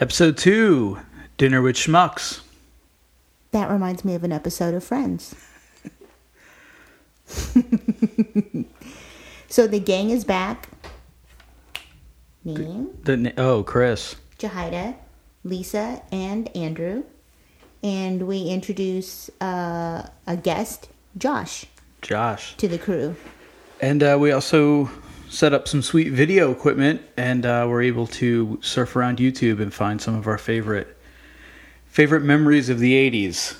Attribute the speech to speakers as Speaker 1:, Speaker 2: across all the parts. Speaker 1: Episode 2 Dinner with Schmucks.
Speaker 2: That reminds me of an episode of Friends. so the gang is back. Me,
Speaker 1: The na- Oh, Chris.
Speaker 2: Jahida, Lisa, and Andrew. And we introduce uh, a guest, Josh,
Speaker 1: Josh.
Speaker 2: to the crew.
Speaker 1: And uh, we also set up some sweet video equipment and uh, we're able to surf around YouTube and find some of our favorite favorite memories of the 80s.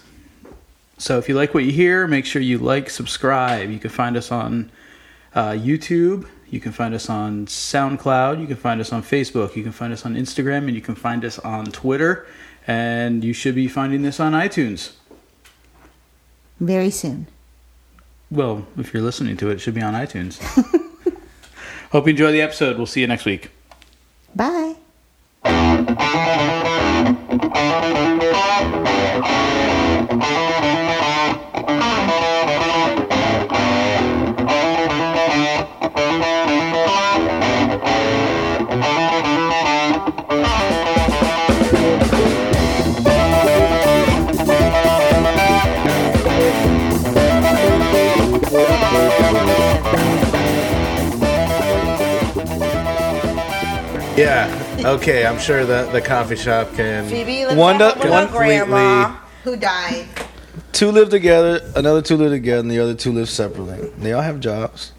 Speaker 1: So if you like what you hear, make sure you like, subscribe. You can find us on uh, YouTube. You can find us on SoundCloud. You can find us on Facebook. You can find us on Instagram, and you can find us on Twitter. And you should be finding this on iTunes.
Speaker 2: Very soon.
Speaker 1: Well, if you're listening to it, it should be on iTunes. Hope you enjoy the episode. We'll see you next week.
Speaker 2: Bye.
Speaker 3: Yeah. Okay. I'm sure the, the coffee shop can.
Speaker 4: Phoebe lives
Speaker 5: One
Speaker 4: with
Speaker 5: do-
Speaker 4: her little
Speaker 5: one-
Speaker 4: grandma who died.
Speaker 5: Two live together, another two live together, and the other two live separately. They all have jobs.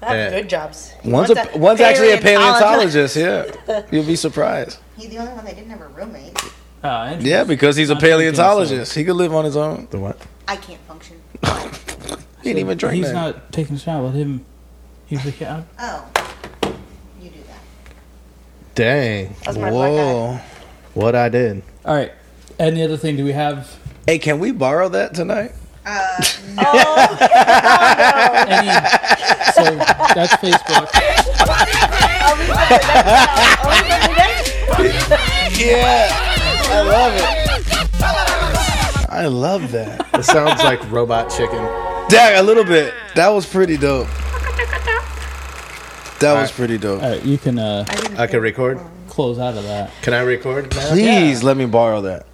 Speaker 4: They have
Speaker 3: Yeah.
Speaker 4: good jobs.
Speaker 5: One's, a, one's actually a
Speaker 4: paleontologist.
Speaker 5: paleontologist. Yeah, you'll be surprised.
Speaker 4: He's the only one that didn't have a roommate.
Speaker 1: Uh,
Speaker 5: Yeah, because he's a
Speaker 1: Not that he can
Speaker 5: paleontologist. He could live on his own. The what?
Speaker 4: I can't function.
Speaker 5: He didn't even drink.
Speaker 1: He's
Speaker 5: that.
Speaker 1: not taking a shower with him. He's like, yeah,
Speaker 4: Oh, you do that.
Speaker 3: Dang.
Speaker 4: That's my black
Speaker 5: Whoa.
Speaker 3: What I did.
Speaker 1: All right. And the other thing, do we have
Speaker 5: Hey, can we borrow that tonight?
Speaker 1: any? so that's Facebook.
Speaker 5: Yeah, I love it. I love that.
Speaker 3: It sounds like robot chicken.
Speaker 5: Dang, a little bit. That was pretty dope. That was pretty dope.
Speaker 1: All right, you can uh,
Speaker 3: I can record.
Speaker 1: close out of that.
Speaker 3: Can I record now?
Speaker 5: Please let me borrow that.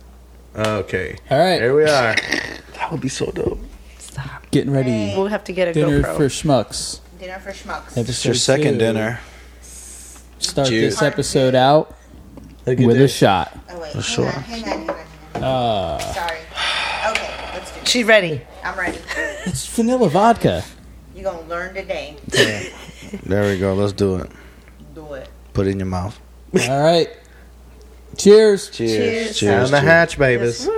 Speaker 3: Okay.
Speaker 1: All right,
Speaker 3: Here we are.
Speaker 5: That would be so dope.
Speaker 1: getting ready.
Speaker 4: We'll have to get a
Speaker 1: Dinner
Speaker 4: GoPro.
Speaker 1: for schmucks.
Speaker 4: Dinner for schmucks.
Speaker 5: It's your second
Speaker 1: two.
Speaker 5: dinner.
Speaker 1: Start
Speaker 5: Cheers.
Speaker 1: this episode out with a shot.
Speaker 2: Oh, wait.
Speaker 5: sure. on,
Speaker 2: Hang on, hang on, hang on. Sorry. Okay, let's do
Speaker 4: She's ready.
Speaker 2: I'm ready.
Speaker 1: It's vanilla vodka.
Speaker 2: You're going to learn today.
Speaker 5: There we go. Let's do it.
Speaker 2: Do it.
Speaker 5: Put it in your mouth.
Speaker 1: All right. Cheers.
Speaker 5: Cheers.
Speaker 3: Down the hatch, babies.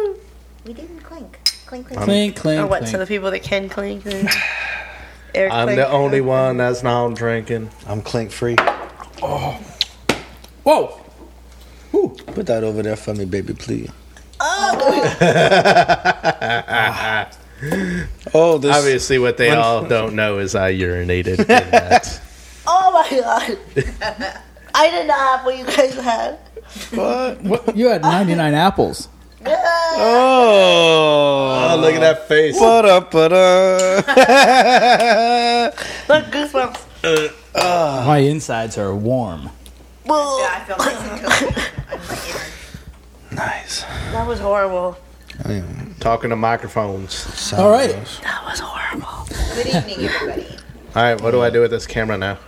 Speaker 2: We didn't clink. Clink, clink.
Speaker 1: Clink, clink,
Speaker 4: Oh, what?
Speaker 1: clink.
Speaker 4: So the people that can clink. and- Eric
Speaker 3: I'm
Speaker 4: clink.
Speaker 3: the only one that's not drinking.
Speaker 5: I'm clink free. Oh.
Speaker 1: Whoa.
Speaker 5: Put that over there for me, baby, please. Oh, this.
Speaker 3: Obviously, what they all don't know is I urinated. in that.
Speaker 4: Oh my god. I did not have what you guys had.
Speaker 5: What?
Speaker 1: You had 99 apples.
Speaker 5: Oh.
Speaker 3: Oh, look at that face.
Speaker 5: Ba-da, ba-da.
Speaker 4: Look, goosebumps.
Speaker 1: My insides are warm.
Speaker 4: Whoa,
Speaker 2: felt like
Speaker 5: nice.
Speaker 4: that was horrible.
Speaker 5: I am
Speaker 3: Talking to microphones.
Speaker 5: sound
Speaker 1: All right.
Speaker 5: gross.
Speaker 4: That was horrible.
Speaker 2: Good evening, everybody.
Speaker 3: All right, what do I do with this camera now?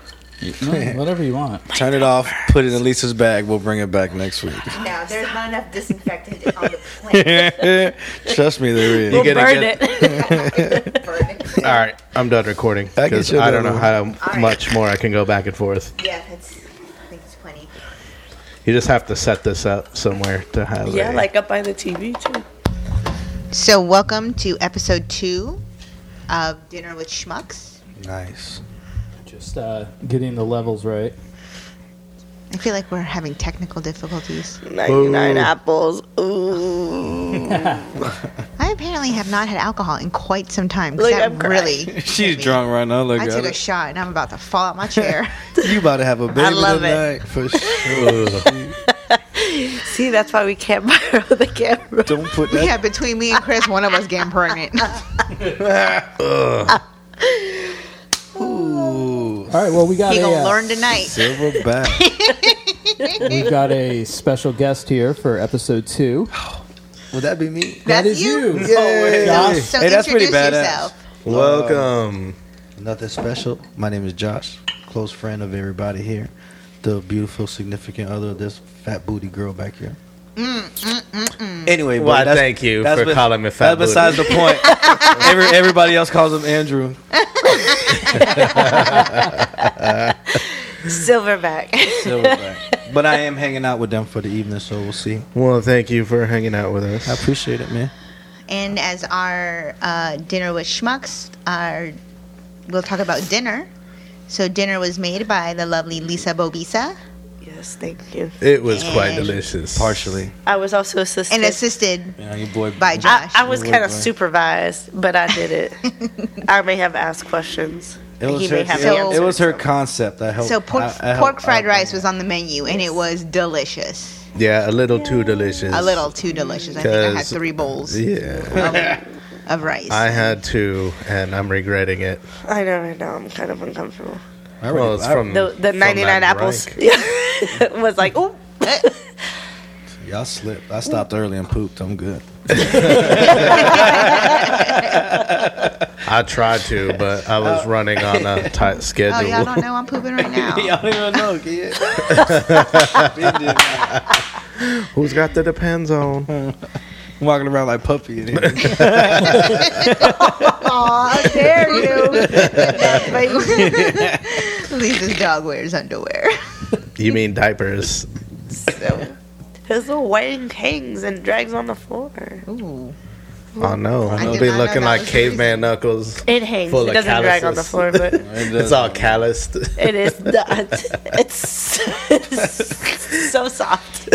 Speaker 1: No, whatever you want.
Speaker 5: Turn it off. Put it in Lisa's bag. We'll bring it back next week.
Speaker 2: Now, there's not enough disinfectant on the planet.
Speaker 5: Trust me, there is.
Speaker 3: You
Speaker 4: We'll
Speaker 3: gotta
Speaker 4: burn
Speaker 3: get-
Speaker 4: it.
Speaker 2: Vernon.
Speaker 3: All right, I'm done recording
Speaker 5: I can
Speaker 3: because
Speaker 5: shut
Speaker 3: I
Speaker 5: that
Speaker 3: don't know
Speaker 5: one.
Speaker 3: how much more I can go back and forth.
Speaker 2: Yeah, that's, I think it's plenty.
Speaker 3: You just have to set this up somewhere to have.
Speaker 4: yeah,
Speaker 3: a-
Speaker 4: like up by the TV too.
Speaker 2: So, welcome to episode two of Dinner with Schmucks.
Speaker 5: Nice.
Speaker 1: Just uh, getting the levels right.
Speaker 2: I feel like we're having technical difficulties.
Speaker 4: 99 apples. Ooh.
Speaker 2: I apparently have not had alcohol in quite some time. 'cause
Speaker 4: Look,
Speaker 2: that
Speaker 4: I'm crying.
Speaker 2: really.
Speaker 5: She's
Speaker 2: hit me.
Speaker 5: drunk right now. Look
Speaker 2: I
Speaker 5: at
Speaker 2: took a
Speaker 5: her.
Speaker 2: shot and I'm about to fall out my chair.
Speaker 5: You about to have a baby
Speaker 4: love
Speaker 5: tonight
Speaker 4: it.
Speaker 5: for sure.
Speaker 4: See, that's why we can't borrow the camera.
Speaker 5: Don't put that.
Speaker 2: yeah, between me and Chris, one of us getting pregnant.
Speaker 5: Ooh,
Speaker 1: All right, well, we got
Speaker 2: He
Speaker 1: a,
Speaker 2: gonna
Speaker 1: uh,
Speaker 2: learn tonight.
Speaker 5: silver back.
Speaker 6: We've got a special guest here for episode two.
Speaker 5: Would that be me?
Speaker 6: That
Speaker 2: That's
Speaker 6: is you.
Speaker 2: you.
Speaker 5: Yay.
Speaker 6: Josh.
Speaker 2: So
Speaker 5: Hey, that's pretty
Speaker 2: introduce
Speaker 5: badass.
Speaker 2: yourself.
Speaker 3: Welcome.
Speaker 5: Nothing special. My name is Josh, close friend of everybody here. The beautiful significant other of this fat booty girl back here.
Speaker 2: Mm,
Speaker 5: Anyway, but
Speaker 3: Why,
Speaker 5: that's-
Speaker 3: thank you
Speaker 5: that's
Speaker 3: for
Speaker 5: be-
Speaker 3: calling me fat
Speaker 5: That's besides the point. Every, everybody else calls him Andrew.
Speaker 4: Silverback.
Speaker 5: Silverback. but I am hanging out with them for the evening, so we'll see.
Speaker 3: Well, thank you for hanging out with us.
Speaker 5: I appreciate it, man.
Speaker 2: And as our uh, dinner with schmucks, our we'll talk about dinner. So dinner was made by the lovely Lisa Bobisa
Speaker 4: yes, thank you.
Speaker 3: It was quite
Speaker 2: And-
Speaker 3: delicious.
Speaker 5: Partially.
Speaker 4: I was also assisted.
Speaker 2: and assisted
Speaker 5: Yeah, your boy.
Speaker 2: by Josh.
Speaker 4: I, I was
Speaker 5: Really
Speaker 4: kind of
Speaker 5: good.
Speaker 4: supervised, but I did it. I may have asked questions.
Speaker 5: It was,
Speaker 4: he
Speaker 5: her,
Speaker 4: may have
Speaker 5: it-
Speaker 4: answered
Speaker 5: it was her
Speaker 4: some.
Speaker 5: concept that helped.
Speaker 2: so pork,
Speaker 5: I- I helped
Speaker 2: pork fried
Speaker 5: out
Speaker 2: rice
Speaker 5: there.
Speaker 2: was on the menu, and it was delicious.
Speaker 3: Yeah, a little too delicious.
Speaker 2: A little too delicious. I think I had
Speaker 3: Because-
Speaker 2: three bowls
Speaker 3: Yeah.
Speaker 2: of rice.
Speaker 3: I had two, and I'm regretting it.
Speaker 4: I know, I know. I'm kind of uncomfortable.
Speaker 5: I already-
Speaker 3: Well, it's
Speaker 5: I-
Speaker 3: from
Speaker 4: The, the
Speaker 3: from
Speaker 4: 99
Speaker 3: that
Speaker 4: apples
Speaker 3: drink.
Speaker 4: was like, oh,
Speaker 5: Y'all slipped. I stopped early and pooped. I'm good.
Speaker 3: I tried to, but I was running on a tight schedule.
Speaker 2: Uh, oh, y'all don't know I'm pooping right now.
Speaker 5: don't even know, kid.
Speaker 3: Who's got the depends on?
Speaker 5: I'm walking around like puppy in here.
Speaker 2: Aw, how dare you! Lisa's dog wears underwear.
Speaker 3: You mean diapers?
Speaker 4: his little wang hangs and drags on the floor.
Speaker 2: Ooh.
Speaker 3: Oh no,
Speaker 2: did
Speaker 3: I'll be
Speaker 2: not know
Speaker 3: looking
Speaker 2: that
Speaker 3: like
Speaker 2: was
Speaker 3: caveman knuckles.
Speaker 4: It hangs.
Speaker 3: Full
Speaker 4: it
Speaker 3: of
Speaker 4: doesn't drag on the
Speaker 3: calluses.
Speaker 4: floor, but
Speaker 3: It's all calloused.
Speaker 4: it is not. It's, it's so soft.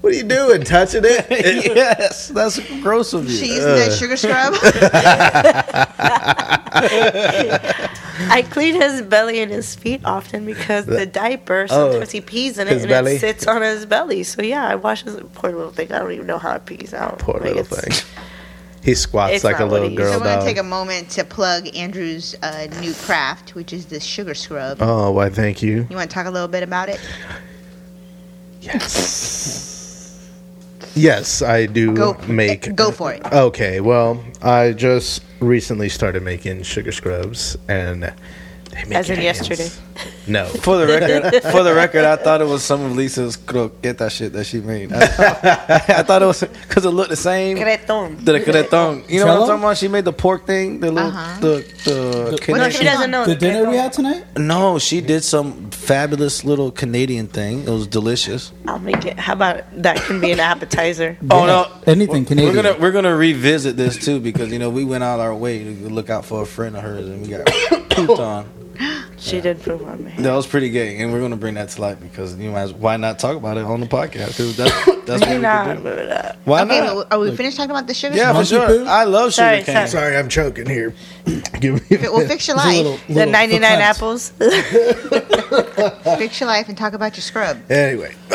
Speaker 3: What are you doing? Touching it?
Speaker 5: yes, that's gross of you.
Speaker 2: She using that sugar scrub.
Speaker 4: I clean his belly and his feet often because the diaper sometimes he pees in it
Speaker 3: oh, his
Speaker 4: and
Speaker 3: belly?
Speaker 4: it sits on his belly. So yeah, I wash his poor little thing. I don't even know how it pees out.
Speaker 3: Poor
Speaker 4: Like,
Speaker 3: little
Speaker 4: it's-
Speaker 3: thing. He squats
Speaker 4: it's
Speaker 3: like a
Speaker 4: not what
Speaker 3: little
Speaker 4: he
Speaker 3: girl
Speaker 4: used
Speaker 2: I want
Speaker 3: dog.
Speaker 2: to take a moment to plug Andrew's uh, new craft, which is the sugar scrub.
Speaker 3: oh, why? Thank you.
Speaker 2: You want to talk a little bit about it?
Speaker 3: Yes. Yes, I do
Speaker 2: Go
Speaker 3: make.
Speaker 2: Go for it.
Speaker 3: Okay, well, I just recently started making sugar scrubs, and they make
Speaker 4: As in
Speaker 3: your
Speaker 4: yesterday.
Speaker 3: No,
Speaker 5: For the record, for the record, I thought it was some of Lisa's croqueta shit that she made. I, I thought it was because it looked the same.
Speaker 4: Creton.
Speaker 5: The creton. You know what I'm
Speaker 6: Cello?
Speaker 5: talking about? She made the pork thing, the little,
Speaker 2: Uh-huh.
Speaker 5: the the.
Speaker 4: No,
Speaker 5: Canadian-
Speaker 4: she doesn't know.
Speaker 6: The dinner we had tonight?
Speaker 5: no, she did some fabulous little Canadian thing. It was delicious.
Speaker 4: I'll make it. How about that can be an appetizer?
Speaker 5: Oh no,
Speaker 6: Anything
Speaker 5: We're
Speaker 6: Canadian.
Speaker 5: gonna we're gonna revisit this too because you know we went out our way to look out for a friend of hers and we got pooped on.
Speaker 4: She did prove on me.
Speaker 5: That was pretty gay, and we're gonna bring that to light because you might as- why not talk about it on the podcast? 'Cause that's that's what we
Speaker 4: You're not.
Speaker 5: could do.
Speaker 4: blah, blah, blah.
Speaker 5: Why
Speaker 2: Okay,
Speaker 5: not?
Speaker 2: but are we finished talking about the sugar
Speaker 5: yeah, for
Speaker 2: scrub?
Speaker 5: sure. I love
Speaker 4: Sorry,
Speaker 5: sugar cane.
Speaker 4: sorry.
Speaker 3: sorry, I'm choking here. Give me.
Speaker 2: Well, fix your life.
Speaker 4: The 99 apples.
Speaker 2: Fix your life and talk about your scrub.
Speaker 3: Anyway,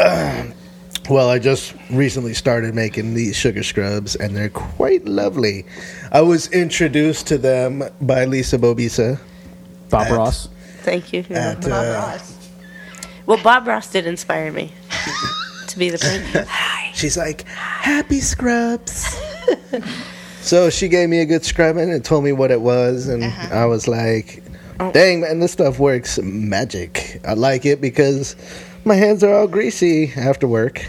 Speaker 3: well, I just recently started making these sugar scrubs, and they're quite lovely. I was introduced to them by Lisa Bobisa.
Speaker 6: Bob Ross.
Speaker 4: Thank you.
Speaker 3: At,
Speaker 2: Bob
Speaker 3: uh,
Speaker 2: Ross.
Speaker 4: Well, Bob Ross did inspire me to be the person.
Speaker 3: she's like, "Happy scrubs." so she gave me a good scrubbing and told me what it was, and
Speaker 4: Uh-huh.
Speaker 3: I was like,
Speaker 4: Oh.
Speaker 3: "Dang man, this stuff works magic." I like it because my hands are all greasy after work,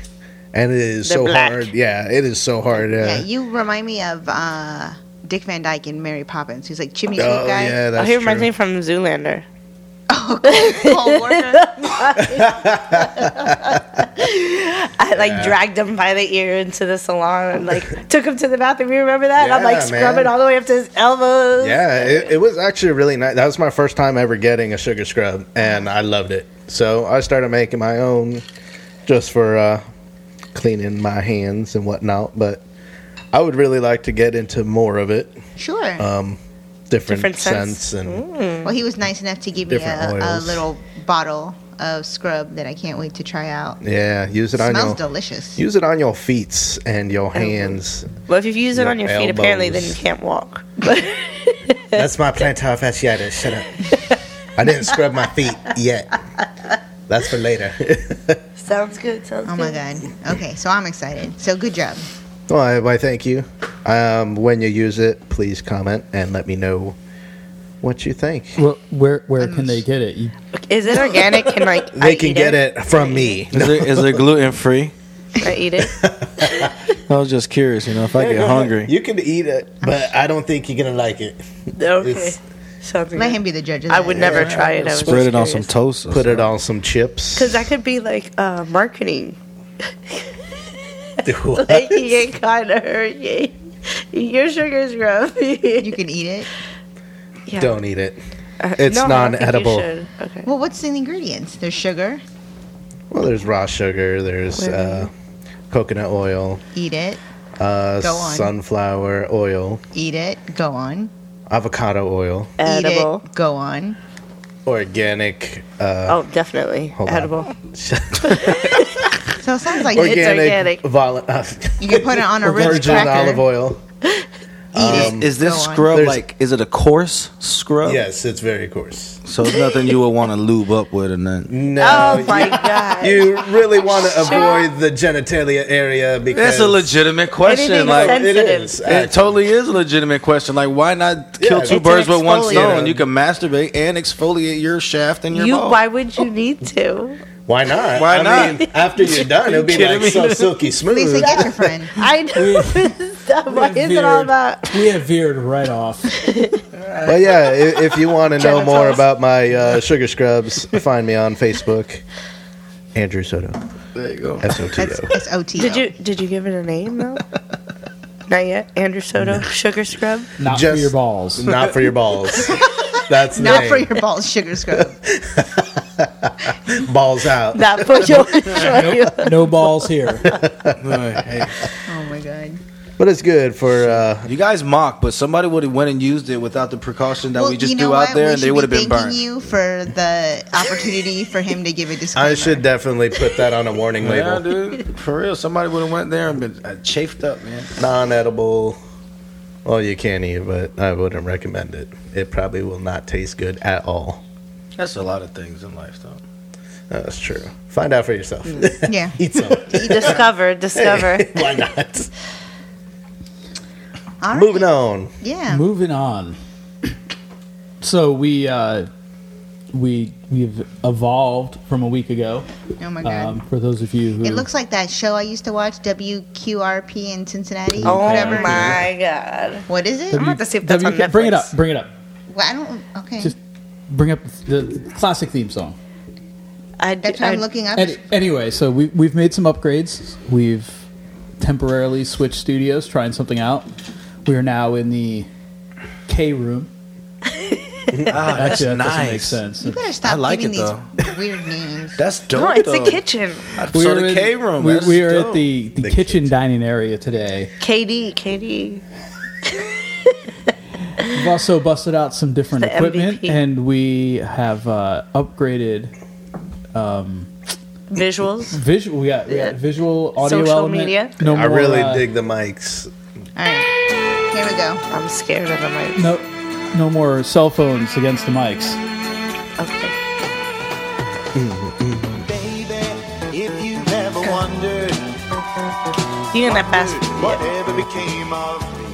Speaker 3: and it is
Speaker 4: They're
Speaker 3: so
Speaker 4: black.
Speaker 3: hard. Yeah, it is so hard. Uh,
Speaker 2: Yeah, you remind me of uh, Dick Van Dyke and Mary Poppins. He's like chimney
Speaker 3: oh
Speaker 2: sweep guy.
Speaker 3: yeah,
Speaker 4: Oh,
Speaker 3: that's
Speaker 4: he
Speaker 3: true.
Speaker 4: reminds me from Zoolander. Oh,
Speaker 2: Paul Walker.
Speaker 4: I like dragged him by the ear into the salon and like took him to the bathroom. You remember that? I'm
Speaker 3: Yeah,
Speaker 4: like scrubbing
Speaker 3: man.
Speaker 4: all the way up to his elbows.
Speaker 3: Yeah, it, it was actually really nice. That was my first time ever getting a sugar scrub, and I loved it. So I started making my own just for uh, cleaning my hands and whatnot. But I would really like to get into more of it,
Speaker 2: Sure.
Speaker 3: um, different,
Speaker 4: Different scents.
Speaker 3: scents, and
Speaker 2: well, he was nice enough to give me a,
Speaker 3: different
Speaker 2: a
Speaker 3: oils.
Speaker 2: little bottle of scrub that I can't wait to try out.
Speaker 3: yeah, use it on
Speaker 2: smells
Speaker 3: your
Speaker 2: delicious.
Speaker 3: use it on your feet and your hands.
Speaker 4: Well, if you use it
Speaker 3: Your
Speaker 4: on your feet, apparently, then you
Speaker 3: elbows.
Speaker 4: can't walk. But
Speaker 3: That's my plantar fasciitis. Shut up. I didn't scrub my feet yet. That's for later.
Speaker 4: Sounds good. Sounds
Speaker 2: Oh
Speaker 4: good.
Speaker 2: my god. Okay, so I'm excited. So good job.
Speaker 3: Well, I, why, thank you. Um, when you use it, please comment and let me know what you think.
Speaker 6: Well, where where can they get it? You,
Speaker 4: Is it organic? Can like
Speaker 3: They
Speaker 4: I
Speaker 3: can
Speaker 4: eat
Speaker 3: get it from me.
Speaker 5: Is it, is it gluten free?
Speaker 4: I eat it.
Speaker 5: I was just curious, you know, if I get hungry.
Speaker 3: You can eat it, but I don't think you're gonna like it.
Speaker 4: Okay.
Speaker 3: It's-
Speaker 4: Sounds good.
Speaker 2: Let him be the judge of that.
Speaker 4: I would never try it. I was
Speaker 5: Spread it on some toast.
Speaker 3: Put it on some chips.
Speaker 4: Because that could be like uh, marketing.
Speaker 3: What?
Speaker 4: Like you get caught in a hurricane. Your sugar's rough.
Speaker 2: You can eat it.
Speaker 4: Yeah.
Speaker 3: Don't eat it.
Speaker 4: Uh,
Speaker 3: It's
Speaker 4: no, I don't think you
Speaker 3: non-edible.
Speaker 4: should. Okay.
Speaker 2: Well, what's the ingredients? There's sugar.
Speaker 3: Well, there's raw sugar. There's
Speaker 4: Wait,
Speaker 3: uh, coconut oil,
Speaker 2: Eat it.
Speaker 3: uh,
Speaker 2: Go on.
Speaker 3: sunflower oil,
Speaker 2: Eat it. Go on.
Speaker 3: avocado oil,
Speaker 4: Edible.
Speaker 2: Eat it. Go on.
Speaker 3: organic. Uh,
Speaker 4: Oh, definitely.
Speaker 3: Hold on.
Speaker 4: edible.
Speaker 2: So it sounds like
Speaker 3: organic.
Speaker 4: organic.
Speaker 3: vol- uh,
Speaker 2: you can put it on a Ritz
Speaker 3: Oh, virgin
Speaker 2: cracker.
Speaker 3: olive oil. Um,
Speaker 2: Eat it.
Speaker 5: Is this
Speaker 2: Go on.
Speaker 5: scrub
Speaker 3: There's-
Speaker 5: like? Is it a coarse scrub?
Speaker 3: Yes, it's very coarse.
Speaker 5: So it's nothing you would want to lube up with or nothing.
Speaker 3: No,
Speaker 4: Oh my god.
Speaker 3: you really want to avoid the genitalia area because
Speaker 5: That's a legitimate question.
Speaker 4: Anything
Speaker 5: Like
Speaker 4: sensitive.
Speaker 3: It is.
Speaker 5: it totally is a legitimate question. Like why not kill
Speaker 3: Yeah.
Speaker 5: two
Speaker 4: It's
Speaker 5: birds
Speaker 4: an
Speaker 5: with one
Speaker 4: exfoliant.
Speaker 5: stone? You can masturbate and exfoliate your shaft and your
Speaker 4: You.
Speaker 5: ball.
Speaker 4: Why would you need to?
Speaker 3: Why not?
Speaker 5: Why
Speaker 3: I
Speaker 5: not?
Speaker 3: mean, after you're done, it'll be
Speaker 5: kidding
Speaker 3: like
Speaker 5: me?
Speaker 3: so silky smooth.
Speaker 2: Lisa, get your friend.
Speaker 4: I know. Why is it all about?
Speaker 6: We have veered right off.
Speaker 3: But yeah, if, if you want to know more about my uh, sugar scrubs, find me on Facebook. Andrew Soto.
Speaker 5: There you go.
Speaker 3: S O T
Speaker 2: That's,
Speaker 3: O.
Speaker 2: that's OT.
Speaker 4: Did you did you give it a name though? Not yet. Andrew Soto, sugar scrub.
Speaker 6: Not
Speaker 3: Just-
Speaker 6: for your balls.
Speaker 3: Not for your balls. That's
Speaker 2: Not
Speaker 3: not
Speaker 2: for your balls, sugar scrub.
Speaker 3: balls out.
Speaker 4: Not for your for you.
Speaker 6: No balls here.
Speaker 5: Hey,
Speaker 2: Oh my god.
Speaker 3: But it's good for uh,
Speaker 5: you guys mock, but somebody would have went and used it without the precaution that we just
Speaker 2: you know
Speaker 5: threw out
Speaker 2: what?
Speaker 5: there,
Speaker 2: We
Speaker 5: and they
Speaker 2: should
Speaker 5: would have
Speaker 2: be
Speaker 5: been
Speaker 2: thanking
Speaker 5: burned.
Speaker 2: you for the opportunity for him to give a disclaimer.
Speaker 3: I should definitely put that on a warning
Speaker 5: Yeah,
Speaker 3: label.
Speaker 5: dude, for real. Somebody would have went there and been uh, chafed up, man.
Speaker 3: Non edible. Well, you can eat, it, but I wouldn't recommend it. It probably will not taste good at all. Uh,
Speaker 5: That's a lot of things in life, though.
Speaker 3: That's true. Find out for yourself.
Speaker 2: Yeah.
Speaker 3: Eat some.
Speaker 4: Discover, discover.
Speaker 3: Why not?
Speaker 2: All right.
Speaker 3: Moving on.
Speaker 2: Yeah.
Speaker 6: Moving on. So we uh, we we've evolved from a week ago.
Speaker 2: Oh my god.
Speaker 6: Um, for those of you who
Speaker 2: It looks like that show I used to watch, WQRP in Cincinnati.
Speaker 4: Oh
Speaker 2: whatever.
Speaker 4: my god.
Speaker 2: What is it?
Speaker 4: I'm about to see if that's on
Speaker 6: WK bring it
Speaker 4: Netflix.
Speaker 6: up, bring it up,
Speaker 2: Well, I don't. Okay.
Speaker 6: just bring up the classic theme song.
Speaker 4: I,
Speaker 2: That's what
Speaker 4: I,
Speaker 2: I'm looking up.
Speaker 6: Any, anyway, so we, we've made some upgrades. We've temporarily switched studios, trying something out. We are now in the K room.
Speaker 5: Ah, that's
Speaker 6: Actually, that doesn't make
Speaker 5: nice.
Speaker 6: sense.
Speaker 2: you better stop
Speaker 5: I like it,
Speaker 2: giving these
Speaker 5: though.
Speaker 2: weird names.
Speaker 5: That's dope.
Speaker 4: No, it's
Speaker 5: though.
Speaker 4: a kitchen.
Speaker 5: We so
Speaker 6: are
Speaker 5: Oh, the
Speaker 6: in-
Speaker 5: K room.
Speaker 6: We,
Speaker 5: that's
Speaker 6: we are
Speaker 5: dope.
Speaker 6: at the, the, kitchen, dining area today.
Speaker 4: KD, KD.
Speaker 6: We've also busted out some different
Speaker 4: The
Speaker 6: equipment,
Speaker 4: MVP.
Speaker 6: and we have uh, upgraded
Speaker 4: Visuals.
Speaker 6: visual. We got, we got
Speaker 4: Yeah.
Speaker 6: visual audio
Speaker 4: Social
Speaker 6: element.
Speaker 4: media.
Speaker 6: No
Speaker 3: I
Speaker 6: more,
Speaker 3: really
Speaker 6: uh,
Speaker 3: dig the mics.
Speaker 2: All right. Here we go.
Speaker 4: I'm scared of the mic.
Speaker 6: No, no more cell phones against the mics.
Speaker 4: Okay.
Speaker 7: Baby, if you've ever wondered
Speaker 4: You're gonna pass.
Speaker 7: whatever became of me,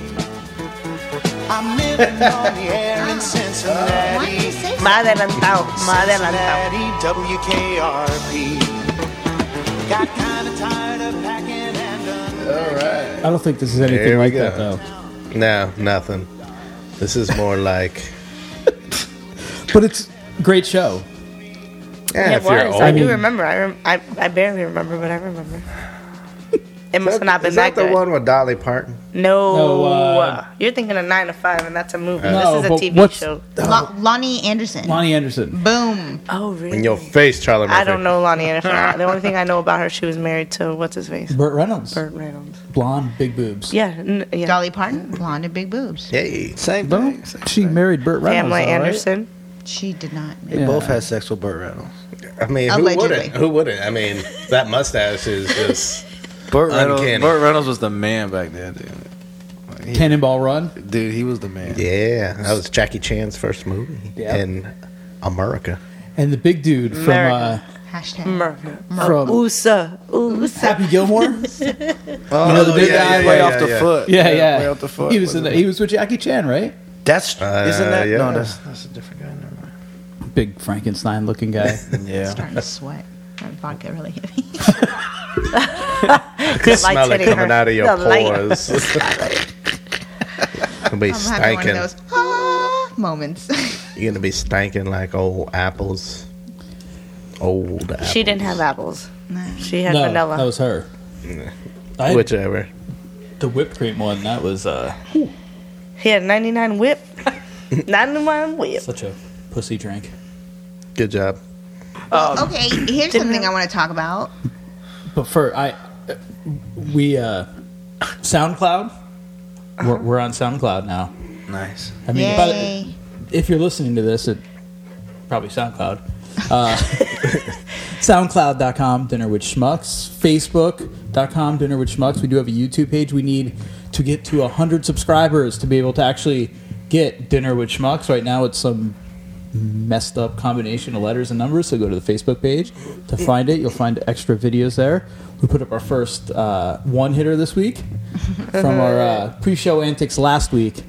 Speaker 7: I'm living on the air in
Speaker 2: Why did you
Speaker 7: Cincinnati.
Speaker 2: say
Speaker 4: Más adelantado, más adelantado.
Speaker 7: Cincinnati, WKRP. Got kinda tired of packing and unpacking.
Speaker 6: I don't think this is anything
Speaker 3: There we
Speaker 6: like
Speaker 3: go.
Speaker 6: that though.
Speaker 7: uh,
Speaker 3: No, nothing. This is more like. eh,
Speaker 6: But it's great show.
Speaker 3: Yeah,
Speaker 4: It
Speaker 3: if you're
Speaker 4: was.
Speaker 3: old.
Speaker 4: I
Speaker 6: mean-
Speaker 4: do remember. I, rem- I I barely remember, but I remember. It must
Speaker 3: Is
Speaker 4: have not been
Speaker 3: is
Speaker 4: that,
Speaker 3: that the
Speaker 4: good.
Speaker 3: one with Dolly Parton?
Speaker 4: No,
Speaker 6: No, uh,
Speaker 4: you're thinking of Nine to Five, and that's a movie.
Speaker 6: No,
Speaker 4: this is a
Speaker 6: but
Speaker 4: TV
Speaker 6: what's-
Speaker 4: show.
Speaker 2: Lo- Lonnie Anderson.
Speaker 6: Lonnie Anderson.
Speaker 2: Boom.
Speaker 4: Oh,
Speaker 3: In
Speaker 4: really?
Speaker 3: your face, Charlie Murphy.
Speaker 4: I don't know Lonnie Anderson. the only thing I know about her, she was married to what's his face,
Speaker 6: Burt Reynolds.
Speaker 4: Burt Reynolds.
Speaker 6: Blonde, big boobs.
Speaker 4: Yeah, n- yeah.
Speaker 2: Dolly Parton, blonde and big boobs.
Speaker 3: Hey,
Speaker 5: same
Speaker 6: Boom.
Speaker 5: thing.
Speaker 6: She married Burt Reynolds.
Speaker 4: Pamela
Speaker 6: all right?
Speaker 4: Anderson.
Speaker 2: She did not.
Speaker 5: They
Speaker 6: Yeah.
Speaker 5: both had sex with Burt Reynolds.
Speaker 3: I mean, who
Speaker 2: Allegedly.
Speaker 3: wouldn't? Who wouldn't? I mean, that mustache is just.
Speaker 5: Burt Reynolds.
Speaker 3: Uncanny.
Speaker 5: Burt Reynolds was the man back then, dude. Like, he-
Speaker 6: Cannonball Run.
Speaker 5: dude, he was the man.
Speaker 3: Yeah, that was Jackie Chan's first movie
Speaker 6: Yeah.
Speaker 3: in America.
Speaker 6: And the big dude from uh,
Speaker 4: America.
Speaker 2: Hashtag.
Speaker 5: Mm.
Speaker 4: Murder.
Speaker 6: From-
Speaker 4: Usa. Usa.
Speaker 6: Happy Gilmore.
Speaker 5: Oh,
Speaker 6: know, the big guy way
Speaker 3: off the
Speaker 5: foot.
Speaker 6: yeah, yeah.
Speaker 5: Way off the foot.
Speaker 6: He was in the, he was with Jackie Chan, right?
Speaker 5: That's isn't that?
Speaker 3: yeah.
Speaker 5: No, that's that's a different guy. Never mind.
Speaker 6: Big Frankenstein looking guy.
Speaker 5: Yeah.
Speaker 2: Starting to sweat. That vodka really hit me.
Speaker 3: I can smell it
Speaker 4: hitting
Speaker 3: coming
Speaker 4: her.
Speaker 3: out of your
Speaker 4: The light.
Speaker 3: pores. Gonna be
Speaker 2: I'm having one of
Speaker 3: stanking.
Speaker 2: those ah moments.
Speaker 3: You're gonna be stanking like old apples. Old apples.
Speaker 4: She didn't have apples. She had
Speaker 6: no,
Speaker 4: vanilla.
Speaker 6: that was her. I had
Speaker 3: Whichever.
Speaker 6: the whipped cream one. That was uh,
Speaker 4: he had 99 whip. 99 whip.
Speaker 6: such a pussy drink.
Speaker 3: Good job.
Speaker 2: okay, here's something I want to talk about.
Speaker 6: But for I, we uh, SoundCloud. We're, we're on SoundCloud now.
Speaker 5: Nice.
Speaker 6: I mean, by the-
Speaker 2: Yay.
Speaker 6: if you're listening to this, it probably SoundCloud. Uh, SoundCloud.com, Dinner with Schmucks. Facebook.com, Dinner with Schmucks. We do have a YouTube page. We need to get to 100 subscribers to be able to actually get Dinner with Schmucks. Right now, it's some messed up combination of letters and numbers. So go to the Facebook page to find it. You'll find extra videos there. We put up our first uh, one hitter this week from our uh, pre-show antics last week.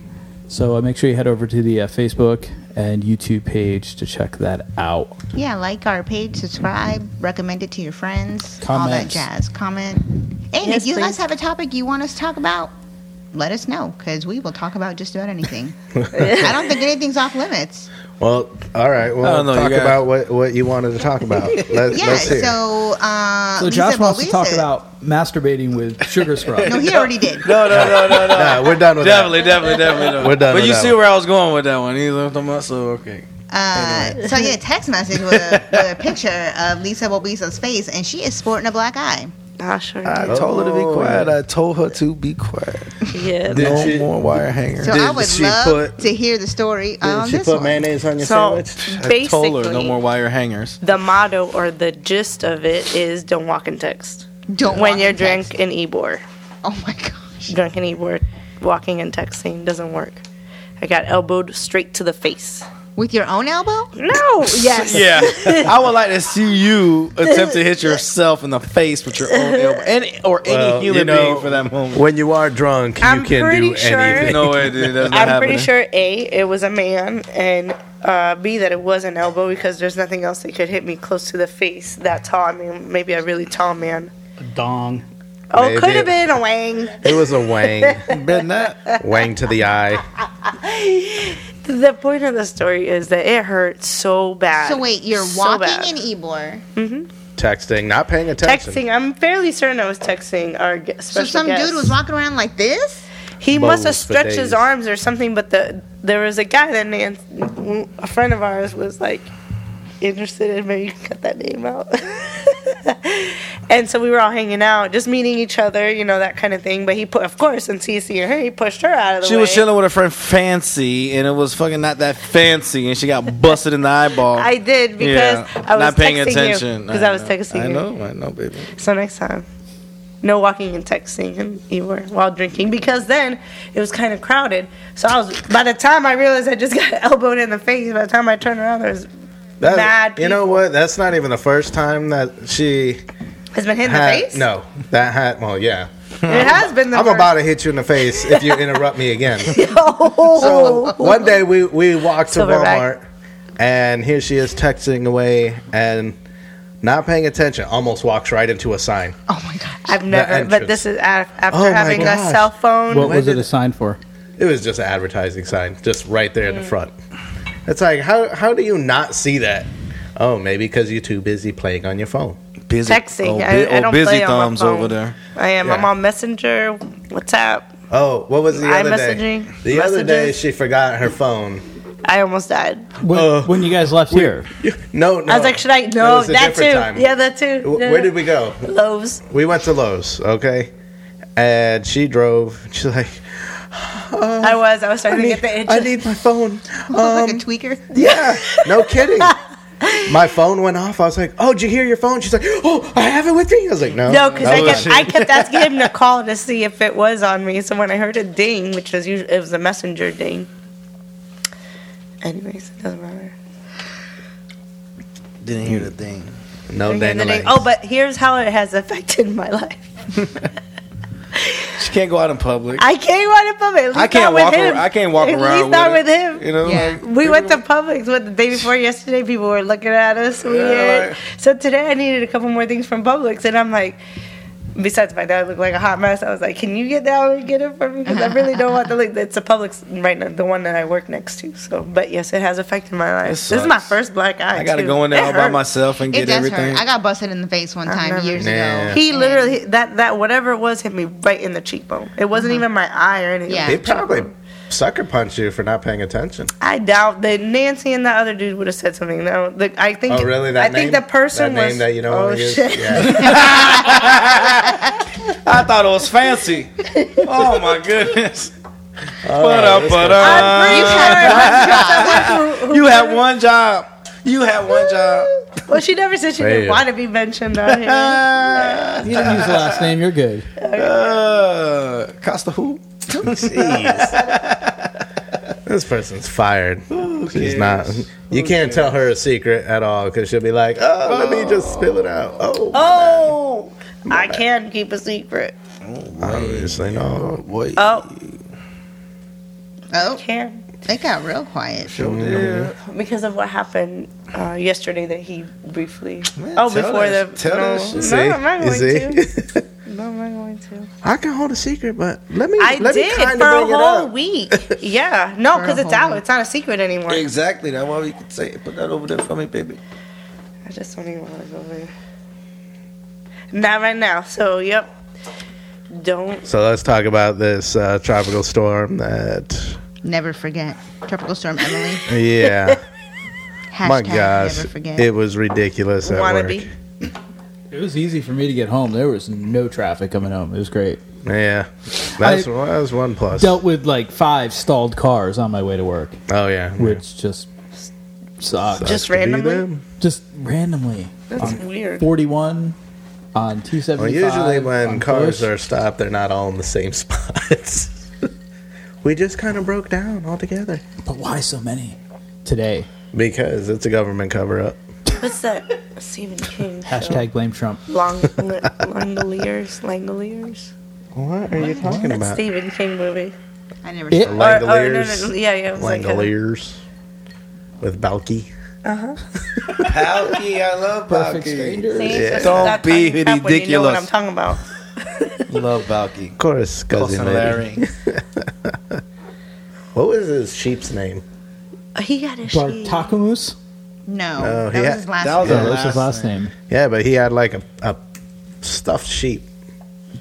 Speaker 6: So uh, make sure you head over to the uh, Facebook and YouTube page to check that out.
Speaker 2: Yeah, like our page, subscribe, recommend it to your friends, all that
Speaker 6: Comments.
Speaker 2: jazz. Comment. And
Speaker 4: Yes,
Speaker 2: if you
Speaker 4: please.
Speaker 2: guys have a topic you want us to talk about, let us know because we will talk about just about anything. I don't think anything's off limits.
Speaker 3: Well, all right. Well,
Speaker 5: don't know, you
Speaker 3: talk
Speaker 5: got-
Speaker 3: about what, what you wanted to talk about. Let,
Speaker 2: Yeah,
Speaker 3: let's hear.
Speaker 2: so uh,
Speaker 6: So
Speaker 2: Lisa
Speaker 6: Josh wants to
Speaker 2: Bobisa-
Speaker 6: talk about masturbating with sugar scrub.
Speaker 2: No, he already did.
Speaker 5: No, no, no, no, no.
Speaker 3: nah, we're done with
Speaker 5: definitely, definitely, definitely. no.
Speaker 3: We're done
Speaker 5: But
Speaker 3: with
Speaker 5: you
Speaker 3: that
Speaker 5: see
Speaker 3: one.
Speaker 5: where I was going with that one. You know what I'm talking about? So okay.
Speaker 2: Uh, so I get a text message with a, with a picture of Lisa Bobisa's face, and she is sporting a black eye.
Speaker 4: I sure
Speaker 5: I
Speaker 4: did.
Speaker 5: told her to be
Speaker 3: Oh,
Speaker 5: quiet. I told her to be quiet.
Speaker 4: Yeah.
Speaker 3: Did
Speaker 5: no
Speaker 3: she-
Speaker 5: more wire hanger.
Speaker 2: So
Speaker 3: Did
Speaker 2: I would
Speaker 3: she
Speaker 2: love
Speaker 3: put-
Speaker 2: to hear the story
Speaker 3: that.
Speaker 2: on
Speaker 3: Did she
Speaker 2: this
Speaker 3: put
Speaker 2: one.
Speaker 3: mayonnaise on your
Speaker 4: So
Speaker 3: sandwich?
Speaker 5: I told her no
Speaker 4: basically,
Speaker 5: more wire hangers.
Speaker 4: the motto or the gist of it is don't walk and text.
Speaker 2: Don't
Speaker 4: when
Speaker 2: walk
Speaker 4: you're
Speaker 2: and text.
Speaker 4: drunk and Ebor.
Speaker 2: Oh my gosh.
Speaker 4: Drunk and Ebor, walking and texting doesn't work. I got elbowed straight to the face.
Speaker 2: With your own elbow?
Speaker 4: No. Yes.
Speaker 5: Yeah, I would like to see you attempt to hit yourself in the face with your own elbow, any, or any
Speaker 3: Well,
Speaker 5: human
Speaker 3: you know,
Speaker 5: being for that moment.
Speaker 3: When you are drunk,
Speaker 4: I'm
Speaker 3: you can
Speaker 4: pretty
Speaker 3: do
Speaker 4: sure-
Speaker 3: anything.
Speaker 5: No way, dude. That's not
Speaker 4: I'm
Speaker 5: happening.
Speaker 4: pretty sure A, it was a man, and uh, B, that it was an elbow because there's nothing else that could hit me close to the face that tall. I mean, maybe a really tall man.
Speaker 1: Dong.
Speaker 4: Oh, it could
Speaker 3: Maybe.
Speaker 4: have been a Wang.
Speaker 3: It was a wang,
Speaker 5: Bet not.
Speaker 3: wang to the eye.
Speaker 4: The point of the story is that it hurt so bad.
Speaker 2: So wait, you're
Speaker 4: So
Speaker 2: walking
Speaker 4: bad.
Speaker 2: in Ebor.
Speaker 3: Texting, not paying attention.
Speaker 4: Texting. I'm fairly certain I was texting our gu-
Speaker 2: So
Speaker 4: special
Speaker 2: some
Speaker 4: guest.
Speaker 2: dude was walking around like this?
Speaker 4: He must have
Speaker 3: Bubbles for
Speaker 4: stretched
Speaker 3: days.
Speaker 4: his arms or something, but the there was a guy that Nan, a friend of ours, was like interested in. Maybe you can cut that name out. and so we were all hanging out, just meeting each other, you know, that kind of thing. But he put, of course, in CC and her, he pushed her out of the
Speaker 5: She
Speaker 4: way.
Speaker 5: was chilling with her friend Fancy, and it was fucking not that fancy, and she got busted in the eyeball.
Speaker 4: I did because I was
Speaker 5: not paying
Speaker 4: texting
Speaker 5: attention.
Speaker 4: because I, was texting
Speaker 5: I
Speaker 4: you.
Speaker 5: know, I know, baby.
Speaker 4: So next time, no walking and texting and you were while drinking because then it was kind of crowded. So I was by the time I realized I just got elbowed in the face. By the time I turned around, there was
Speaker 3: That-
Speaker 4: Mad
Speaker 3: you know
Speaker 4: people.
Speaker 3: what? That's not even the first time that she
Speaker 4: has been hit in the
Speaker 3: had.
Speaker 4: face.
Speaker 3: No, that had. Well, yeah.
Speaker 4: it has been the.
Speaker 3: I'm
Speaker 4: worst.
Speaker 3: about to hit you in the face if you interrupt me again.
Speaker 4: Oh.
Speaker 3: One day we we walked to
Speaker 4: Silverback.
Speaker 3: Walmart, and here she is texting away and not paying attention. Almost walks right into a sign.
Speaker 2: Oh my gosh.
Speaker 4: I've never,
Speaker 3: entrance.
Speaker 4: but this is af- after
Speaker 3: Oh my
Speaker 4: having a
Speaker 3: gosh.
Speaker 4: cell phone.
Speaker 6: What
Speaker 3: When
Speaker 6: was it
Speaker 3: did-
Speaker 6: a sign for?
Speaker 3: It was just an advertising sign, just right there in
Speaker 4: Mm.
Speaker 3: the front. It's like how how do you not see that? Oh, maybe because you're too busy playing on your phone.
Speaker 5: Busy,
Speaker 4: Texting.
Speaker 5: Oh,
Speaker 4: I-
Speaker 5: bu-
Speaker 4: I
Speaker 5: oh,
Speaker 4: don't
Speaker 5: busy
Speaker 4: play on my
Speaker 5: thumbs
Speaker 4: phone.
Speaker 5: over there.
Speaker 4: I am. I'm
Speaker 3: Yeah.
Speaker 4: on Messenger. What's up?
Speaker 3: Oh, what was the other day?
Speaker 4: iMessaging?
Speaker 3: The other day
Speaker 4: Messages?
Speaker 3: she forgot her phone.
Speaker 4: I almost died.
Speaker 6: When,
Speaker 3: Uh,
Speaker 6: when you guys left here,
Speaker 3: No, no.
Speaker 4: I was like, should I?
Speaker 3: It
Speaker 4: No,
Speaker 3: was a
Speaker 4: that too.
Speaker 3: different time.
Speaker 4: Yeah, that too.
Speaker 3: W- Where did we go?
Speaker 4: Loaves.
Speaker 3: We went to Lowe's, okay? And she drove. She's like,
Speaker 4: I was. I was
Speaker 3: I
Speaker 4: starting
Speaker 3: need,
Speaker 4: to get the itch.
Speaker 3: I need my phone. Oh,
Speaker 2: Looks
Speaker 3: Um,
Speaker 2: like a tweaker.
Speaker 3: Yeah, no kidding. My phone went off. I was like, "Oh, did you hear your phone?" She's like, "Oh, I have it with me." I was like,
Speaker 5: Oh,
Speaker 3: "No,
Speaker 4: No, because
Speaker 3: that
Speaker 4: I
Speaker 3: was
Speaker 4: kept,
Speaker 3: she."
Speaker 4: I kept asking him to call to see if it was on me. So when I heard a ding, which was usually it was a messenger ding. Anyways, it doesn't matter.
Speaker 5: Didn't hear the thing.
Speaker 3: No
Speaker 4: Drink and drink.
Speaker 3: dangling.
Speaker 4: Oh, but here's how it has affected my life.
Speaker 5: She can't go out in public.
Speaker 4: I can't run in public. At least
Speaker 5: I can't
Speaker 4: not with
Speaker 5: walk.
Speaker 4: him.
Speaker 5: Around, I can't walk
Speaker 4: At
Speaker 5: around.
Speaker 4: least not
Speaker 5: with,
Speaker 4: with
Speaker 5: it.
Speaker 4: him.
Speaker 5: You know,
Speaker 2: Yeah.
Speaker 5: like,
Speaker 4: We went to Publix what, the day before yesterday. People were looking at us weird.
Speaker 5: like-
Speaker 4: so today I needed a couple more things from Publix, and I'm like, besides my dad looked like a hot mess, I was like, can you get that and get it for me? Because I really don't want the like. It's a Publix right now, the one that I work next to. So, but yes, it has affected my life. This is my
Speaker 5: sucks.
Speaker 4: first black eye.
Speaker 5: I gotta
Speaker 4: too.
Speaker 5: go in there
Speaker 4: It
Speaker 5: all by
Speaker 4: hurt.
Speaker 5: myself and
Speaker 2: It
Speaker 5: get
Speaker 2: does
Speaker 5: everything.
Speaker 2: hurt. I got busted in the face one time
Speaker 4: remember.
Speaker 2: years
Speaker 3: Yeah.
Speaker 2: ago.
Speaker 4: He literally that that whatever it was hit me right in the cheekbone. It wasn't even my eye or anything.
Speaker 2: Yeah.
Speaker 3: They probably sucker punch you for not paying attention.
Speaker 4: I doubt that Nancy and the other dude would have said something. No, the, I think.
Speaker 3: Oh, really? That
Speaker 4: I think
Speaker 3: name?
Speaker 4: the person
Speaker 3: that
Speaker 4: was.
Speaker 3: name that you don't
Speaker 4: oh
Speaker 3: want to use.
Speaker 4: shit!
Speaker 3: Yeah.
Speaker 5: I thought it was fancy. oh my goodness. But uh, but
Speaker 4: I'm
Speaker 5: uh,
Speaker 4: pretty sure.
Speaker 5: you had one job. You had one job.
Speaker 4: well, she never said she didn't
Speaker 3: Damn.
Speaker 4: want to be mentioned on here.
Speaker 5: Uh,
Speaker 6: You didn't use the last name. You're good.
Speaker 5: uh, Costa who?
Speaker 3: Jeez. this person's fired. She's
Speaker 5: cares?
Speaker 3: not. You can't tell her a secret at all because she'll be like, "Oh, let me just spill it out." Oh,
Speaker 4: Oh, I can keep a secret.
Speaker 3: obviously no.
Speaker 5: Wait.
Speaker 4: Oh,
Speaker 2: Oh,
Speaker 4: can
Speaker 2: it got real quiet.
Speaker 4: because of what happened uh, yesterday that he briefly. oh,
Speaker 5: tell
Speaker 4: before
Speaker 5: that-
Speaker 4: the
Speaker 5: tell
Speaker 4: no,
Speaker 5: that shit.
Speaker 4: no,
Speaker 3: See,
Speaker 4: I'm not
Speaker 3: you
Speaker 4: going to.
Speaker 3: see,
Speaker 4: No, I'm not going to.
Speaker 3: I can hold a secret, but let me.
Speaker 4: I
Speaker 3: let me
Speaker 4: did
Speaker 3: kinda
Speaker 4: for a
Speaker 3: bring it
Speaker 4: whole
Speaker 3: up.
Speaker 4: week. Yeah, no,
Speaker 2: For a
Speaker 4: because it's
Speaker 2: whole
Speaker 4: out.
Speaker 2: week.
Speaker 4: It's not a secret anymore.
Speaker 5: Uh-huh. Exactly. That's why we could say put that over there for me, baby.
Speaker 4: I just don't even want to go there. Not right now. So, yep. Don't.
Speaker 3: So let's talk about this uh, tropical storm that.
Speaker 2: Never forget. Tropical Storm Emily.
Speaker 3: Yeah,
Speaker 2: Hashtag
Speaker 3: my gosh,
Speaker 2: never forget.
Speaker 3: it was ridiculous at work.
Speaker 4: Wannabe.
Speaker 6: It was easy for me to get home. There was no traffic coming home. It was great.
Speaker 3: Yeah, that's
Speaker 6: I-
Speaker 3: that was one plus.
Speaker 6: Dealt with like five stalled cars on my way to work,
Speaker 3: Oh yeah,
Speaker 6: which just sucks.
Speaker 4: Just
Speaker 3: To be
Speaker 4: randomly?
Speaker 3: them.
Speaker 6: Just randomly.
Speaker 4: That's
Speaker 3: Um,
Speaker 4: weird.
Speaker 6: 41 on
Speaker 3: Well,
Speaker 6: 275.
Speaker 3: usually when
Speaker 6: on
Speaker 3: cars
Speaker 6: Bush.
Speaker 3: are stopped, they're not all in the same spots. we just kind of broke down altogether
Speaker 6: But why so many today?
Speaker 3: because it's a government cover up.
Speaker 4: What's that? Stephen King. show?
Speaker 6: Hashtag blame Trump.
Speaker 4: Long, Langoliers. Langoliers.
Speaker 3: What are you talking
Speaker 4: That
Speaker 3: about?
Speaker 4: Stephen King movie.
Speaker 2: I never
Speaker 6: It-
Speaker 2: saw
Speaker 4: Or- or no, no,
Speaker 3: Langoliers.
Speaker 4: no, yeah, yeah. It was like a-
Speaker 3: Langoliers with Balky.
Speaker 5: Palky, I love
Speaker 6: Perfect
Speaker 5: Palky.
Speaker 6: stranger.
Speaker 4: See? So
Speaker 5: Don't
Speaker 4: stop
Speaker 5: be
Speaker 4: talking crap when You know what
Speaker 5: ridiculous.
Speaker 4: I'm talking about.
Speaker 5: Love Palky.
Speaker 3: Of course, cousin
Speaker 5: Cousin
Speaker 3: Larry.
Speaker 5: Larry.
Speaker 3: What was his sheep's name?
Speaker 4: Uh, He got his shit.
Speaker 6: Bartakamus?
Speaker 2: No,
Speaker 3: Oh,
Speaker 2: that
Speaker 3: yeah.
Speaker 2: was his last
Speaker 5: That
Speaker 2: one.
Speaker 5: was
Speaker 6: Yeah,
Speaker 5: our
Speaker 6: that's his last name.
Speaker 3: Yeah, but he had like a, a stuffed sheep.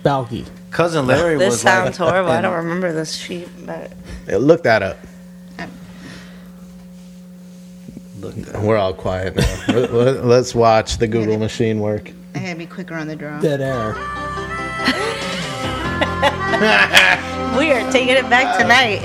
Speaker 6: Balgi.
Speaker 5: Cousin Larry was
Speaker 4: This sounds
Speaker 5: like,
Speaker 4: horrible. I don't remember this sheep, but
Speaker 3: Look that up. We're all quiet now. Let- let- Let's watch the Google machine work.
Speaker 2: I gotta be quicker on the draw.
Speaker 6: Dead air.
Speaker 4: we are taking it back tonight.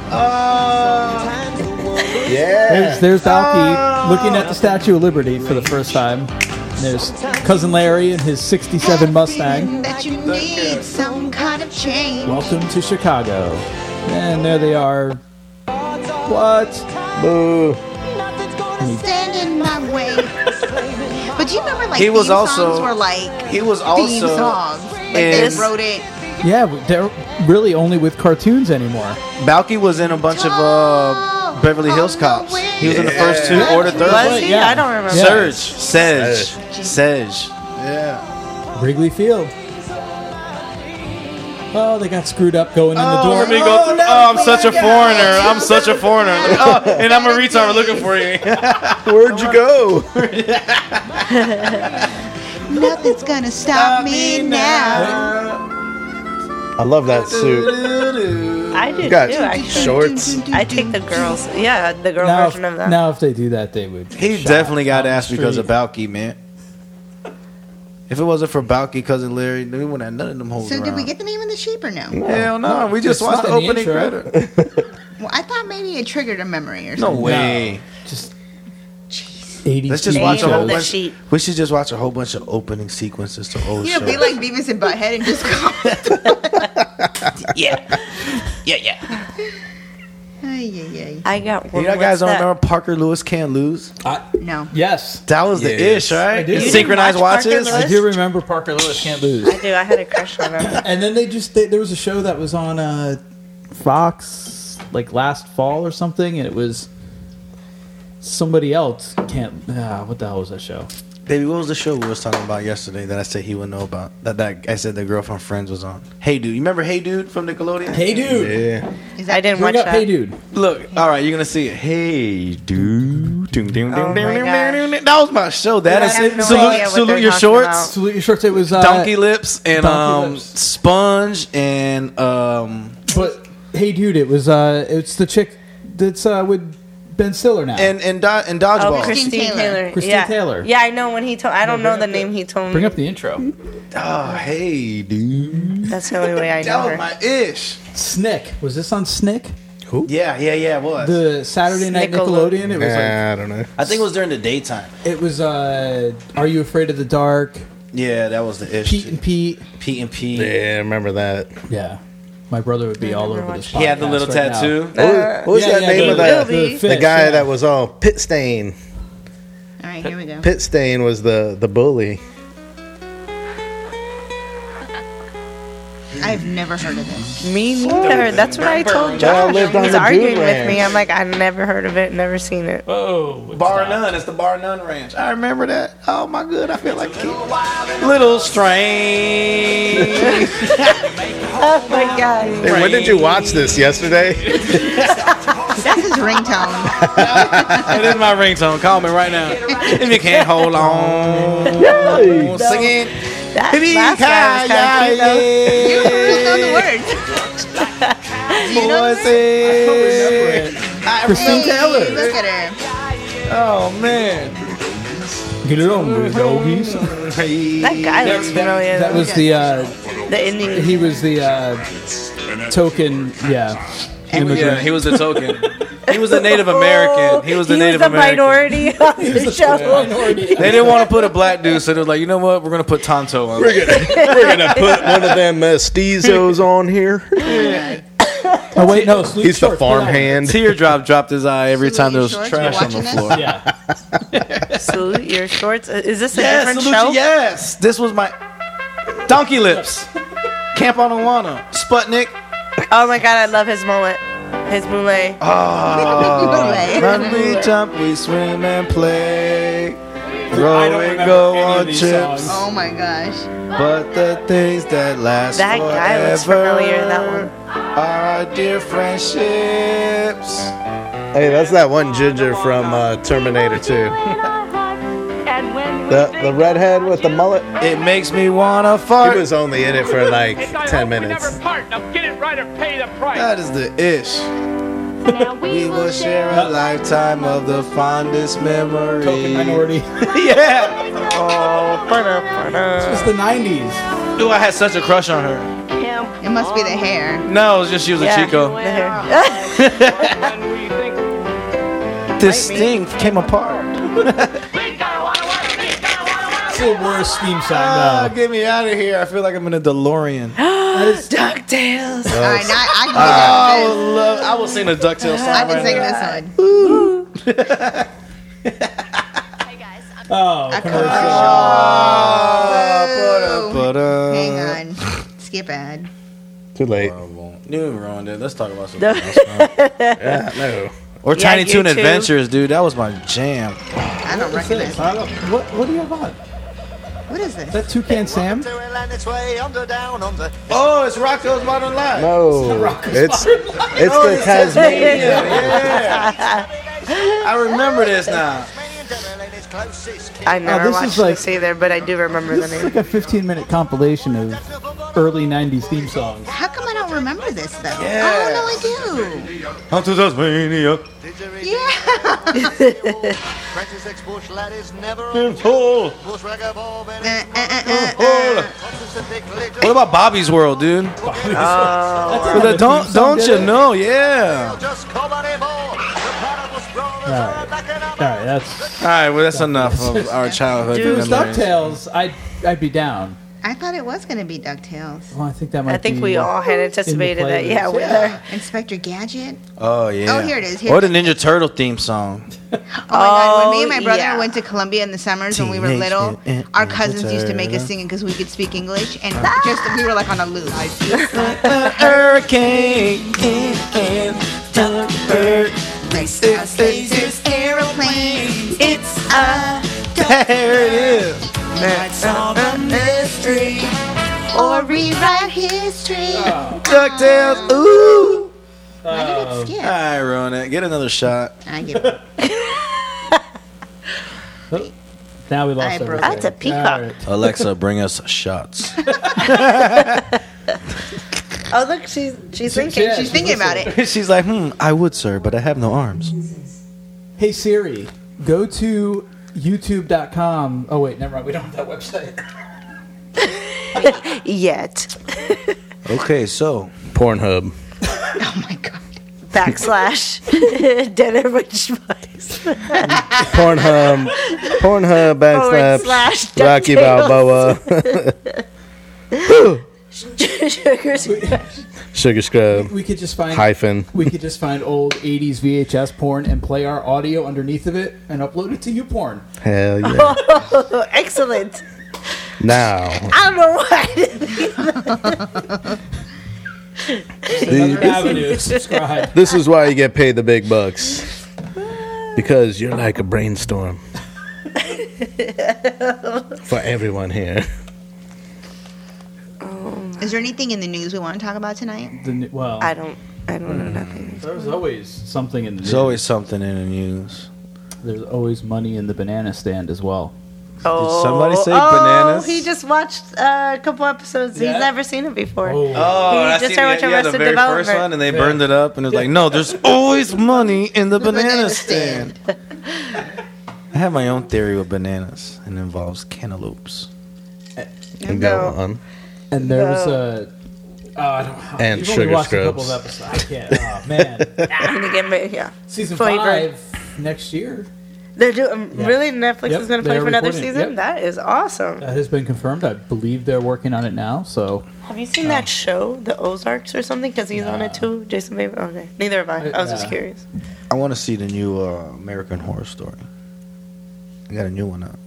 Speaker 3: Yeah.
Speaker 6: There's, there's Balky looking at the Statue of Liberty for the first time. And there's Cousin Larry and his 67 Mustang.
Speaker 2: That you need some kind of change.
Speaker 6: Welcome to Chicago. And there they are. What?
Speaker 3: Boo.
Speaker 2: Stand in my way. but do you remember like
Speaker 5: He was
Speaker 2: theme
Speaker 5: also-
Speaker 2: songs were like
Speaker 5: He was
Speaker 2: theme
Speaker 5: also
Speaker 2: songs. Like they
Speaker 5: is-
Speaker 2: wrote it.
Speaker 6: Yeah, they're really only with cartoons anymore.
Speaker 5: Balky was in a bunch of uh, Beverly Hills cops. He was in the first two or the third
Speaker 4: Was
Speaker 5: one.
Speaker 4: he?
Speaker 6: yeah.
Speaker 4: I don't remember.
Speaker 6: Yeah.
Speaker 5: Serge, Sej, Sej.
Speaker 6: Wrigley Field. Oh, they got screwed up going in the door.
Speaker 5: me go through. Oh, I'm such a foreigner. I'm such a foreigner. Oh, and I'm a retard looking for you.
Speaker 3: Where'd you go?
Speaker 2: Nothing's gonna stop me now.
Speaker 3: I love that suit.
Speaker 4: I do
Speaker 3: You got
Speaker 4: too. Actually,
Speaker 3: shorts.
Speaker 4: I take the girls. Yeah, the girl
Speaker 6: Now,
Speaker 4: version of that.
Speaker 6: now if they do that, they would.
Speaker 5: He
Speaker 6: shot
Speaker 5: definitely got
Speaker 6: on the
Speaker 5: asked because of
Speaker 6: street.
Speaker 5: Balky, man. If it wasn't for Balky, cousin Larry, then we wouldn't have none of them hoes
Speaker 2: So
Speaker 5: around.
Speaker 2: did we get the name of the sheep or no?
Speaker 5: Hell no, we just
Speaker 6: It's
Speaker 5: watched
Speaker 6: not
Speaker 5: the
Speaker 6: in the
Speaker 5: opening
Speaker 6: intro.
Speaker 5: credit.
Speaker 2: Well, I thought maybe it triggered a memory or
Speaker 5: No
Speaker 2: something.
Speaker 5: way.
Speaker 6: Just 80
Speaker 5: Let's just
Speaker 6: TV
Speaker 5: watch a
Speaker 4: Name
Speaker 5: whole
Speaker 4: of the
Speaker 5: bunch.
Speaker 4: sheep.
Speaker 5: We should just watch a whole bunch of opening sequences to old
Speaker 2: You know, be
Speaker 5: shows.
Speaker 2: like Beavis and Butthead and just go.
Speaker 4: yeah, yeah, yeah.
Speaker 2: Ay, ay,
Speaker 4: I got
Speaker 5: You
Speaker 4: one.
Speaker 5: know, guys
Speaker 4: What's
Speaker 5: don't
Speaker 4: that?
Speaker 5: remember Parker Lewis can't lose.
Speaker 6: I,
Speaker 2: ay. No.
Speaker 6: yes,
Speaker 5: That was the
Speaker 1: Yes.
Speaker 5: ish, right?
Speaker 6: I did. You didn't
Speaker 5: Synchronized
Speaker 4: watch Parker
Speaker 5: watches.
Speaker 4: Lewis?
Speaker 6: I do remember Parker Lewis can't lose.
Speaker 4: I do. I had a crush on her.
Speaker 6: And then they just they, there was a show that was on uh, Fox like last fall or something, and it was somebody else can't. Uh, what the hell was that show?
Speaker 5: Baby, what was the show we was talking about yesterday that I said he would know about? That that I said the girl from Friends was on. Hey dude, you remember Hey Dude from Nickelodeon?
Speaker 6: Hey dude,
Speaker 3: Yeah.
Speaker 2: Is
Speaker 4: I
Speaker 2: that
Speaker 4: didn't watch
Speaker 6: bring up
Speaker 4: that.
Speaker 6: Hey dude.
Speaker 5: Look, all right, you're gonna see it. Hey dude, Doom, doom, doom,
Speaker 4: Oh
Speaker 5: doom,
Speaker 4: my
Speaker 5: doom,
Speaker 4: gosh.
Speaker 5: doom, doom. that was my show. That
Speaker 4: I
Speaker 5: is
Speaker 4: have no
Speaker 5: salute,
Speaker 4: idea what
Speaker 5: salute
Speaker 4: they're
Speaker 5: your
Speaker 4: talking
Speaker 5: shorts,
Speaker 6: Salute your shorts. It was uh,
Speaker 5: Donkey Lips, and
Speaker 6: Donkey
Speaker 5: um
Speaker 6: Lips.
Speaker 5: Sponge, and um
Speaker 6: But hey dude, it was uh, it's the chick that's uh with Ben Stiller now.
Speaker 5: and and, do- and
Speaker 4: Oh,
Speaker 5: Dodgeball.
Speaker 4: Christine Taylor.
Speaker 2: Taylor.
Speaker 6: Christine
Speaker 4: yeah.
Speaker 6: Taylor.
Speaker 4: Yeah, I know when he told. I don't know
Speaker 6: bring
Speaker 4: the
Speaker 6: up the-
Speaker 4: name he told
Speaker 6: Bring
Speaker 4: me.
Speaker 6: up the intro.
Speaker 5: oh, hey dude,
Speaker 4: That's the only way I
Speaker 5: that
Speaker 4: know
Speaker 5: was
Speaker 4: her.
Speaker 5: my ish.
Speaker 6: Snick was this on Snick?
Speaker 5: Yeah, yeah, yeah, it was.
Speaker 6: The Saturday night
Speaker 4: Nickelodeon.
Speaker 6: Nickelodeon. It was like Uh,
Speaker 3: Nah, I don't know.
Speaker 5: I think it was during the daytime.
Speaker 6: it was uh, Are You Afraid of the Dark?
Speaker 5: Yeah, that was the ish.
Speaker 6: Pete and Pete.
Speaker 5: Pete and Pete.
Speaker 3: Yeah, I remember
Speaker 6: uh,
Speaker 3: that.
Speaker 6: Yeah. My brother would be all over this podcast
Speaker 5: He had the little
Speaker 6: right now.
Speaker 5: tattoo.
Speaker 3: What was, what was
Speaker 6: Yeah,
Speaker 3: that
Speaker 6: yeah,
Speaker 3: name
Speaker 6: the-
Speaker 3: of that?
Speaker 4: Bilby.
Speaker 6: the
Speaker 3: The
Speaker 6: fish,
Speaker 3: guy
Speaker 6: yeah.
Speaker 3: that was all pit stain.
Speaker 2: All right, here we go.
Speaker 3: Pit stain was the the bully.
Speaker 2: I've never heard of this.
Speaker 4: Me neither. That's what I told
Speaker 3: Y'all
Speaker 4: Josh.
Speaker 3: lived on
Speaker 4: He's
Speaker 3: the
Speaker 4: arguing
Speaker 3: Dude
Speaker 4: with me.
Speaker 3: Ranch.
Speaker 4: I'm like, I never heard of it. Never seen it.
Speaker 6: Oh,
Speaker 5: Bar None. It's the Bar None Ranch. I remember that. Oh my good. I feel like a kid. little strange.
Speaker 4: Oh my god.
Speaker 3: Hey, when did you watch this? Yesterday?
Speaker 2: That's his ringtone.
Speaker 5: it is my ringtone. Call me right now. if you can't hold on, sing it.
Speaker 4: That
Speaker 5: Yippee
Speaker 4: last guy was kind of cute though.
Speaker 2: You don't know the
Speaker 5: ki-yay.
Speaker 2: words.
Speaker 5: Voices. I
Speaker 6: Christine
Speaker 5: remember.
Speaker 2: Hey,
Speaker 6: Taylor.
Speaker 2: look at her.
Speaker 5: Oh man.
Speaker 6: Get it on, little doggies.
Speaker 4: That guy looks familiar.
Speaker 6: That was the uh,
Speaker 4: the ending.
Speaker 6: he was the uh, token. Yeah,
Speaker 5: Yeah,
Speaker 6: immigrant.
Speaker 5: he was the token. He was a Native American. Oh, He was the
Speaker 4: Oh, he
Speaker 5: Native
Speaker 4: was the
Speaker 5: American.
Speaker 4: minority on the show.
Speaker 5: They didn't want to put a black dude, so they're like, you know what? We're gonna put Tonto on. it."
Speaker 3: We're gonna put one of them mestizos on here.
Speaker 6: Oh wait, no, Salute
Speaker 3: He's the
Speaker 6: Shorts, put it on.
Speaker 3: farmhand.
Speaker 5: Teardrop dropped his eye every
Speaker 2: Salute
Speaker 5: time there was
Speaker 2: Shorts, you're
Speaker 5: trash on the
Speaker 2: watching this?
Speaker 5: floor.
Speaker 6: Yeah,
Speaker 4: Salute your shorts. Uh, Is this a
Speaker 5: Yes,
Speaker 4: different
Speaker 5: Salute,
Speaker 4: show?
Speaker 5: yes. This was my Donkey Lips, Camp on Awana, Sputnik.
Speaker 4: Oh my god, I love his mullet. His mullet.
Speaker 2: Anyway.
Speaker 5: Run, we jump, we swim and play.
Speaker 6: I
Speaker 5: Grow
Speaker 6: don't
Speaker 5: and
Speaker 6: remember
Speaker 5: go
Speaker 6: any of
Speaker 5: on
Speaker 6: these
Speaker 5: chips,
Speaker 6: songs.
Speaker 2: Oh my gosh.
Speaker 5: but the things that last
Speaker 4: That
Speaker 5: forever
Speaker 4: guy looks familiar, that one.
Speaker 5: are our dear friendships.
Speaker 3: Hey, that's that one ginger from uh, Terminator 2. The the redhead with the mullet.
Speaker 5: It makes me wanna
Speaker 3: He
Speaker 5: fart.
Speaker 3: was only in it for like ten minutes.
Speaker 5: That is the ish. We will share a lifetime of the fondest memories.
Speaker 6: token minority. It
Speaker 5: yeah. Oh,
Speaker 6: was the '90s.
Speaker 5: Dude, I had such a crush on her.
Speaker 2: It must be the hair.
Speaker 5: No, it was just she was
Speaker 4: Yeah.
Speaker 5: a Chico.
Speaker 4: The hair.
Speaker 5: This thing came apart.
Speaker 6: It's the worst theme song
Speaker 5: Ah,
Speaker 6: though.
Speaker 5: get me out of here. I feel like I'm in a DeLorean. I
Speaker 4: DuckTales.
Speaker 2: All right, now I, I can
Speaker 5: would
Speaker 2: do this.
Speaker 5: love. I will sing a Ducktail song.
Speaker 2: I can
Speaker 5: right
Speaker 2: sing
Speaker 5: now.
Speaker 2: this one.
Speaker 6: Oh,
Speaker 5: Ah,
Speaker 6: commercial.
Speaker 2: Boo.
Speaker 5: ba-da, ba-da.
Speaker 2: Hang on. Skip ad.
Speaker 3: Too late.
Speaker 5: You ruined it. Let's talk about something else.
Speaker 3: Yeah, no.
Speaker 5: Or
Speaker 4: Yeah,
Speaker 5: Tiny Toon
Speaker 4: YouTube.
Speaker 5: Adventures, dude. That was my jam.
Speaker 2: I don't recognize it.
Speaker 6: I don't- What what do you have on?
Speaker 2: What is this?
Speaker 6: That toucan Sam?
Speaker 5: Oh, it's Rocco's Modern Life.
Speaker 3: No, Oh, it's it's
Speaker 4: Oh,
Speaker 3: the Tasmanian.
Speaker 5: I remember this now.
Speaker 4: I never
Speaker 6: this is
Speaker 4: watched
Speaker 6: like-
Speaker 4: this either, but I do remember the
Speaker 6: This is
Speaker 4: name.
Speaker 6: like a 15 minute compilation of early 90s theme songs.
Speaker 2: How come I don't remember this though? Oh no, I do.
Speaker 5: Come to Tasmania.
Speaker 2: Yeah. Uh, uh, uh, uh.
Speaker 5: What about Bobby's World, dude? With the don't don't you know? Yeah.
Speaker 6: All right, that's.
Speaker 5: All right, well that's enough of our childhood
Speaker 6: If it was
Speaker 5: memories.
Speaker 6: DuckTales, I'd, I'd be down.
Speaker 2: I thought it was going to be DuckTales.
Speaker 6: Well, I think that might.
Speaker 4: I think
Speaker 6: be
Speaker 4: we all had anticipated that. Yeah, with her.
Speaker 2: Inspector Gadget.
Speaker 5: Oh yeah.
Speaker 2: here it is, here
Speaker 5: or
Speaker 2: it
Speaker 5: the
Speaker 2: is.
Speaker 5: Ninja Turtle theme song.
Speaker 2: Oh, my God. When me and
Speaker 4: Oh,
Speaker 2: my brother
Speaker 4: yeah.
Speaker 2: went to Columbia in the summers when we were
Speaker 5: Teenage
Speaker 2: little,
Speaker 5: Mutant
Speaker 2: our
Speaker 5: Ninja
Speaker 2: cousins used to make us
Speaker 5: Turtle.
Speaker 2: sing it because we could speak English. And just we were like on a loop.
Speaker 5: Hurricane.
Speaker 2: Lasers, aeroplanes. It's
Speaker 5: There it is.
Speaker 2: or rewrite history.
Speaker 5: DuckTales. Ooh.
Speaker 2: Why did it skip?
Speaker 5: I ruined it. Get another shot.
Speaker 2: I get it.
Speaker 6: Now we lost
Speaker 2: I
Speaker 6: everything.
Speaker 2: broke
Speaker 4: That's a peacock.
Speaker 6: All right.
Speaker 5: Alexa, bring us shots.
Speaker 4: Oh look, she's she's thinking.
Speaker 6: yeah.
Speaker 2: She's thinking about it.
Speaker 5: She's like, hmm, I would, sir, but I have no arms.
Speaker 6: Hey Siri, go to YouTube.com. Oh wait, never mind. We don't have that website.
Speaker 4: Yet
Speaker 5: Okay, so
Speaker 3: Pornhub.
Speaker 2: Oh my God.
Speaker 4: backslash dinner with schmucks.
Speaker 3: Pornhub.
Speaker 4: Forward
Speaker 3: Pornhub backslash
Speaker 4: slash
Speaker 3: Rocky
Speaker 4: DuckTales.
Speaker 3: Balboa.
Speaker 4: Sugars.
Speaker 3: Sugar Scrub.
Speaker 6: We could just find
Speaker 3: Hyphen.
Speaker 6: We could just find old '80s VHS porn and play our audio underneath of it and upload it to YouPorn.
Speaker 3: Hell yeah.
Speaker 4: Oh, excellent.
Speaker 3: Now.
Speaker 4: I don't know why. I did that.
Speaker 6: Another avenue. Subscribe.
Speaker 3: This is why you get paid the big bucks. Because you're like a brainstorm. For everyone here.
Speaker 2: Is there anything in the news we want to talk about tonight?
Speaker 6: The new- well,
Speaker 4: I don't. I don't know nothing.
Speaker 6: there's always something in the
Speaker 5: there's always something in the news.
Speaker 6: There's always money in the banana stand as well.
Speaker 4: Oh,
Speaker 5: somebody say
Speaker 4: oh,
Speaker 5: bananas?
Speaker 4: He just watched uh, a couple episodes.
Speaker 6: Yeah.
Speaker 4: He's never seen it before.
Speaker 5: Oh,
Speaker 4: He just started watching Arrested Development.
Speaker 5: and they burned it up, and it was like, no, there's always money in the banana stand. I have my own theory with bananas, and it involves cantaloupes.
Speaker 3: And go on.
Speaker 6: And there was a. Oh, I don't,
Speaker 3: And
Speaker 6: you've only
Speaker 3: Sugar
Speaker 6: watched a couple of
Speaker 3: Scrubs.
Speaker 6: episodes. I can't. Oh man,
Speaker 4: I'm gonna get married. Yeah.
Speaker 6: season
Speaker 4: Flavor.
Speaker 6: five next year.
Speaker 4: They're doing
Speaker 6: Yeah.
Speaker 4: really. Netflix
Speaker 6: Yep,
Speaker 4: is gonna
Speaker 6: they're
Speaker 4: play for another
Speaker 6: recording it.
Speaker 4: season.
Speaker 6: Yep.
Speaker 4: That is awesome.
Speaker 6: That has been confirmed. I believe they're working on it now. So
Speaker 4: Have you seen that show, The Ozarks, or something? Because he's on it too. Jason Bateman. Oh, Okay. Neither have I. I was
Speaker 6: Uh,
Speaker 4: just curious.
Speaker 5: I want to see the new uh, American Horror Story. I got a new one out.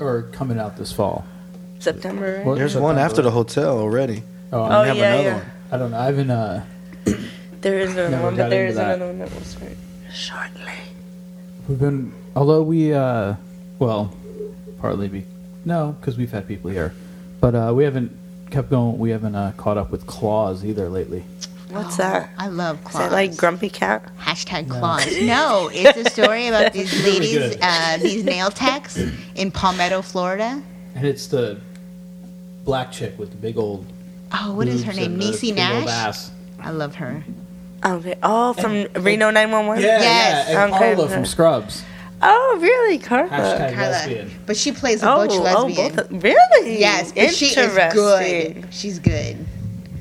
Speaker 6: or coming out this fall.
Speaker 4: September.
Speaker 6: What-
Speaker 4: Right?
Speaker 5: There's
Speaker 6: what
Speaker 5: one
Speaker 6: time
Speaker 5: after
Speaker 6: was
Speaker 5: the hotel already.
Speaker 6: Oh,
Speaker 4: Oh
Speaker 6: I
Speaker 5: have
Speaker 4: yeah,
Speaker 5: another
Speaker 4: yeah.
Speaker 5: one.
Speaker 6: I don't know. I haven't. Uh,
Speaker 4: There is another
Speaker 6: Never
Speaker 4: one, but
Speaker 6: got
Speaker 4: there
Speaker 6: into
Speaker 4: is
Speaker 6: that.
Speaker 4: another one that will start shortly.
Speaker 6: we've been. Although we, uh, well, partly be no, because we've had people here, but uh, we haven't kept going. We haven't uh, caught up with claws either lately.
Speaker 4: What's that?
Speaker 2: Oh, I love
Speaker 4: Is
Speaker 2: claws.
Speaker 4: that like Grumpy Cat?
Speaker 2: Hashtag claws. No, it's a story about these ladies,
Speaker 6: good.
Speaker 2: uh, these nail techs in Palmetto, Florida.
Speaker 6: And it's the black chick with the big old.
Speaker 2: Oh, what is her
Speaker 6: boobs
Speaker 2: name?
Speaker 6: and the
Speaker 2: Niecy
Speaker 6: big old
Speaker 2: Nash.
Speaker 6: ass.
Speaker 2: I love her.
Speaker 4: Okay. Oh, from Reno 911?
Speaker 6: Yeah,
Speaker 2: Yes.
Speaker 6: yeah. And
Speaker 4: Okay.
Speaker 6: Carla from Scrubs.
Speaker 4: Oh, really, Carla?
Speaker 6: Hashtag
Speaker 2: Carla.
Speaker 6: lesbian.
Speaker 2: But she plays a
Speaker 4: Oh,
Speaker 2: butch lesbian.
Speaker 4: oh, both of, really?
Speaker 2: yes, but she is
Speaker 4: Interesting.
Speaker 2: good. She's good.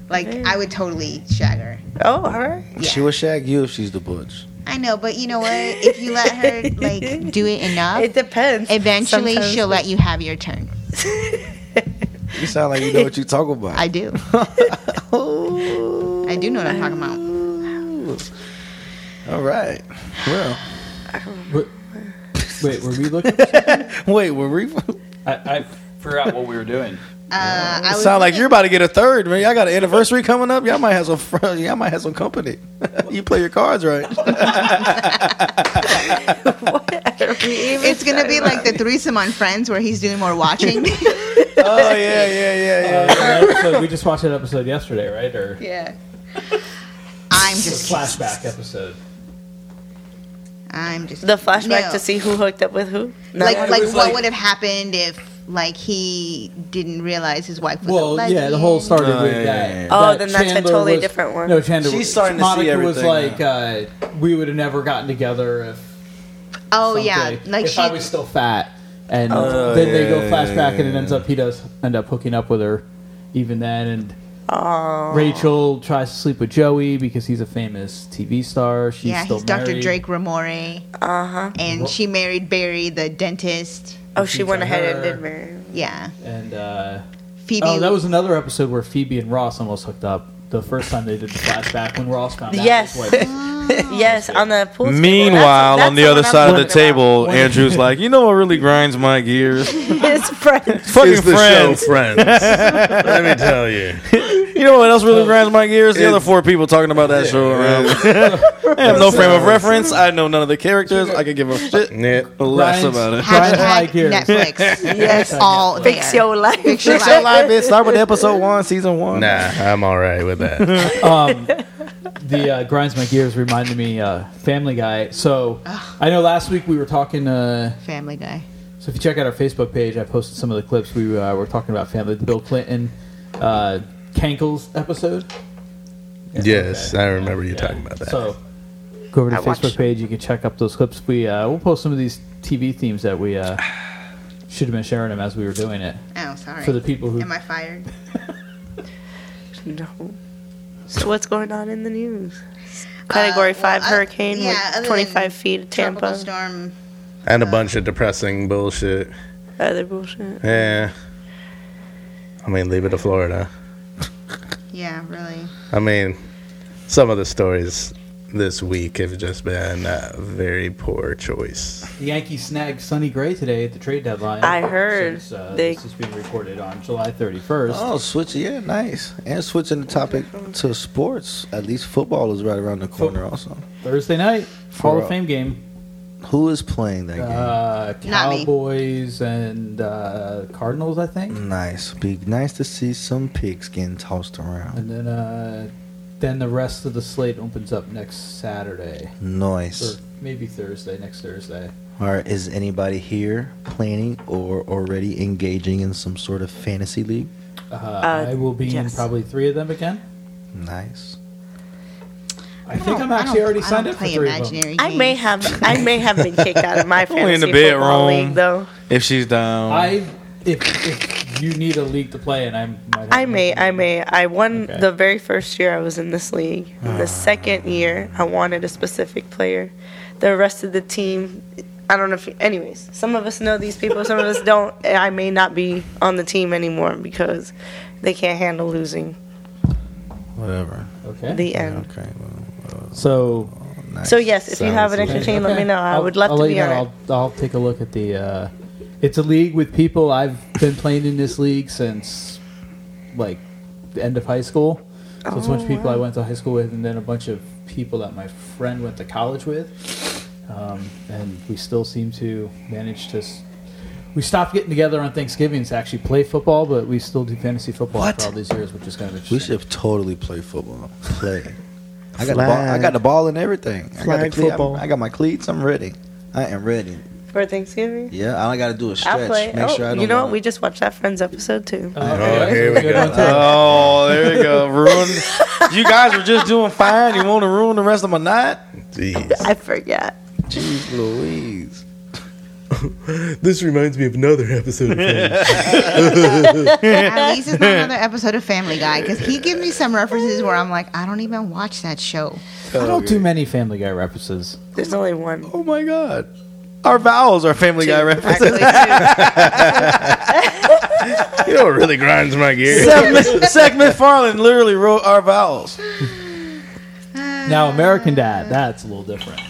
Speaker 2: Like
Speaker 4: Very.
Speaker 2: I would totally shag her.
Speaker 4: Oh, all right.
Speaker 5: She would shag you if she's the butch.
Speaker 2: I know, but you know what? If you let her like do it enough,
Speaker 4: It depends.
Speaker 2: eventually
Speaker 4: Sometimes-
Speaker 2: she'll let you have your turn.
Speaker 5: You sound like you know what you talk about.
Speaker 2: I do. I do know what I'm talking about.
Speaker 5: All right. Well,
Speaker 6: Wait, were we looking? For
Speaker 5: wait, were we?
Speaker 6: I, I forgot what we were doing.
Speaker 2: Uh, I was
Speaker 5: sound like
Speaker 2: looking-
Speaker 5: you're about to get a third, man. Y'all got an anniversary coming up. Y'all might have some. fr- Y'all might have some company. you play your cards right.
Speaker 2: It's gonna be like the threesome on Friends where he's doing more watching.
Speaker 5: oh yeah, yeah, yeah, yeah.
Speaker 6: Uh, episode, we just watched that episode yesterday, right? Or
Speaker 2: yeah. I'm just.
Speaker 6: flashback episode.
Speaker 2: I'm just.
Speaker 4: The flashback
Speaker 2: No.
Speaker 4: to see who hooked up with who? No.
Speaker 2: Like, like
Speaker 6: was
Speaker 2: what
Speaker 6: like-
Speaker 2: would have happened if like he didn't realize his wife was a
Speaker 6: Well,
Speaker 2: lesbian?
Speaker 6: yeah, the whole started
Speaker 5: Oh,
Speaker 6: with
Speaker 5: yeah,
Speaker 6: that.
Speaker 5: yeah, yeah.
Speaker 4: Oh,
Speaker 6: that
Speaker 4: then that's a totally different one.
Speaker 6: No, Chandler.
Speaker 5: She's
Speaker 6: was-
Speaker 5: starting to see
Speaker 6: Monica was
Speaker 5: everything
Speaker 6: like, uh, we would have never gotten together if.
Speaker 2: Oh
Speaker 6: something-
Speaker 2: yeah, like
Speaker 6: if
Speaker 2: she.
Speaker 6: I was still fat, and then they go
Speaker 5: Oh, yeah,
Speaker 6: flashback,
Speaker 5: yeah,
Speaker 6: and it ends up he does end up hooking up with her, even then, and. Rachel tries to sleep with Joey because he's a famous TV star. She's
Speaker 2: yeah,
Speaker 6: still
Speaker 2: he's Dr.
Speaker 6: married.
Speaker 2: Drake Ramore,
Speaker 4: Uh huh.
Speaker 2: and she married Barry, the dentist.
Speaker 4: Oh, she
Speaker 6: She's
Speaker 4: went
Speaker 6: on
Speaker 4: ahead and
Speaker 6: her.
Speaker 4: did marry. him.
Speaker 2: Yeah,
Speaker 6: and uh,
Speaker 2: Phoebe.
Speaker 6: Oh, that was another episode where Phoebe and Ross almost hooked up. The first time they did the flashback when Ross found out.
Speaker 4: Yes.
Speaker 6: Like,
Speaker 4: yes,
Speaker 2: Oh.
Speaker 4: on the pool. table.
Speaker 8: Meanwhile,
Speaker 4: That's-
Speaker 8: on the
Speaker 4: that's
Speaker 8: other
Speaker 4: one I'm
Speaker 8: side of the
Speaker 4: talking about.
Speaker 8: table, Andrew's like, you know what really grinds my gears?
Speaker 4: his friends.
Speaker 8: Fucking
Speaker 3: It's the
Speaker 8: friends.
Speaker 3: show Friends. Let me tell you.
Speaker 8: You know what else really grinds my gears? The other four people talking about that show around. I have no frame of reference. I know none of the characters. I could give a shit
Speaker 3: Yeah.
Speaker 8: less
Speaker 6: Ryan's-
Speaker 8: about it.
Speaker 6: Brian
Speaker 2: Hashtag
Speaker 6: Hyde here.
Speaker 2: Netflix. yes, all there.
Speaker 4: Fix your life.
Speaker 2: Fix your
Speaker 8: Shit live,
Speaker 2: life.
Speaker 8: bitch. Start with episode one, season one.
Speaker 3: Nah, I'm all right with that.
Speaker 6: the uh, grinds my gears reminded me uh, Family Guy. So I know last week we were talking. Uh,
Speaker 2: Family Guy.
Speaker 6: So if you check out our Facebook page, I posted some of the clips we uh, were talking about family, the Bill Clinton uh, Cankles episode.
Speaker 3: yes, I remember you talking about that.
Speaker 6: So go over to
Speaker 4: I
Speaker 6: the
Speaker 4: watched
Speaker 6: Facebook
Speaker 4: it.
Speaker 6: page. You can check up those clips. We uh, we'll post some of these TV themes that we uh, should have been sharing them as we were doing it
Speaker 2: Oh, sorry.
Speaker 6: for the people who.
Speaker 2: Am I fired?
Speaker 4: No. So what's going on in the news? Category
Speaker 2: Uh, well,
Speaker 4: five
Speaker 2: uh,
Speaker 4: hurricane
Speaker 2: yeah, other than
Speaker 4: with 25 feet of
Speaker 2: Tropical
Speaker 4: Tampa.
Speaker 2: storm.
Speaker 3: and a bunch of depressing bullshit.
Speaker 4: Other bullshit.
Speaker 3: Yeah. I mean, leave it to Florida.
Speaker 2: Yeah, really.
Speaker 3: I mean, some of the stories this week have just been a very poor choice.
Speaker 6: the Yankees snagged Sonny Gray today at the trade deadline.
Speaker 4: I heard
Speaker 6: Since, uh,
Speaker 4: they-
Speaker 6: this is being recorded on July 31st.
Speaker 5: Oh, switch. Yeah, nice. And switching the topic to sports. At least football is right around the corner. Also,
Speaker 6: Thursday night, Hall of
Speaker 5: uh,
Speaker 6: Fame game.
Speaker 5: who is playing that
Speaker 6: Uh,
Speaker 2: Not me.
Speaker 6: Cowboys and uh, Cardinals, I think.
Speaker 5: game? Nice. Be nice to see some pigs getting tossed around.
Speaker 6: And then uh, then the rest of the slate opens up next Saturday. Or
Speaker 5: Nice.
Speaker 6: maybe Thursday, next Thursday.
Speaker 5: Or is anybody here planning or already engaging in some sort of fantasy league?
Speaker 6: Uh, I will be
Speaker 4: yes.
Speaker 6: in probably three of them again.
Speaker 5: Nice.
Speaker 6: I, think
Speaker 2: don't-
Speaker 6: I'm
Speaker 2: I
Speaker 6: actually
Speaker 2: don't-
Speaker 6: already
Speaker 2: I
Speaker 6: signed
Speaker 2: don't
Speaker 6: up for
Speaker 2: play
Speaker 6: three of them.
Speaker 2: imaginary
Speaker 4: I may
Speaker 2: games.
Speaker 4: have I may have been kicked out of my
Speaker 8: Only
Speaker 4: fantasy
Speaker 8: in the
Speaker 4: football
Speaker 8: bedroom.
Speaker 4: league though.
Speaker 8: If she's down,
Speaker 6: I if, if you need a league to play, and I'm might
Speaker 4: I may I may I won
Speaker 6: Okay.
Speaker 4: the very first year I was in this league.
Speaker 8: Ah.
Speaker 4: the second year I wanted a specific player. The rest of the team I don't know if anyways, some of us know these people, some of us don't. and I may not be on the team anymore because they can't handle losing.
Speaker 5: Whatever.
Speaker 6: okay.
Speaker 4: The end.
Speaker 5: Okay. Well,
Speaker 6: so
Speaker 8: Oh,
Speaker 5: nice.
Speaker 4: So yes, if you have an extra team, let me know. I
Speaker 6: I'll-
Speaker 4: would love
Speaker 6: I'll
Speaker 4: to
Speaker 6: let
Speaker 4: be
Speaker 6: you know.
Speaker 4: on it.
Speaker 6: I'll, I'll take a look at the. Uh, it's a league with people I've been playing in this league since like the end of high school. So it's a
Speaker 4: Oh,
Speaker 6: bunch of people I went to high school with, and then a bunch of people that my friend went to college with. Um, and we still seem to manage to. S- we stopped getting together on Thanksgiving to actually play football, but we still do fantasy football
Speaker 5: What?
Speaker 6: for all these years, which is kind of interesting.
Speaker 5: We should have totally play football. Play. I got the ball. I got the ball and everything. I got the
Speaker 3: Flag
Speaker 5: cleat. I'm-
Speaker 3: football.
Speaker 5: I got my cleats. I'm ready. I am ready.
Speaker 4: For Thanksgiving?
Speaker 5: Yeah, all I got to do is stretch.
Speaker 4: I'll play.
Speaker 5: Make
Speaker 4: oh,
Speaker 5: sure I don't.
Speaker 4: you know what?
Speaker 5: run.
Speaker 4: We just watched that Friends episode too.
Speaker 6: Uh,
Speaker 3: Oh, here we
Speaker 6: good
Speaker 3: go.
Speaker 6: one, too.
Speaker 8: Oh, there you go. Ruined. you guys were just doing fine. You want to ruin the rest of my night?
Speaker 3: Jeez.
Speaker 4: I forgot.
Speaker 5: Jeez Louise.
Speaker 3: This reminds me of another episode of Friends.
Speaker 2: At least it's not another episode of Family Guy because he gives me some references where I'm like, I don't even watch that show.
Speaker 6: I don't do many Family Guy references.
Speaker 4: There's only one.
Speaker 8: Oh my god. Our vowels are Family Guy references.
Speaker 2: Actually, two.
Speaker 3: you know what really grinds my gears?
Speaker 8: Seth, Seth MacFarlane literally wrote our vowels.
Speaker 6: Now, American Dad, that's a little different.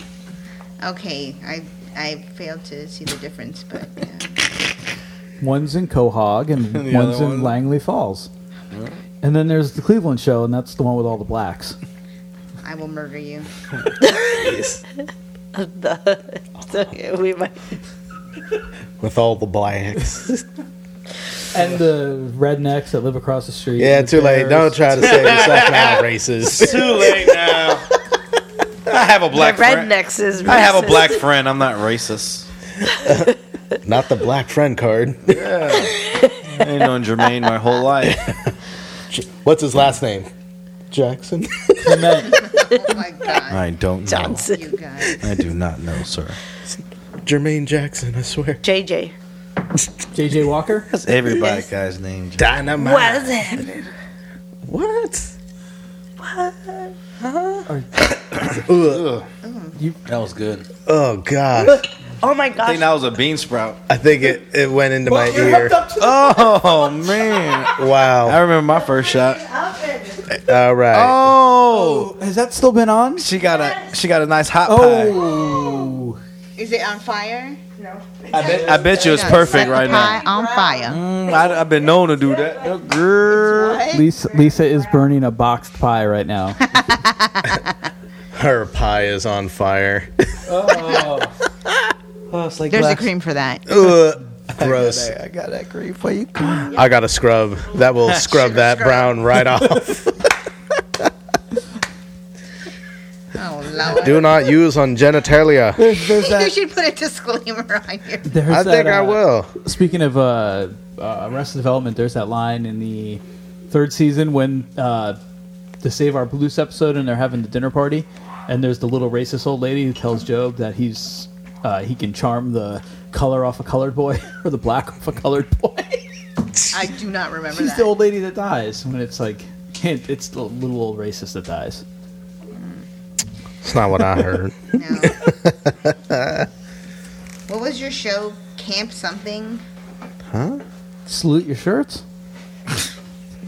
Speaker 2: Okay, I I failed to see the difference, but yeah.
Speaker 6: One's in Quahog and
Speaker 8: the
Speaker 6: one's
Speaker 8: other
Speaker 6: in
Speaker 8: one-
Speaker 6: Langley Falls. And then there's the Cleveland show, and that's the one with all the blacks.
Speaker 2: I will murder you.
Speaker 4: So, yeah, we might.
Speaker 3: With all the blacks.
Speaker 6: And the rednecks that live across the street.
Speaker 3: Yeah,
Speaker 6: and the
Speaker 3: too late.
Speaker 6: bears.
Speaker 3: Don't try to save yourself now, racist.
Speaker 8: Too late now. I have a black
Speaker 4: the
Speaker 8: friend.
Speaker 4: rednecks is.
Speaker 8: I have a
Speaker 4: racist.
Speaker 8: black friend. I'm not racist.
Speaker 3: Not the black friend card.
Speaker 8: I ain't known Jermaine my whole life.
Speaker 3: What's his last name? Jackson.
Speaker 6: And then-
Speaker 2: Oh my god,
Speaker 5: I don't know.
Speaker 2: you guys.
Speaker 5: I do not know, sir.
Speaker 3: Jermaine Jackson, I swear.
Speaker 4: JJ.
Speaker 6: JJ Walker.
Speaker 5: That's everybody guy's name.
Speaker 3: Dynamite.
Speaker 4: What is happening?
Speaker 3: What?
Speaker 5: That was good.
Speaker 3: Oh gosh.
Speaker 4: Oh my
Speaker 8: I
Speaker 4: gosh.
Speaker 8: think that was a bean sprout.
Speaker 3: I think it, it went into my ear.
Speaker 8: Oh man! I
Speaker 3: Wow.
Speaker 8: remember my first shot.
Speaker 3: All right.
Speaker 8: Oh,
Speaker 6: Has that still been on?
Speaker 8: she got a she got a nice hot pie.
Speaker 6: Oh,
Speaker 2: Is it on fire?
Speaker 8: I bet I bet you it's perfect right
Speaker 2: Pie
Speaker 8: now.
Speaker 2: on fire.
Speaker 8: Mm, I, I've been known to do that. Girl.
Speaker 6: Lisa, Lisa is burning a boxed pie right now.
Speaker 3: Her pie is on fire.
Speaker 2: There's a cream for that.
Speaker 3: Ugh, gross.
Speaker 5: I got that green for you.
Speaker 3: I got to scrub. That will scrub that brown right off.
Speaker 2: Oh lord.
Speaker 3: Do not use on genitalia.
Speaker 2: you should put a disclaimer on here.
Speaker 6: There's
Speaker 3: I
Speaker 6: that,
Speaker 3: think I
Speaker 6: uh,
Speaker 3: will.
Speaker 6: Speaking of uh, uh, Arrested Development, there's that line in the third season when uh, the Save Our Blues episode, and they're having the dinner party, and there's the little racist old lady who tells Job that he's uh, he can charm the color off a colored boy or the black off a colored boy.
Speaker 2: I do not remember
Speaker 6: She's
Speaker 2: that.
Speaker 6: the old lady that dies when it's like hint, it's the little old racist that dies.
Speaker 3: It's not what I heard.
Speaker 2: No. what was your show? Camp something?
Speaker 6: Salute your shirts.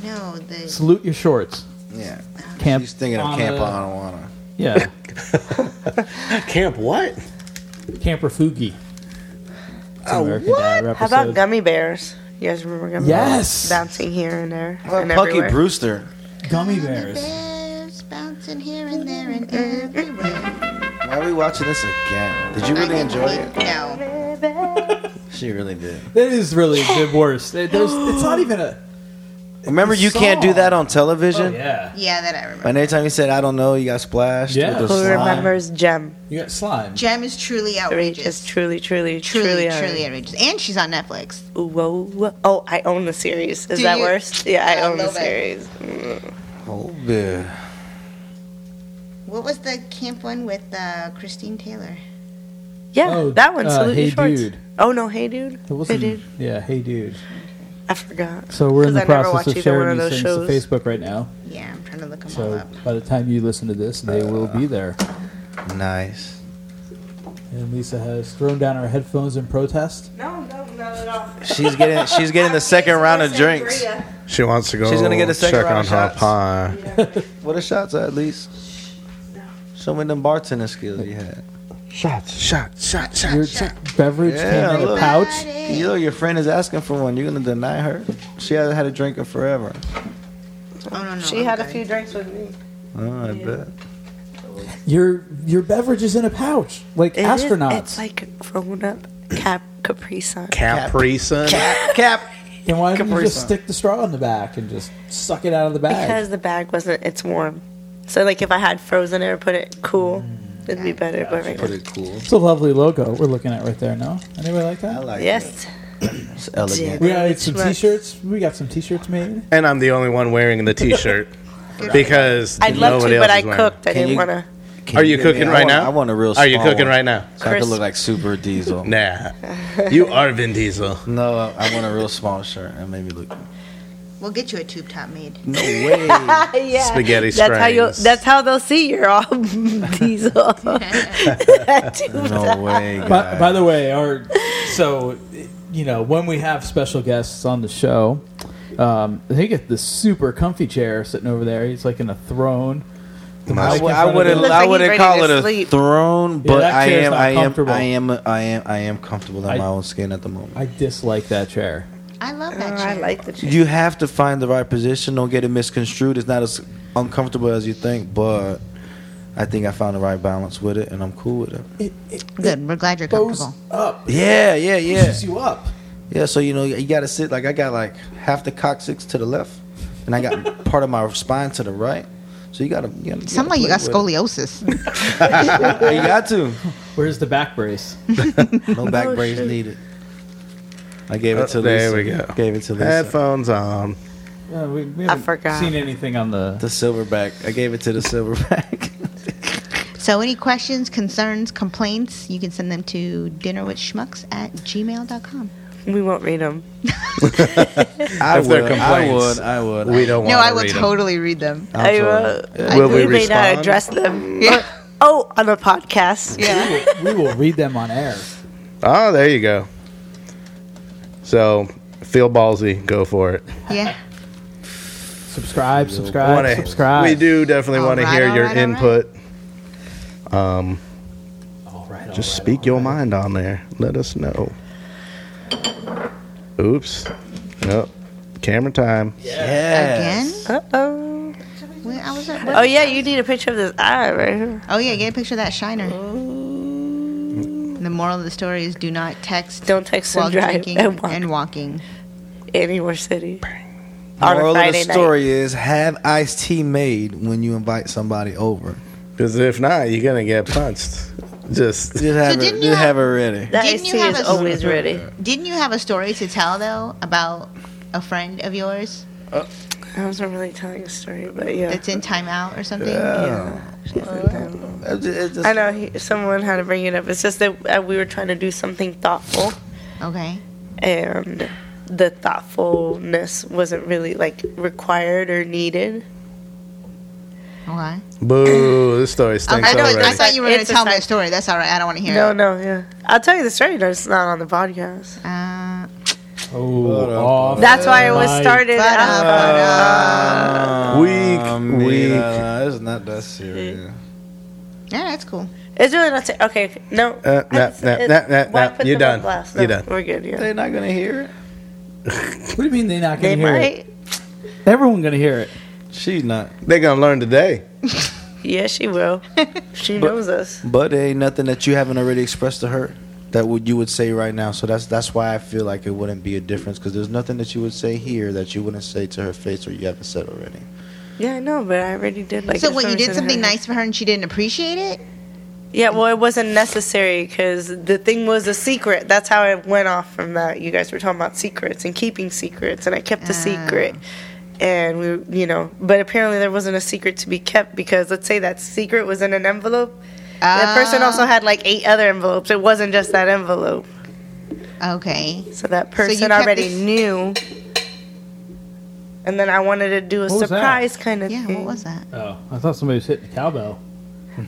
Speaker 2: No, the
Speaker 6: Salute your shorts.
Speaker 5: Yeah.
Speaker 6: Camp.
Speaker 5: She's thinking of
Speaker 6: on
Speaker 5: Camp
Speaker 6: a-
Speaker 5: Anawana.
Speaker 6: Yeah.
Speaker 3: Camp what? Uh,
Speaker 6: Camper Fugi. Oh,
Speaker 4: How about gummy bears? You guys remember gummy bears?
Speaker 6: Yes.
Speaker 4: Bouncing here and there. And
Speaker 8: Pucky
Speaker 4: everywhere.
Speaker 8: Brewster.
Speaker 6: gummy bears?
Speaker 2: bears bouncing here and there and everywhere.
Speaker 5: Why are we watching this again? Did you
Speaker 2: I
Speaker 5: really
Speaker 2: didn't
Speaker 5: enjoy
Speaker 2: think-
Speaker 5: it?
Speaker 2: No.
Speaker 5: She really did.
Speaker 6: That is really the worst. It- there's- it's not even a.
Speaker 5: Remember, you can't do that on television.
Speaker 6: Oh, Yeah.
Speaker 2: Yeah, that I remember.
Speaker 5: And every time you said "I don't know," you got splashed.
Speaker 6: Yeah.
Speaker 5: with the
Speaker 6: Who
Speaker 4: Who
Speaker 5: slime.
Speaker 4: remembers Jem?
Speaker 6: You got slime.
Speaker 2: Jem is truly
Speaker 4: Outrageous.
Speaker 2: outrageous.
Speaker 4: truly, truly,
Speaker 2: Truly,
Speaker 4: truly,
Speaker 2: truly, outrageous. And she's on Netflix.
Speaker 4: Ooh, whoa, whoa. Oh, I own the series. Is
Speaker 2: Do
Speaker 4: that
Speaker 2: you-
Speaker 4: worse? Yeah, I
Speaker 2: Yeah, a
Speaker 4: own the
Speaker 2: little bit.
Speaker 4: series.
Speaker 5: Oh, yeah.
Speaker 2: What was the camp one with uh, Christine Taylor?
Speaker 4: Yeah,
Speaker 6: Oh,
Speaker 4: that one.
Speaker 6: uh,
Speaker 4: Salute
Speaker 6: Hey
Speaker 4: your shorts.
Speaker 6: Dude.
Speaker 4: Oh no, hey dude.
Speaker 6: It
Speaker 4: Hey
Speaker 6: wasn't-
Speaker 4: dude.
Speaker 6: Yeah, hey dude.
Speaker 4: I forgot.
Speaker 6: So we're in
Speaker 4: 'Cause
Speaker 6: the
Speaker 4: I never
Speaker 6: process
Speaker 4: watch
Speaker 6: of
Speaker 4: either one
Speaker 6: sharing
Speaker 4: of
Speaker 6: these things
Speaker 4: those
Speaker 6: to Facebook right now.
Speaker 2: Yeah, I'm trying to look them all
Speaker 6: So
Speaker 2: up.
Speaker 6: by the time you listen to this, they will be there.
Speaker 5: Nice.
Speaker 6: And Lisa has thrown down her headphones in protest.
Speaker 4: No, Oh, no, not at all.
Speaker 5: She's getting she's getting the second round of drinks.
Speaker 3: She wants to go
Speaker 5: She's gonna get a second
Speaker 3: check
Speaker 5: round
Speaker 3: on
Speaker 5: of
Speaker 3: her
Speaker 5: shots.
Speaker 3: pie.
Speaker 5: What are shots at least? Show me them bartender skills you had.
Speaker 3: Shots, shots, shots,
Speaker 6: Your
Speaker 3: shots, shots.
Speaker 6: beverage
Speaker 5: Yeah,
Speaker 6: came in a
Speaker 5: look.
Speaker 6: pouch.
Speaker 5: You know your friend is asking for one. You're gonna deny her? She hasn't had a drink in forever.
Speaker 2: Oh no, no.
Speaker 4: She
Speaker 2: I'm
Speaker 4: had a
Speaker 2: good.
Speaker 4: few drinks with me.
Speaker 5: Oh, I bet.
Speaker 6: Your your beverage is in a pouch, like
Speaker 4: It is-
Speaker 6: astronauts.
Speaker 4: it's like a grown up cap Capri Sun.
Speaker 3: Capri Sun.
Speaker 5: Cap.
Speaker 6: then why didn't you
Speaker 5: Capri
Speaker 6: just
Speaker 5: Sun.
Speaker 6: stick the straw in the back and just suck it out of the bag?
Speaker 4: Because the bag wasn't, it's warm. So like if I had frozen it or put it cool, it'd be better. But right now,
Speaker 5: Pretty cool.
Speaker 6: It's a lovely logo we're looking at right there. No, anybody like
Speaker 5: I
Speaker 6: that?
Speaker 5: like it.
Speaker 4: yes,
Speaker 5: It's elegant.
Speaker 6: We got some
Speaker 4: Right.
Speaker 6: t-shirts. We got some t-shirts made.
Speaker 3: And I'm the only one wearing the t-shirt because
Speaker 4: I'd love
Speaker 3: nobody
Speaker 4: to, but
Speaker 3: else
Speaker 4: I
Speaker 3: is wearing.
Speaker 4: cooked.
Speaker 5: Can
Speaker 4: I didn't
Speaker 5: you-
Speaker 4: want to.
Speaker 5: Can
Speaker 3: Are you
Speaker 5: give me-
Speaker 3: cooking
Speaker 5: I
Speaker 3: right
Speaker 5: want-
Speaker 3: now?
Speaker 5: I want a real.
Speaker 3: Are you
Speaker 5: small
Speaker 3: cooking
Speaker 5: one.
Speaker 3: right now?
Speaker 5: So I could
Speaker 4: Chris.
Speaker 5: look like Super Diesel.
Speaker 3: Nah, you are Vin Diesel.
Speaker 5: No, I- I want a real small shirt and maybe look.
Speaker 2: We'll get you a tube top made.
Speaker 5: No way.
Speaker 4: yeah,
Speaker 3: Spaghetti
Speaker 4: That's how you.
Speaker 3: strings.
Speaker 4: That's how they'll see you're all diesel. Oh, That too.
Speaker 5: No way.
Speaker 6: By, by the way, our so you know when we have special guests on the show, um, they get the super comfy chair sitting over there. He's like in a throne.
Speaker 5: I,
Speaker 6: Like in
Speaker 5: w- I
Speaker 6: front of
Speaker 5: wouldn't.
Speaker 6: the-
Speaker 4: Looks
Speaker 5: I
Speaker 4: like he's
Speaker 5: wouldn't
Speaker 4: ready
Speaker 5: call
Speaker 4: to
Speaker 5: it a
Speaker 4: sleep.
Speaker 5: throne,
Speaker 6: Yeah,
Speaker 5: but
Speaker 6: that
Speaker 5: I
Speaker 6: chair's
Speaker 5: am.
Speaker 6: not
Speaker 5: I am.
Speaker 6: comfortable.
Speaker 5: I am. I am. I am comfortable in
Speaker 6: I-
Speaker 5: my own skin at the moment.
Speaker 6: I dislike that chair.
Speaker 2: I love
Speaker 4: Oh,
Speaker 2: that.
Speaker 4: I
Speaker 2: shit.
Speaker 4: like the chicken.
Speaker 5: You have to find the right position. Don't get it misconstrued. It's not as uncomfortable as you think, but I think I found the right balance with it, and I'm cool with it.
Speaker 6: It, it
Speaker 2: Good. We're glad you're
Speaker 6: goes
Speaker 2: comfortable.
Speaker 6: up.
Speaker 5: Yeah, yeah,
Speaker 6: It
Speaker 5: yeah,
Speaker 6: pushes you up.
Speaker 5: yeah. So you know, you got to sit like I got like half the coccyx to the left, and I got part of my spine to the right. So you got to. You gotta,
Speaker 2: Sound like you got
Speaker 5: play with
Speaker 2: scoliosis.
Speaker 5: it. You got to.
Speaker 6: Where's the back brace?
Speaker 5: No back brace needed. I gave it to
Speaker 3: Oh, there
Speaker 5: Lisa.
Speaker 3: we go.
Speaker 5: Gave it to Lisa.
Speaker 3: Headphones on.
Speaker 6: Uh, we, we
Speaker 4: I
Speaker 6: haven't
Speaker 4: forgot.
Speaker 6: Seen anything on the?
Speaker 5: The silverback. I gave it to the silverback.
Speaker 2: So, any questions, concerns, complaints, you can send them to dinnerwithschmucks at gmail.com.
Speaker 4: We won't read them.
Speaker 5: I
Speaker 3: If there are
Speaker 5: would. I would.
Speaker 3: complaints,
Speaker 5: I would.
Speaker 3: We don't.
Speaker 2: No,
Speaker 3: wanna
Speaker 2: I will
Speaker 3: read 'em.
Speaker 2: totally read them.
Speaker 5: I'm
Speaker 4: I
Speaker 5: sorry.
Speaker 4: will.
Speaker 3: Will we
Speaker 4: we may
Speaker 3: respond?
Speaker 4: not address them.
Speaker 2: Yeah.
Speaker 4: Oh, on a podcast.
Speaker 6: We will, we will read them on air.
Speaker 3: Oh, there you go. So feel ballsy, go for it.
Speaker 2: Yeah.
Speaker 6: Subscribe, subscribe,
Speaker 3: Wanna-
Speaker 6: subscribe.
Speaker 3: We do definitely
Speaker 2: All
Speaker 3: want to
Speaker 2: right,
Speaker 3: hear
Speaker 2: all
Speaker 3: your
Speaker 2: right, all right.
Speaker 3: input. Um,
Speaker 6: All right, all
Speaker 3: just
Speaker 6: right,
Speaker 3: speak
Speaker 6: all
Speaker 3: your
Speaker 6: right.
Speaker 3: mind on there. Let us know. Oops. Nope. Camera time.
Speaker 4: Uh,
Speaker 2: Again?
Speaker 4: Uh-oh.
Speaker 2: When I was at
Speaker 4: Oh
Speaker 2: work.
Speaker 4: yeah, you need a picture of this eye right here.
Speaker 2: Oh, yeah. Get a picture of that shiner.
Speaker 4: Oh.
Speaker 2: The moral of the story is do not text
Speaker 4: Don't text
Speaker 2: while
Speaker 4: and drive
Speaker 2: drinking
Speaker 4: and walk
Speaker 2: and walking.
Speaker 4: anywhere city. On a
Speaker 5: Moral of the
Speaker 4: Friday night.
Speaker 5: story is have iced tea made when you invite somebody over.
Speaker 3: Because if not, you're gonna get punched. Just
Speaker 5: Just have,
Speaker 2: didn't
Speaker 5: it,
Speaker 2: you
Speaker 5: just
Speaker 2: have-
Speaker 5: have it ready.
Speaker 4: That
Speaker 2: Didn't
Speaker 4: iced
Speaker 2: you
Speaker 4: tea
Speaker 2: have
Speaker 4: is
Speaker 2: a-
Speaker 4: always ready.
Speaker 2: Didn't you have a story to tell, though, about a friend of yours
Speaker 4: I wasn't really telling a story, but yeah.
Speaker 2: that's in timeout or something?
Speaker 4: Oh.
Speaker 5: It's just- it's just-
Speaker 4: I know he, someone had to bring it up. It's just that uh, we were trying to do something thoughtful,
Speaker 2: Okay.
Speaker 4: and the thoughtfulness wasn't really like required or needed.
Speaker 2: Okay.
Speaker 3: boo. This story stinks
Speaker 2: I, know,
Speaker 3: already.
Speaker 2: I thought you were going to
Speaker 4: It's a
Speaker 2: tell me a
Speaker 4: side-
Speaker 2: story. That's all right. I don't want to hear
Speaker 4: No,
Speaker 2: it.
Speaker 4: no, yeah. I'll tell you the story. No, it's not on the podcast.
Speaker 2: Uh,
Speaker 6: Oh, off.
Speaker 4: That's why it was
Speaker 6: my-
Speaker 4: started.
Speaker 2: ba-da,
Speaker 4: out.
Speaker 2: ba-da.
Speaker 3: Weak,
Speaker 5: Um,
Speaker 3: weak.
Speaker 5: yeah, It's not that serious.
Speaker 2: Yeah, that's cool.
Speaker 4: It's really not. To, okay, okay, no.
Speaker 3: Uh, nah,
Speaker 4: It's-
Speaker 3: nah,
Speaker 4: it-
Speaker 3: nah, nah,
Speaker 4: why
Speaker 3: nah.
Speaker 4: put
Speaker 3: You're
Speaker 4: them on
Speaker 3: done.
Speaker 4: blast?
Speaker 3: You're
Speaker 4: No,
Speaker 3: done.
Speaker 4: We're good. Yeah.
Speaker 5: They're not gonna hear it.
Speaker 6: What do you mean they're not
Speaker 4: They
Speaker 6: going to hear
Speaker 4: might.
Speaker 6: it? Everyone going to hear it.
Speaker 5: She's not.
Speaker 3: They're gonna learn today.
Speaker 4: Yeah, she will. she knows us.
Speaker 5: But there ain't nothing that you haven't already expressed to her that would you would say right now. So that's that's why I feel like it wouldn't be a difference because there's nothing that you would say here that you wouldn't say to her face or you haven't said already.
Speaker 4: Yeah, I know, but I already did. Like,
Speaker 2: so,
Speaker 4: if
Speaker 2: what, you
Speaker 4: someone
Speaker 2: did
Speaker 4: said
Speaker 2: something
Speaker 4: hi-
Speaker 2: nice for her and she didn't appreciate it?
Speaker 4: Yeah, well, it wasn't necessary because the thing was a secret. That's how it went off from that. You guys were talking about secrets and keeping secrets, and I kept a secret.
Speaker 2: Ah.
Speaker 4: And we, you know, but apparently there wasn't a secret to be kept because let's say that secret was in an envelope. that person
Speaker 2: Ah.
Speaker 4: also had like eight other envelopes. It wasn't just that envelope.
Speaker 2: Uh, Okay.
Speaker 4: So that
Speaker 2: you
Speaker 4: person
Speaker 2: kept
Speaker 4: already
Speaker 2: this-
Speaker 4: knew. And then I wanted to do a
Speaker 6: What was that?
Speaker 4: surprise kind of
Speaker 2: Yeah,
Speaker 4: thing.
Speaker 2: what was that?
Speaker 6: Oh, I thought somebody was hitting the cowbell.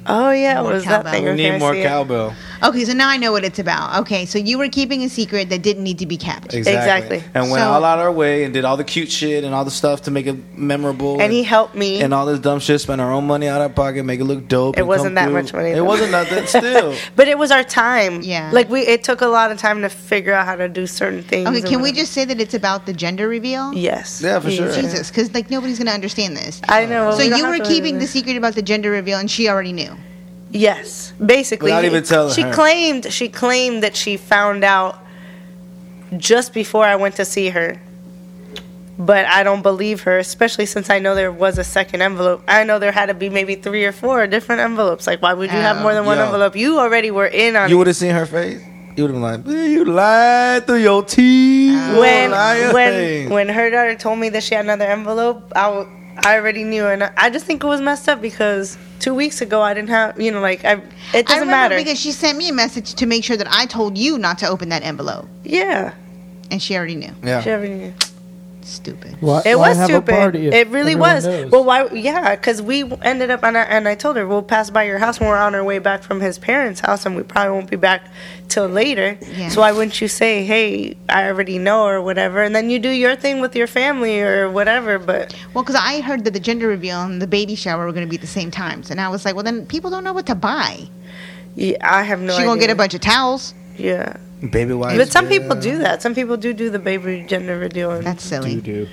Speaker 4: Oh, yeah, it
Speaker 2: More
Speaker 4: was
Speaker 2: cowbell.
Speaker 4: that thing.
Speaker 2: We
Speaker 4: Okay, I see it.
Speaker 5: cowbell.
Speaker 2: Okay, so now I know what it's about. Okay, so you were keeping a secret that didn't need to be kept.
Speaker 5: Exactly.
Speaker 4: Exactly.
Speaker 5: And went
Speaker 2: So-
Speaker 5: all out our way and did all the cute shit and all the stuff to make it memorable.
Speaker 4: And he helped me.
Speaker 5: and all this dumb shit, spent our own money out of our pocket, make it look dope.
Speaker 4: It
Speaker 5: and
Speaker 4: wasn't
Speaker 5: come
Speaker 4: that
Speaker 5: through.
Speaker 4: much money.
Speaker 5: It
Speaker 4: though.
Speaker 5: wasn't nothing. Still,
Speaker 4: but it was our time.
Speaker 2: Yeah.
Speaker 4: Like we, it took a lot of time to figure out how to do certain things.
Speaker 2: Okay,
Speaker 4: and
Speaker 2: can we
Speaker 4: whatever.
Speaker 2: just say that it's about the gender reveal?
Speaker 4: Yes.
Speaker 5: Yeah, for sure.
Speaker 2: Jesus, because like nobody's gonna understand this.
Speaker 4: I know.
Speaker 2: so
Speaker 4: we don't
Speaker 2: you
Speaker 4: have
Speaker 2: were
Speaker 4: to-
Speaker 2: keeping the secret about the gender reveal, and she already knew.
Speaker 4: Yes, basically.
Speaker 5: Without even telling
Speaker 4: She
Speaker 5: her.
Speaker 4: claimed. She claimed that she found out just before I went to see her. But I don't believe her, especially since I know there was a second envelope. I know there had to be maybe three or four different envelopes. Like, why would you have
Speaker 2: Oh.
Speaker 4: more than one
Speaker 5: Yo.
Speaker 4: envelope? You already were in on
Speaker 5: you
Speaker 4: it.
Speaker 5: would have seen her face. You would have been like, "Man, "You lied through your teeth." you
Speaker 4: Uh, when
Speaker 5: liar
Speaker 4: when
Speaker 5: thing."
Speaker 4: when her daughter told me that she had another envelope, I, w- I already knew, and I just think it was messed up because two weeks ago I didn't have you know like I it
Speaker 2: I
Speaker 4: doesn't
Speaker 2: remember
Speaker 4: matter
Speaker 2: because she sent me a message to make sure that I told you not to open that envelope,
Speaker 4: yeah
Speaker 2: and she already knew.
Speaker 5: yeah.
Speaker 4: she already knew.
Speaker 2: Stupid.
Speaker 6: Why,
Speaker 4: it
Speaker 6: why
Speaker 4: was
Speaker 6: have a
Speaker 4: stupid
Speaker 6: party if
Speaker 4: it really
Speaker 6: everyone
Speaker 4: was
Speaker 6: knows?
Speaker 4: well why yeah because we ended up and I, and I told her we'll pass by your house when we're on our way back from his parents house and we probably won't be back till later
Speaker 2: Yeah.
Speaker 4: so why wouldn't you say hey I already know or whatever and then you do your thing with your family or whatever but
Speaker 2: Well, because I heard that the gender reveal and the baby shower were gonna be at the same times, and I was like, well, then people don't know what to buy.
Speaker 4: yeah, I have no
Speaker 2: she
Speaker 4: idea
Speaker 2: gonna get a bunch of towels.
Speaker 4: yeah.
Speaker 5: baby wife.
Speaker 4: But some people do that. Some people do do the baby gender reveal. and-
Speaker 2: That's silly.
Speaker 6: do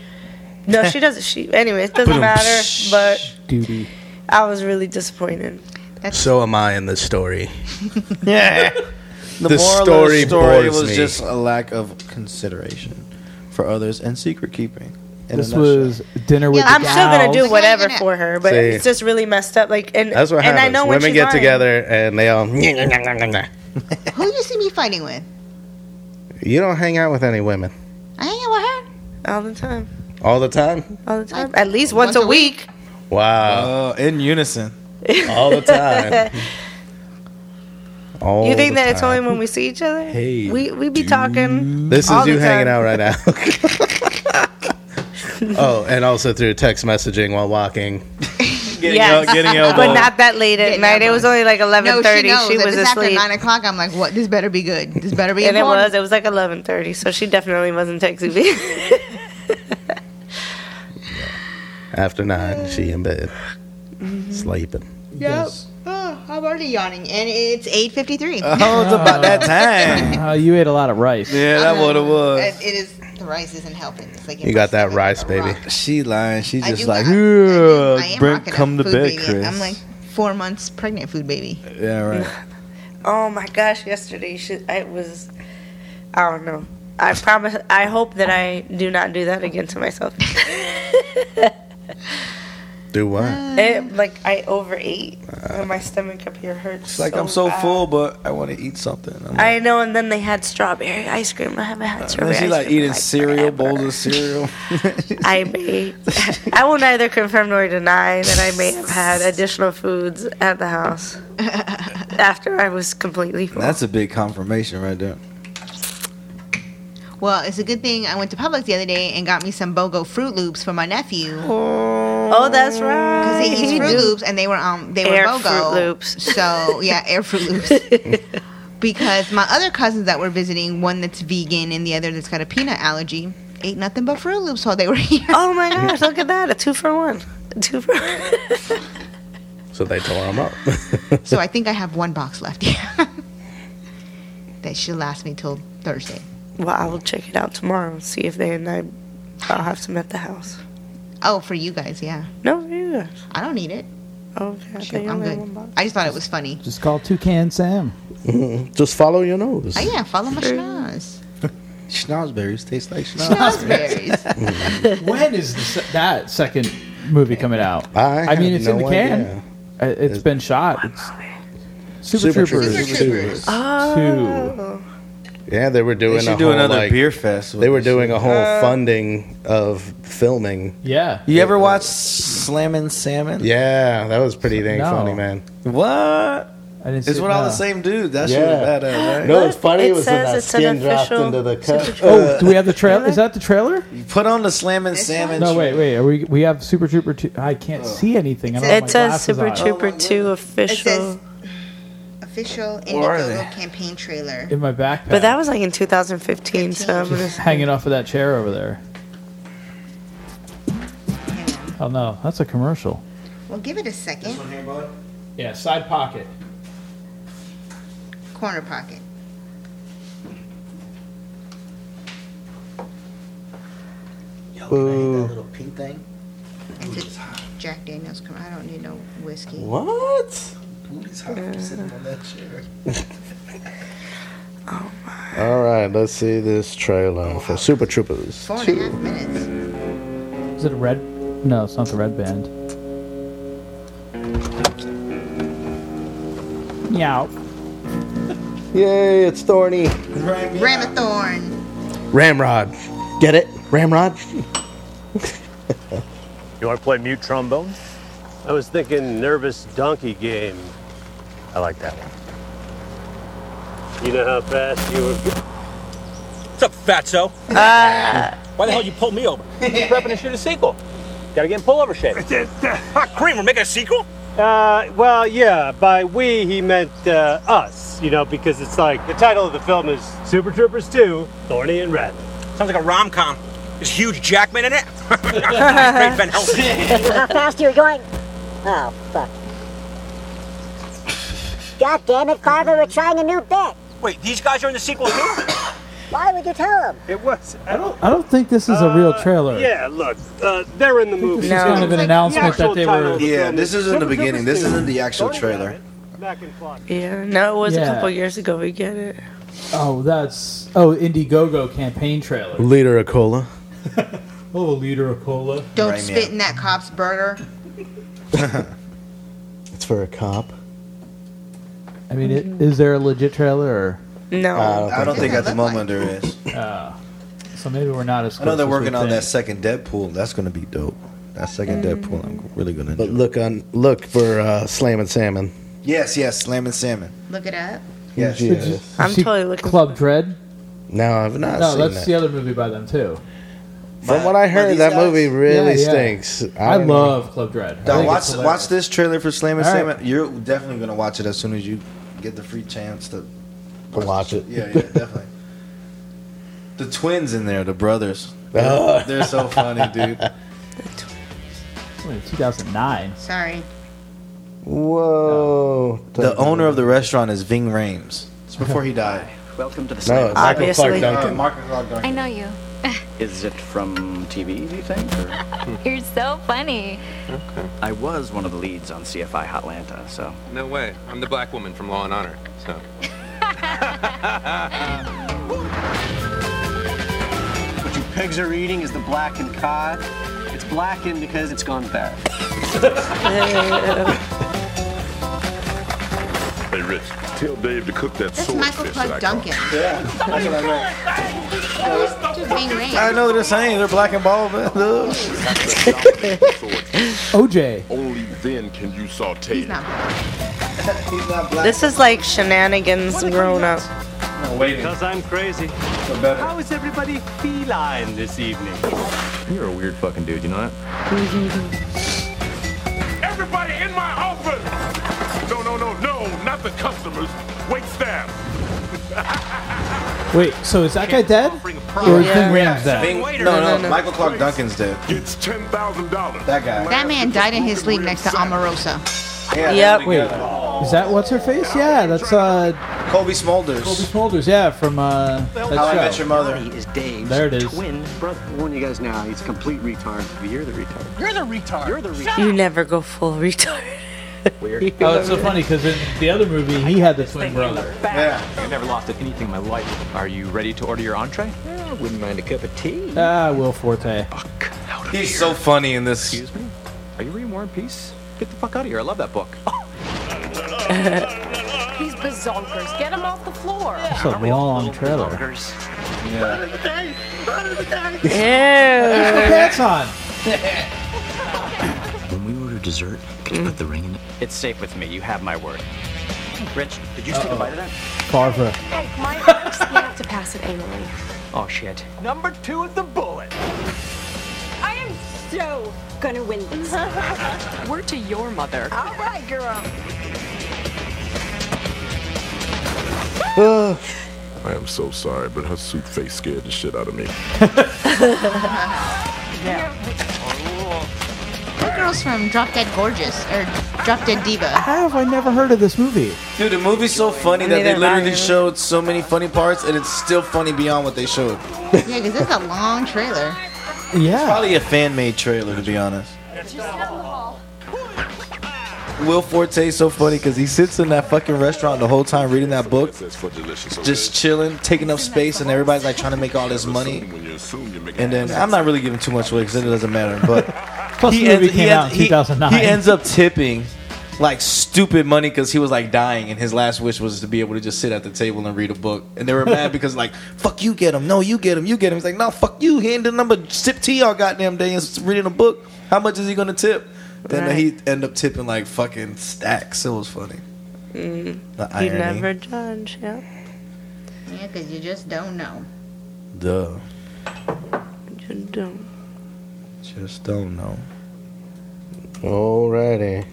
Speaker 4: no, she doesn't. She anyway, it doesn't matter. But
Speaker 6: duty.
Speaker 4: I was really disappointed.
Speaker 3: So am I in this story.
Speaker 5: Yeah. The,
Speaker 3: The
Speaker 5: moral
Speaker 3: story
Speaker 5: of the story
Speaker 3: bores
Speaker 5: was
Speaker 3: me.
Speaker 5: just a lack of consideration for others and secret keeping. In a
Speaker 6: This
Speaker 5: nutshell.
Speaker 6: was dinner with
Speaker 2: Yeah,
Speaker 6: the
Speaker 4: I'm still gonna do
Speaker 6: gals.
Speaker 2: Like, how you
Speaker 4: whatever
Speaker 2: gonna-
Speaker 4: for her, but
Speaker 3: See.
Speaker 4: it's just really messed up. Like and
Speaker 3: That's what
Speaker 4: and
Speaker 3: happens.
Speaker 4: I know when
Speaker 3: Women
Speaker 4: she's
Speaker 3: get
Speaker 4: lying.
Speaker 3: together and they all.
Speaker 2: Who do you see me fighting with?
Speaker 3: You don't hang out with any women
Speaker 2: I hang out with her.
Speaker 4: all the time,
Speaker 3: all the time.
Speaker 4: all the time, at least once, a week.
Speaker 3: Wow,
Speaker 5: Oh, in unison.
Speaker 3: all the time. All
Speaker 4: you think
Speaker 3: the
Speaker 4: that it's
Speaker 3: time.
Speaker 4: only when we see each other?
Speaker 3: Hey,
Speaker 4: we we be talking.
Speaker 3: This
Speaker 4: all
Speaker 3: is
Speaker 4: the
Speaker 3: you hanging
Speaker 4: time.
Speaker 3: out right now. oh, and also through text messaging while walking.
Speaker 8: Getting,
Speaker 4: Yes.
Speaker 8: el- getting elbow.
Speaker 4: But not that late at
Speaker 2: Getting
Speaker 4: night. It was only like
Speaker 2: No,
Speaker 4: eleven
Speaker 2: she
Speaker 4: thirty.
Speaker 2: knows.
Speaker 4: She
Speaker 2: if
Speaker 4: was
Speaker 2: it's after
Speaker 4: asleep.
Speaker 2: nine o'clock, I'm like, what? This better be good. This better be.
Speaker 4: And it
Speaker 2: important.
Speaker 4: was. It was like eleven thirty. So she definitely wasn't texting me.
Speaker 3: After nine, she in bed,
Speaker 4: Mm-hmm.
Speaker 3: sleeping.
Speaker 2: Yep. Oh, I'm already yawning, and it's eight fifty-three.
Speaker 8: Oh, it's about that time.
Speaker 6: Uh, you ate a lot of rice.
Speaker 8: Yeah, that what it was.
Speaker 2: It is. The rice isn't helping. It's like
Speaker 3: You got that rice, baby.
Speaker 5: She lying. She
Speaker 2: Uh, I
Speaker 5: just
Speaker 2: do
Speaker 5: like,
Speaker 2: I, I do- I am
Speaker 5: "Brent,
Speaker 2: rocking a
Speaker 5: come to
Speaker 2: food
Speaker 5: bed,
Speaker 2: baby.
Speaker 5: Chris."
Speaker 2: I'm like four months pregnant, food baby.
Speaker 5: yeah, right.
Speaker 4: oh my gosh! Yesterday, she, I was. I don't know. I promise. I hope that I do not do that again to myself.
Speaker 3: Do what?
Speaker 4: It, like I overate, and my stomach up here hurts.
Speaker 5: It's like I'm so
Speaker 4: bad.
Speaker 5: full, but I want to eat something. I'm like,
Speaker 4: I know, and then they had strawberry ice cream. I haven't had
Speaker 5: and
Speaker 4: strawberry.
Speaker 5: then she
Speaker 4: ice
Speaker 5: Uh, like
Speaker 4: cream in,
Speaker 5: eating cereal,
Speaker 4: forever.
Speaker 5: bowls of cereal.
Speaker 4: I may. I will neither confirm nor deny that I may have had additional foods at the house after I was completely full.
Speaker 5: That's a big confirmation right there.
Speaker 2: Well, it's a good thing I went to Publix the other day and got me some BOGO Fruit Loops for my nephew.
Speaker 4: oh, that's right.
Speaker 2: Because he eats Fruit Loops, and they were um they were
Speaker 4: Air
Speaker 2: BOGO
Speaker 4: Froot Loops.
Speaker 2: So yeah, Air Fruit Loops. because my other cousins that were visiting, one that's vegan and the other that's got a peanut allergy, ate nothing but Fruit Loops while they were here.
Speaker 4: Oh my gosh! Look at that—a two for one. A two for one.
Speaker 3: So they tore them up.
Speaker 2: So I think I have one box left. Yeah. that should last me till Thursday.
Speaker 4: well, I will check it out tomorrow and see if they and I. I'll have some at the house.
Speaker 2: Oh, for you guys, yeah.
Speaker 4: No, for you guys.
Speaker 2: I don't need it.
Speaker 4: Okay, I
Speaker 2: Shoot,
Speaker 4: think
Speaker 2: I'm
Speaker 4: only one
Speaker 2: good.
Speaker 4: box.
Speaker 2: I just thought it was funny.
Speaker 6: Just call Toucan Sam.
Speaker 3: Just follow your nose.
Speaker 2: Oh yeah, follow my schnoz.
Speaker 5: Schnauzberries taste like schnauz.
Speaker 2: Schnozzberries.
Speaker 6: when is the se- that second movie coming out?
Speaker 3: I have
Speaker 6: mean, it's in
Speaker 3: no
Speaker 6: the can.
Speaker 3: idea.
Speaker 6: I- It's been shot. It's Super,
Speaker 3: Super
Speaker 6: Troopers.
Speaker 3: Troopers.
Speaker 2: Super Troopers.
Speaker 4: Oh.
Speaker 6: Two.
Speaker 3: Yeah, they were doing
Speaker 5: They
Speaker 3: a
Speaker 5: should do
Speaker 3: whole,
Speaker 5: another
Speaker 3: like,
Speaker 5: beer fest. with
Speaker 3: They were
Speaker 5: this shit.
Speaker 3: doing a whole funding of filming.
Speaker 6: Yeah.
Speaker 5: You ever watch Slammin' Salmon?
Speaker 3: Yeah, that was pretty dang
Speaker 6: No.
Speaker 3: funny, man.
Speaker 5: What?
Speaker 6: I didn't see
Speaker 5: It's
Speaker 6: it,
Speaker 5: with all
Speaker 6: no.
Speaker 5: the same dudes. That's
Speaker 3: Yeah.
Speaker 5: yeah. badass, right?
Speaker 3: No, it's funny.
Speaker 4: It
Speaker 3: It, was when
Speaker 4: says
Speaker 3: that
Speaker 4: it's an
Speaker 3: skin dropped
Speaker 4: official
Speaker 3: into the cup.
Speaker 6: Oh, do we have the trailer? Is that the trailer?
Speaker 5: You put on the Slammin' Salmon.
Speaker 6: No, wait, wait. Are we we have Super Trooper 2. I can't see anything. I don't have my
Speaker 4: It says
Speaker 6: glasses
Speaker 4: Super
Speaker 6: on.
Speaker 4: Trooper 2
Speaker 2: It says
Speaker 4: official.
Speaker 2: official
Speaker 5: Where are
Speaker 2: Indiegogo
Speaker 5: they?
Speaker 2: campaign trailer.
Speaker 6: in my backpack.
Speaker 4: But that was like in 2015, so I'm gonna.
Speaker 6: hanging off of that chair over there.
Speaker 2: Hang on.
Speaker 6: Oh no, that's a commercial.
Speaker 2: Well, give it a second.
Speaker 6: Yeah, side pocket.
Speaker 2: Corner pocket. It's a Jack Daniels. com- I don't need no whiskey.
Speaker 3: What? All right, let's see this trailer for Super Troopers.
Speaker 2: Four and a half minutes.
Speaker 6: Is it a red? No, it's not the red band. Meow.
Speaker 3: Yay, it's Thorny.
Speaker 2: Ramathorn.
Speaker 3: Ramrod. Get it? Ramrod?
Speaker 9: You want to play mute trombone?
Speaker 10: I was thinking nervous donkey game.
Speaker 9: I like that one.
Speaker 10: You know how fast you were.
Speaker 9: What's up, fatso? Why the hell you pulled me over? Prepping to shoot a sequel. Gotta get in pullover shape. Fuck, Cream, we're making Ah, a sequel?
Speaker 10: Uh, well, yeah. By we, he meant uh, us. You know, because it's like the title of the film is Super Troopers 2: Thorny and Red.
Speaker 9: Sounds like a rom com. Is Huge Jackman in it? Great Ben Helsing.
Speaker 11: How fast you're going? Oh, fuck. God damn it, Carver, we're trying a new bit.
Speaker 9: Wait, these guys are in the sequel too?
Speaker 11: Why would you tell him?
Speaker 10: It was. I don't.
Speaker 6: I don't think this is a real trailer.
Speaker 10: Yeah, look, uh, they're in the movie.
Speaker 6: This is kind of an
Speaker 10: The
Speaker 6: announcement that
Speaker 10: actual
Speaker 6: they
Speaker 10: title
Speaker 6: were.
Speaker 10: of the
Speaker 5: Yeah,
Speaker 10: film
Speaker 5: this
Speaker 10: is
Speaker 5: isn't the
Speaker 10: Super Troopers
Speaker 5: beginning. This
Speaker 10: 2:
Speaker 5: isn't the actual
Speaker 10: Thorny
Speaker 5: trailer.
Speaker 10: Rabbit, Back in Fly.
Speaker 4: Yeah, no, it was
Speaker 6: Yeah.
Speaker 4: a couple years ago. We get it.
Speaker 6: Oh, that's oh Indiegogo campaign trailer.
Speaker 3: Leader of Cola.
Speaker 6: Oh, a liter of cola.
Speaker 2: Don't
Speaker 5: Right,
Speaker 2: spit
Speaker 5: yeah.
Speaker 2: in that cop's burger.
Speaker 3: It's for a cop.
Speaker 6: I mean, it, is there a legit trailer? Or,
Speaker 4: No.
Speaker 3: Uh,
Speaker 5: I don't think at the
Speaker 2: Doesn't look
Speaker 5: moment there is.
Speaker 6: so maybe we're not as.
Speaker 5: I know they're
Speaker 6: close as we
Speaker 5: working on
Speaker 6: think.
Speaker 5: that second Deadpool. That's gonna be dope. That second Deadpool, I'm really gonna.
Speaker 3: But
Speaker 5: Enjoy.
Speaker 3: look on look for uh, Slam and Salmon.
Speaker 5: yes, yes, Slammin' Salmon.
Speaker 2: Look it up.
Speaker 5: Yes, yes.
Speaker 3: Yes.
Speaker 6: You
Speaker 4: I'm
Speaker 6: see
Speaker 4: totally looking
Speaker 6: Club Dread.
Speaker 3: No, I've not
Speaker 6: No,
Speaker 3: seen
Speaker 6: that's
Speaker 3: that.
Speaker 6: the other movie by them too.
Speaker 3: From what I heard,
Speaker 5: these
Speaker 3: that
Speaker 5: guys-
Speaker 3: movie really
Speaker 5: Yeah, yeah.
Speaker 3: stinks.
Speaker 5: I
Speaker 3: don't know.
Speaker 5: love Club Dread. Now watch watch this trailer for Slam and
Speaker 3: All
Speaker 5: Slam.
Speaker 3: right.
Speaker 5: It. You're definitely gonna watch it as soon as you get the free chance to
Speaker 3: To watch it.
Speaker 5: Yeah, yeah, definitely. The twins in there, the brothers.
Speaker 3: Oh.
Speaker 5: They're, they're so funny, dude.
Speaker 6: 2009.
Speaker 2: Sorry.
Speaker 3: Whoa.
Speaker 5: The owner of the restaurant is Ving Rhames. It's before he died.
Speaker 12: Welcome to the
Speaker 5: No,
Speaker 12: Slam.
Speaker 5: it's Michael Obviously. Clark Duncan. Uh, Michael Clark
Speaker 13: I know you.
Speaker 12: Is it from TV, do you think? or-
Speaker 13: You're so funny.
Speaker 12: I was one of the leads on CFI Hotlanta, so.
Speaker 14: No way. I'm the black woman from Law and Honor. So.
Speaker 12: What you pigs are eating is the blackened cod. It's blackened because it's gone bad.
Speaker 15: Hey, Rich, tell Dave to cook that
Speaker 2: That's Michael
Speaker 15: swordfish
Speaker 2: Clark
Speaker 15: that I
Speaker 2: Duncan.
Speaker 5: Yeah, that's what I meant.
Speaker 2: Just being raised.
Speaker 5: I know they're saying they're black and bald, but look.
Speaker 6: OJ.
Speaker 15: Only then can you saute. He's
Speaker 2: not
Speaker 4: This is like shenanigans grown up.
Speaker 10: Because I'm crazy. How is everybody feline this evening?
Speaker 14: You're a weird fucking dude, you know that?
Speaker 15: Everybody in my office! No, no, no, no, not the customers. Wait staff.
Speaker 6: Wait, so is that guy dead? Or is Ving Rhames
Speaker 5: Ving,
Speaker 6: dead?
Speaker 5: no, no, Michael Clark Duncan's dead.
Speaker 15: Gets ten thousand dollars.
Speaker 5: That guy.
Speaker 2: That man died in his sleep next to Omarosa.
Speaker 5: Yeah,
Speaker 6: Yep.
Speaker 5: that'd be
Speaker 6: Wait,
Speaker 5: good.
Speaker 6: is that what's her face? Yeah, that's uh,
Speaker 5: Kobe Smulders.
Speaker 6: Kobe Smulders. Yeah, from uh, that
Speaker 5: How I
Speaker 6: show.
Speaker 5: Met Your Mother.
Speaker 12: He is Dave's
Speaker 6: There it is.
Speaker 12: twin brother. I warn you guys now, he's a complete retard. You're the retard. You're the retard. You're the retard.
Speaker 4: You never go full retard.
Speaker 12: Weird.
Speaker 6: Oh, it's so funny because in the other movie he had the twin brother.
Speaker 9: Yeah. I've never lost at anything in my life. Are you ready to order your entree? wouldn't mind a cup of tea.
Speaker 6: Ah, Will Forte.
Speaker 5: He's so funny in this.
Speaker 9: Excuse me? Are you reading War and Peace? Get the fuck out of here. I love that book.
Speaker 16: He's bazonkers. Get him off the floor.
Speaker 6: It's a long trailer.
Speaker 5: Yeah.
Speaker 16: Ew.
Speaker 6: Pants on.
Speaker 12: When we order dessert, could you put the ring in it? It's safe with me. You have my word. Rich, did you just take a bite of that?
Speaker 6: Farva.
Speaker 16: My arms, you have to pass it anally.
Speaker 12: Oh shit.
Speaker 16: Number two is the bullet. I am so gonna win this. Word to your mother. All right, girl.
Speaker 15: I am so sorry, but her sweet face scared the shit out of me.
Speaker 2: The girl's from Drop Dead Gorgeous or Drop Dead Diva.
Speaker 6: How have I never heard of this movie?
Speaker 5: Dude, the movie's so funny that
Speaker 2: Neither
Speaker 5: they
Speaker 2: have I.
Speaker 5: literally showed so many funny parts, and it's still funny beyond what they showed.
Speaker 2: yeah, because it's a long trailer.
Speaker 5: Yeah. Probably a fan made trailer, to be honest. Will Forte's so funny because he sits in that fucking restaurant the whole time reading that book, just chilling, taking up space, and everybody's like trying to make all this money. And then I'm not really giving too much away because it doesn't matter. But
Speaker 6: Plus the movie came out in
Speaker 5: he-
Speaker 6: 2009.
Speaker 5: He, ends up tipping like stupid money because he was like dying, and his last wish was to be able to just sit at the table and read a book. And they were mad because like fuck you get him, no you get him, you get him. He's like no fuck you, he ain't the number sip tea all goddamn day and s- reading a book. How much is he gonna tip? Then
Speaker 4: Right.
Speaker 5: he end up tipping like fucking stacks. It was funny.
Speaker 4: Mm.
Speaker 5: The
Speaker 4: You
Speaker 5: irony.
Speaker 4: never judge, yeah.
Speaker 2: Yeah, because you just don't know.
Speaker 5: Duh.
Speaker 4: You don't.
Speaker 5: Just don't know.
Speaker 4: Oh.
Speaker 3: Alrighty.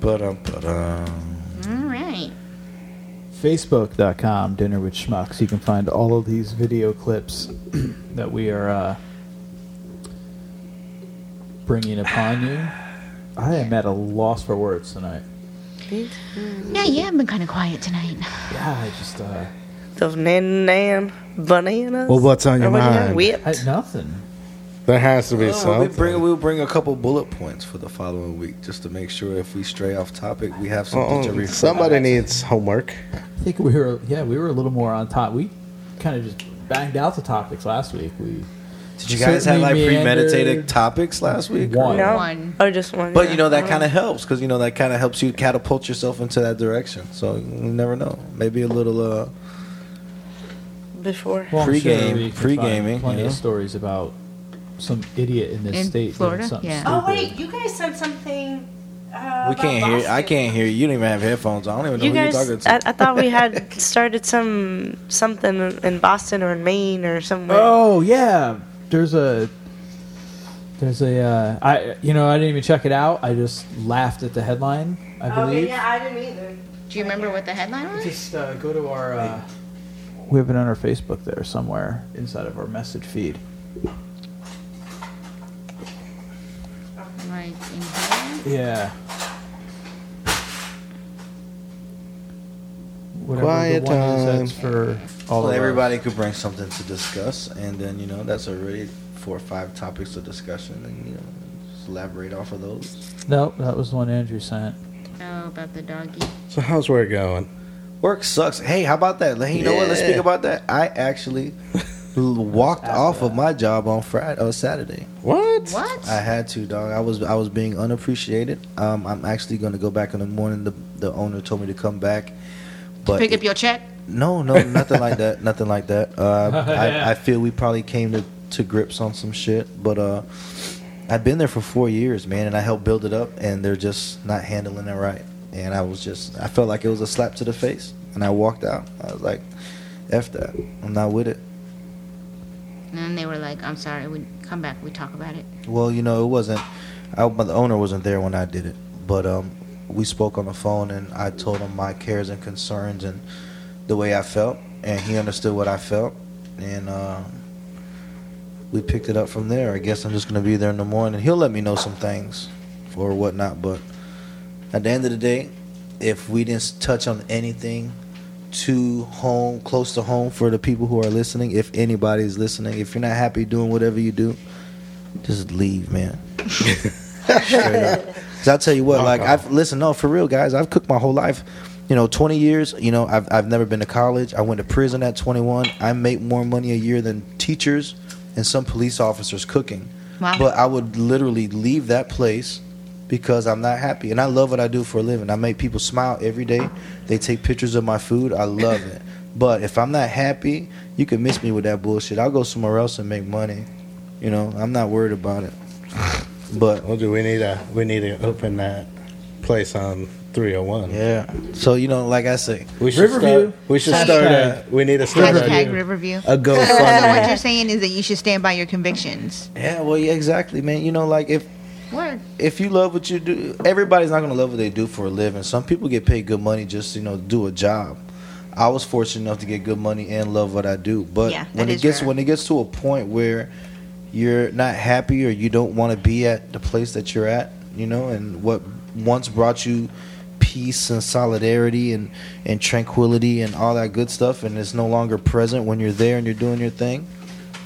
Speaker 5: But um, but um.
Speaker 2: All right.
Speaker 6: Facebook.com, Dinner with Schmucks. You can find all of these video clips that we are uh, bringing upon you. I am at a loss for words tonight.
Speaker 2: Yeah, yeah, I've been kind of quiet tonight.
Speaker 6: Yeah, I just. Uh,
Speaker 4: Those nan nan bananas.
Speaker 3: Well, what's on your
Speaker 4: Or what do you got?
Speaker 3: mind?
Speaker 4: Whipped.
Speaker 6: nothing.
Speaker 3: There has to be
Speaker 5: Oh, we
Speaker 3: something.
Speaker 5: bring, we'll bring a couple bullet points for the following week just to make sure if we stray off topic, we have something to
Speaker 3: Uh-uh.
Speaker 5: refer
Speaker 3: Somebody
Speaker 5: back to.
Speaker 3: needs homework.
Speaker 6: I think we were, yeah, we were a little more on top. We kind of just banged out the topics last week. We
Speaker 5: Did you guys have like premeditated topics last week?
Speaker 6: One.
Speaker 4: No.
Speaker 2: One.
Speaker 4: Oh, just one.
Speaker 5: But
Speaker 4: yeah.
Speaker 5: you know that
Speaker 4: Oh.
Speaker 5: kind of helps because you know that kind of helps you catapult yourself into that direction. So you never know. Maybe a little uh,
Speaker 4: before.
Speaker 6: Well, I'm sure
Speaker 5: Pre-game-
Speaker 6: we can find
Speaker 5: pre-gaming,
Speaker 6: Plenty
Speaker 5: you know?
Speaker 6: of stories about some idiot in this
Speaker 2: In
Speaker 6: state. doing
Speaker 2: Florida?
Speaker 6: something
Speaker 2: Yeah.
Speaker 16: Oh
Speaker 6: stupid.
Speaker 16: wait, you guys said something. Uh,
Speaker 5: we
Speaker 16: about
Speaker 5: can't hear. I
Speaker 16: Boston.
Speaker 5: can't hear you. You don't even have headphones. I don't even know
Speaker 4: You
Speaker 5: who
Speaker 4: guys,
Speaker 5: you're talking
Speaker 4: I,
Speaker 5: to.
Speaker 4: I thought we had started some something in Boston or in Maine or somewhere.
Speaker 6: Oh yeah, there's a there's a uh, I you know I didn't even check it out. I just laughed at the headline. I
Speaker 16: Oh,
Speaker 6: believe
Speaker 4: I didn't either.
Speaker 2: Do you remember what the headline was?
Speaker 1: Just uh, go to our. Uh,
Speaker 6: we have it on our Facebook there somewhere inside of our message feed.
Speaker 2: Right in here.
Speaker 6: Yeah.
Speaker 3: Quiet time.
Speaker 5: all
Speaker 6: of us.
Speaker 5: everybody could bring something to discuss, and then you know that's already four or five topics of discussion, and you know just elaborate off of those.
Speaker 6: Nope, that was the one Andrew sent.
Speaker 2: Oh, about the doggy.
Speaker 3: So how's work going?
Speaker 5: Work sucks. Hey, how about that? Let- You know what? Let's speak
Speaker 3: Yeah.
Speaker 5: about that. I actually walked off of my job on Friday or Saturday.
Speaker 3: What?
Speaker 2: What?
Speaker 5: I had to, dog. I was I was being unappreciated. Um, I'm actually going to go back in the morning. The the owner told me to come back, but
Speaker 2: Pick up your check.
Speaker 5: no, no, nothing like that. Nothing like that. Uh,
Speaker 2: Yeah.
Speaker 5: I, I feel we probably came to, to grips on some shit, but uh, I've been there for four years, man, and I helped build it up, and they're just not handling it right. And I was just, I felt like it was a slap to the face, and I walked out. I was like, "F that, I'm not with it."
Speaker 2: And then they were like, I'm sorry, we come back, we talk about it.
Speaker 5: Well, you know, it wasn't. I, but the owner wasn't there when I did it, but um, we spoke on the phone, and I told him my cares and concerns and the way I felt, and he understood what I felt, and uh, we picked it up from there. I guess I'm just gonna be there in the morning. He'll let me know some things or whatnot, but at the end of the day, if we didn't touch on anything too home, close to home for the people who are listening, if anybody's listening, if you're not happy doing whatever you do, just leave, man. Straight up. 'Cause I'll tell you what, like I've listen, no, for real, guys, I've cooked my whole life. You know, 20 years. You know, I've I've never been to college. I went to prison at 21. I make more money a year than teachers and some police officers cooking.
Speaker 2: Wow.
Speaker 5: But I would literally leave that place because I'm not happy. And I love what I do for a living. I make people smile every day. They take pictures of my food. I love it. But if I'm not happy, you can miss me with that bullshit. I'll go somewhere else and make money. You know, I'm not worried about it. But
Speaker 3: well, do we need a we need to open that place on 301?
Speaker 5: Yeah. So you know, like I say,
Speaker 3: we should
Speaker 5: Riverview.
Speaker 3: start. We should
Speaker 5: Hashtag.
Speaker 3: start. A, we need to start a-
Speaker 2: Hashtag Riverview.
Speaker 3: A
Speaker 2: So what
Speaker 3: GoFundMe.
Speaker 2: you're saying is that you should stand by your convictions.
Speaker 5: Yeah, well, yeah, exactly, man. You know, like if
Speaker 2: Word.
Speaker 5: if you love what you do, everybody's not gonna love what they do for a living. Some people get paid good money just you know to do a job. I was fortunate enough to get good money and love what I do, but
Speaker 2: Yeah, that
Speaker 5: when it
Speaker 2: is
Speaker 5: gets
Speaker 2: rare.
Speaker 5: when it gets to a point where you're not happy or you don't want to be at the place that you're at, you know, and what once brought you peace and solidarity and and tranquility and all that good stuff, and it's no longer present when you're there and you're doing your thing.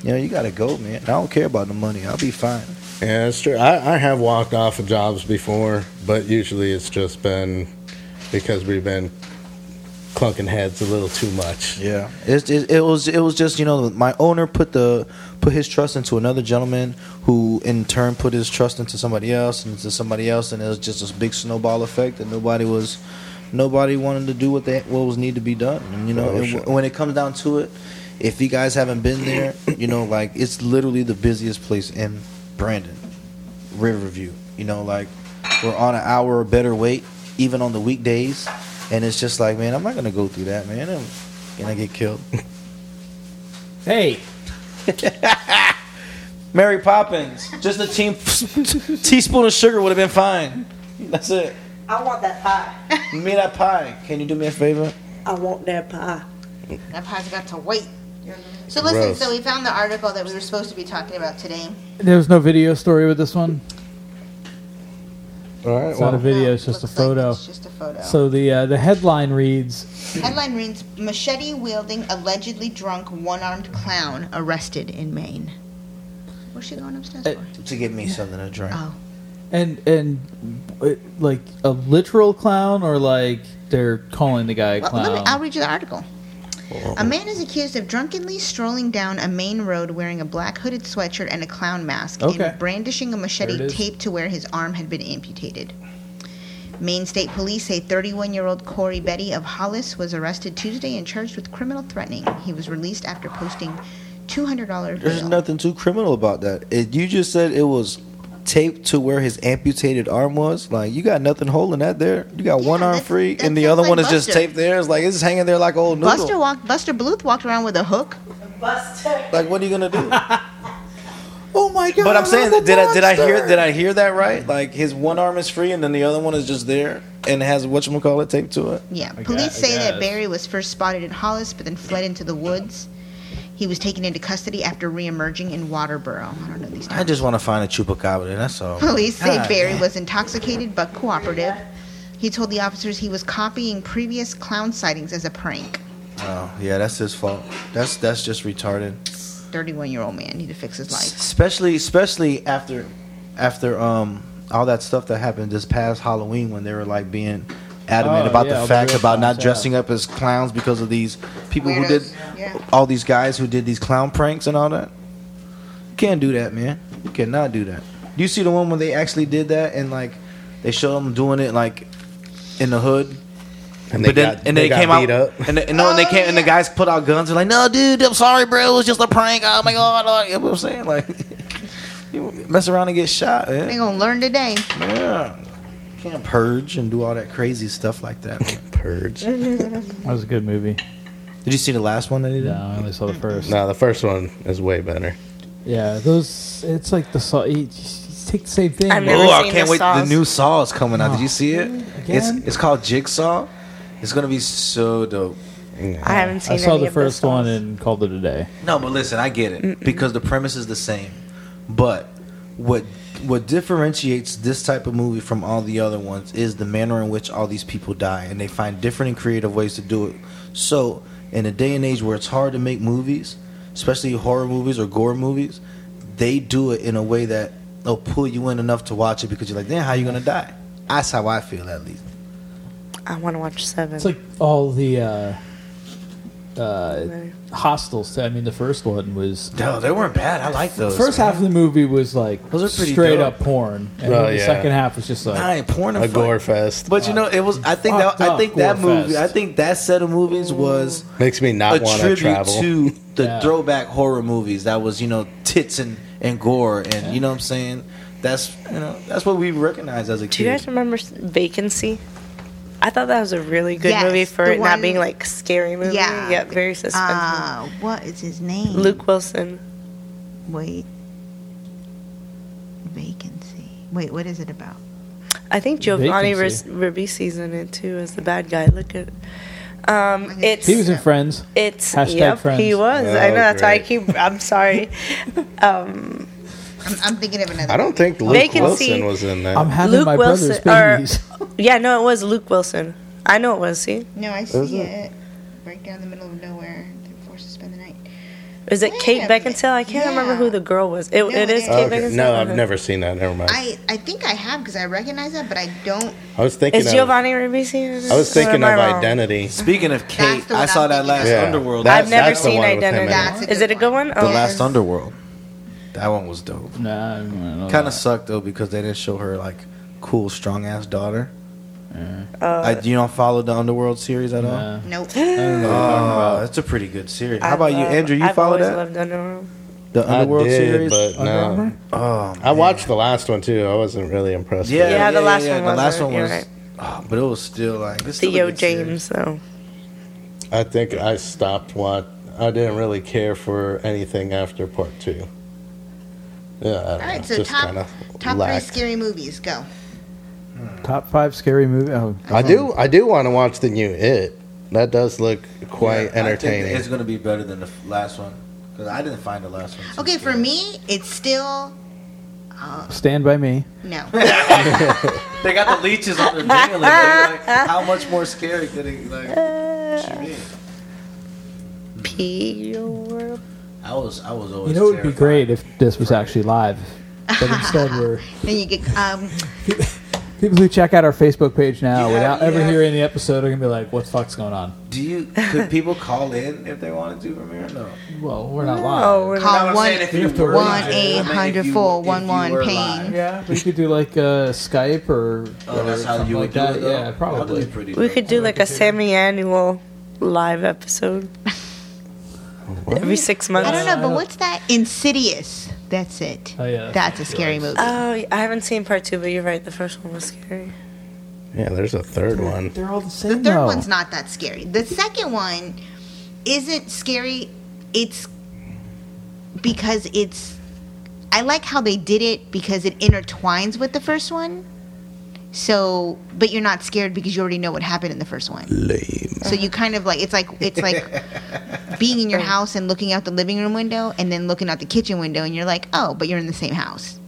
Speaker 5: You know, you gotta go, man. I don't care about the money. I'll be fine.
Speaker 3: Yeah, that's true. I, I have walked off of jobs before, but usually it's just been because we've been clunking heads a little too much.
Speaker 5: Yeah. It's, it, it was it was just you know my owner put the put his trust into another gentleman who in turn put his trust into somebody else and into somebody else and it was just this big snowball effect and nobody was nobody wanted to do what they what was need to be done and you know
Speaker 3: Oh,
Speaker 5: and
Speaker 3: shit.
Speaker 5: wh- when it comes down to it if you guys haven't been there you know like it's literally the busiest place in Brandon Riverview you know like we're on an hour or better wait even on the weekdays and it's just like man I'm not gonna go through that man I'm gonna get killed.
Speaker 6: Hey.
Speaker 5: Mary Poppins. Just a team, teaspoon of sugar would have been fine. That's it.
Speaker 4: I want that pie.
Speaker 5: You made that pie. Can you do me a favor?
Speaker 4: I want that pie.
Speaker 2: That pie's got to wait. So listen,
Speaker 5: Gross.
Speaker 2: so we found the article that we were supposed to be talking about today.
Speaker 6: There was no video story with this one.
Speaker 3: All right,
Speaker 6: It's not a
Speaker 2: well-
Speaker 6: video. It's just a photo.
Speaker 2: just a photo.
Speaker 6: So the uh, the headline reads,
Speaker 2: Headline reads Machete wielding allegedly drunk one armed clown arrested in Maine. Where's she going
Speaker 6: Uh,
Speaker 2: upstairs for?
Speaker 5: To get me something to
Speaker 4: Uh,
Speaker 5: drink.
Speaker 2: Oh.
Speaker 6: and and uh, like a literal clown or like they're calling the guy a
Speaker 2: Well, let me,
Speaker 6: clown.
Speaker 2: I'll read you the article. A man is accused of drunkenly strolling down a Maine road wearing a black hooded sweatshirt and a clown mask
Speaker 6: Okay.
Speaker 2: and brandishing a
Speaker 6: There
Speaker 2: machete
Speaker 6: it is.
Speaker 2: taped to where his arm had been amputated. Maine State Police say 31 year old Corey Betty of Hollis was arrested Tuesday and charged with criminal threatening. He was released after posting $200
Speaker 5: There's
Speaker 2: bail.
Speaker 5: nothing too criminal about that. It, you just said it was taped to where his amputated arm was. Like you got nothing holding that there. You got one arm free, and the other
Speaker 2: like
Speaker 5: one is just
Speaker 2: Buster.
Speaker 5: taped there. It's like it's just hanging there like old noodle.
Speaker 2: Buster walked. Buster Bluth walked around with a hook.
Speaker 4: Buster.
Speaker 5: Like what are you gonna do?
Speaker 6: Oh my god!
Speaker 5: But I'm saying, that did I did I hear
Speaker 6: monster.
Speaker 5: did I hear that right? Like his one arm is free and then the other one is just there and has what you call it taped to it.
Speaker 2: Yeah, police say that Barry was first spotted in Hollis, but then fled into the woods. He was taken into custody after reemerging in Waterboro. I don't know these.
Speaker 5: I just want to find a chupacabra. That's all.
Speaker 2: Police say
Speaker 5: God,
Speaker 2: Barry
Speaker 5: man.
Speaker 2: was intoxicated but cooperative. He told the officers he was copying previous clown sightings as a prank.
Speaker 5: Oh yeah, that's his fault. That's that's just retarded.
Speaker 2: 31 year old man need to fix his life.
Speaker 5: Especially especially after after um all that stuff that happened this past Halloween when they were like being adamant
Speaker 12: Oh,
Speaker 5: about
Speaker 12: yeah,
Speaker 5: the
Speaker 12: the
Speaker 5: fact
Speaker 12: real
Speaker 5: about not
Speaker 12: clowns, yeah.
Speaker 5: dressing up as clowns because of these people who did
Speaker 2: Weirdos, yeah.
Speaker 5: all these guys who did these clown pranks and all that. You can't do that, man. You cannot do that. Do you see the one when they actually did that and like they showed them doing it like in the hood?
Speaker 3: And they got-
Speaker 5: and they
Speaker 3: they got
Speaker 5: came
Speaker 3: beat
Speaker 5: out
Speaker 3: up.
Speaker 5: and they, no, and they came and the guys put out guns. They're like, "No, dude, I'm sorry, bro. It was just a prank. Oh my god!" Oh, you know what I'm saying? Like, you mess around and get shot. man.
Speaker 2: They gonna learn today.
Speaker 5: Yeah. Can't purge and do all that crazy stuff like that. purge.
Speaker 6: That was a good movie.
Speaker 5: Did you see the last one that he did?
Speaker 6: No, I only saw
Speaker 2: Mm-hmm.
Speaker 6: the first.
Speaker 3: No, the first one is way better.
Speaker 6: Yeah, those. It's like the saw. You, just take the same thing.
Speaker 5: Oh, I can't wait. The new Saw is coming out. Did you see it? It's
Speaker 6: Again?
Speaker 5: it's called Jigsaw. It's gonna be so dope.
Speaker 4: I haven't seen
Speaker 6: I saw
Speaker 4: any
Speaker 6: the
Speaker 4: of those
Speaker 6: first one and called it a day.
Speaker 5: No, but listen, I get it because the premise is the same. But what what differentiates this type of movie from all the other ones is the manner in which all these people die, and they find different and creative ways to do it. So, in a day and age where it's hard to make movies, especially horror movies or gore movies, they do it in a way that will pull you in enough to watch it because you're like, "Damn, how you gonna die?" That's how I feel, at least.
Speaker 4: I want to watch seven.
Speaker 6: It's like all the uh, uh, hostels. I mean, the first one was.
Speaker 5: No, they weren't bad. I like those.
Speaker 6: First half of the movie was like
Speaker 5: Those are pretty
Speaker 6: straight
Speaker 5: dope.
Speaker 6: up porn, and
Speaker 5: Oh,
Speaker 6: then the
Speaker 5: yeah.
Speaker 6: second half was just like
Speaker 5: I ain't porn
Speaker 3: A gore fest
Speaker 5: But you know, it was. I think that.
Speaker 6: Fucked
Speaker 5: I
Speaker 6: up
Speaker 5: think that
Speaker 6: gore
Speaker 5: movie.
Speaker 6: fest.
Speaker 5: I think that set of movies was
Speaker 3: makes me not
Speaker 5: a
Speaker 3: want to
Speaker 5: tribute
Speaker 3: travel.
Speaker 5: to the
Speaker 3: Yeah.
Speaker 5: throwback horror movies. That was you know tits and and gore and you know what I'm saying. That's you know that's what we recognize as a
Speaker 4: Do you
Speaker 5: kid.
Speaker 4: guys remember S- Vacancy? I thought that was a really good
Speaker 2: Yes,
Speaker 4: movie for
Speaker 2: the
Speaker 4: it not
Speaker 2: one-
Speaker 4: being like scary movie.
Speaker 2: Yeah.
Speaker 4: Yeah, very suspenseful.
Speaker 16: Um,
Speaker 2: Uh, what is his name?
Speaker 4: Luke Wilson.
Speaker 2: Wait. Vacancy. Wait, what is it about?
Speaker 4: I think Giovanni
Speaker 6: Vacancy.
Speaker 4: Ribisi's in it too as the bad guy. Look at. Um, it's
Speaker 6: he was in Friends.
Speaker 4: It's
Speaker 6: Hashtag
Speaker 4: yep,
Speaker 6: Friends.
Speaker 4: he was.
Speaker 3: Oh,
Speaker 4: I know that's why I keep. I'm sorry. Um,
Speaker 2: I'm, I'm thinking of another.
Speaker 3: I don't think Luke
Speaker 4: Vacancy.
Speaker 3: Wilson was in that.
Speaker 6: I'm having
Speaker 4: Luke
Speaker 6: my
Speaker 4: Wilson,
Speaker 6: brother's babies.
Speaker 4: or yeah, no, it was Luke Wilson. I know it was. See,
Speaker 2: No, I
Speaker 4: Is
Speaker 2: see
Speaker 4: it?
Speaker 2: it right down the middle of nowhere. They're forced to spend the night.
Speaker 4: is it Kate
Speaker 2: Yeah,
Speaker 4: Beckinsale? I can't remember who the girl was. It, it is Kate
Speaker 3: Okay,
Speaker 4: Beckinsale.
Speaker 3: No, I've
Speaker 4: Okay.
Speaker 3: never seen that. Never mind. I,
Speaker 2: I, I think I have because I recognize that, but I don't.
Speaker 3: was thinking.
Speaker 4: Is
Speaker 3: of,
Speaker 4: Giovanni Ribisi?
Speaker 3: I was thinking of
Speaker 4: Identity.
Speaker 3: identity.
Speaker 5: Speaking of Kate,
Speaker 4: the one
Speaker 5: I saw that last
Speaker 3: Yeah.
Speaker 5: Underworld.
Speaker 3: That's-
Speaker 4: I've never
Speaker 3: that's the
Speaker 4: seen
Speaker 3: one with him in it.
Speaker 4: Identity. Is it a good one?
Speaker 5: The last Underworld. That one was dope.
Speaker 6: Nah,
Speaker 5: kind of sucked though because they didn't show her like cool, strong ass daughter.
Speaker 4: Uh,
Speaker 5: I, you don't follow the Underworld series at all?
Speaker 2: Nope.
Speaker 5: Oh, that's a pretty good series. How about you, Andrew? You
Speaker 4: I've
Speaker 5: follow
Speaker 4: always
Speaker 5: that?
Speaker 4: Loved Underworld.
Speaker 5: The
Speaker 3: I
Speaker 5: Underworld
Speaker 3: did,
Speaker 5: series?
Speaker 3: but no.
Speaker 5: Underworld? Oh,
Speaker 3: I watched the last one too. I wasn't really impressed.
Speaker 5: Yeah,
Speaker 3: with
Speaker 4: Yeah,
Speaker 5: yeah,
Speaker 4: the last
Speaker 5: yeah,
Speaker 4: one
Speaker 5: The last
Speaker 4: wasn't,
Speaker 5: one
Speaker 4: you're
Speaker 5: was,
Speaker 4: right.
Speaker 5: oh, but it was still like it's still a
Speaker 4: Theo
Speaker 5: good series.
Speaker 4: James, though.
Speaker 3: it. I think I stopped. What I didn't really care for anything after part two. Yeah, I don't
Speaker 2: All right,
Speaker 3: know.
Speaker 2: so
Speaker 3: just kind
Speaker 2: top,
Speaker 3: of
Speaker 2: top three
Speaker 3: lacked.
Speaker 2: scary movies. Go.
Speaker 6: Top five scary movie. Oh,
Speaker 3: I do. I do want to watch the new It. That does look quite
Speaker 5: I think
Speaker 3: entertaining.
Speaker 5: It's gonna be better than the f- last one because I didn't find the last one.
Speaker 2: Okay, for me, it's still. Uh,
Speaker 6: Stand by me.
Speaker 2: no.
Speaker 5: they got the leeches on their dangling. They're like, how much more scary could it like? what you mean?
Speaker 4: Pee your world.
Speaker 5: I was I was always.
Speaker 6: You know, it would be
Speaker 5: terrified.
Speaker 6: great if this was actually live, but instead we're
Speaker 2: Then you get. Um,
Speaker 6: people who check out our Facebook page now
Speaker 5: Yeah,
Speaker 6: without ever
Speaker 5: yeah.
Speaker 6: hearing the episode are gonna be like, "What the fuck's going on?"
Speaker 5: Do you could people call in if they wanted to, Ramiro? No.
Speaker 6: Well, we're not
Speaker 5: No,
Speaker 3: Oh,
Speaker 6: live.
Speaker 5: we're
Speaker 2: Call
Speaker 5: not.
Speaker 2: one-
Speaker 5: If you were
Speaker 2: one
Speaker 5: live.
Speaker 2: eight hundred four one one
Speaker 5: were
Speaker 2: pain.
Speaker 5: live.
Speaker 6: Yeah, we could do like uh, Skype or.
Speaker 5: Oh,
Speaker 6: or
Speaker 5: that's how
Speaker 6: something
Speaker 5: you would
Speaker 6: like
Speaker 5: do
Speaker 6: that.
Speaker 5: it, though?
Speaker 6: Yeah,
Speaker 5: That'd
Speaker 6: probably.
Speaker 5: be pretty
Speaker 4: We could do like a semi-annual live episode. Every six months.
Speaker 2: I don't know, but what's that? Insidious. That's it.
Speaker 4: Oh, yeah.
Speaker 2: That's a scary movie.
Speaker 4: Oh, I haven't seen part two, but you're right. The first one was scary.
Speaker 3: yeah, there's a third one.
Speaker 6: They're all the same.
Speaker 2: The third one's not that scary. The second one isn't scary. It's because it's I like how they did it because it intertwines with the first one. So, but you're not scared because you already know what happened in the first one.
Speaker 3: Lame.
Speaker 2: So you kind of like it's like it's like being in your house and looking out the living room window and then looking out the kitchen window and you're like, "Oh, but you're in the same house."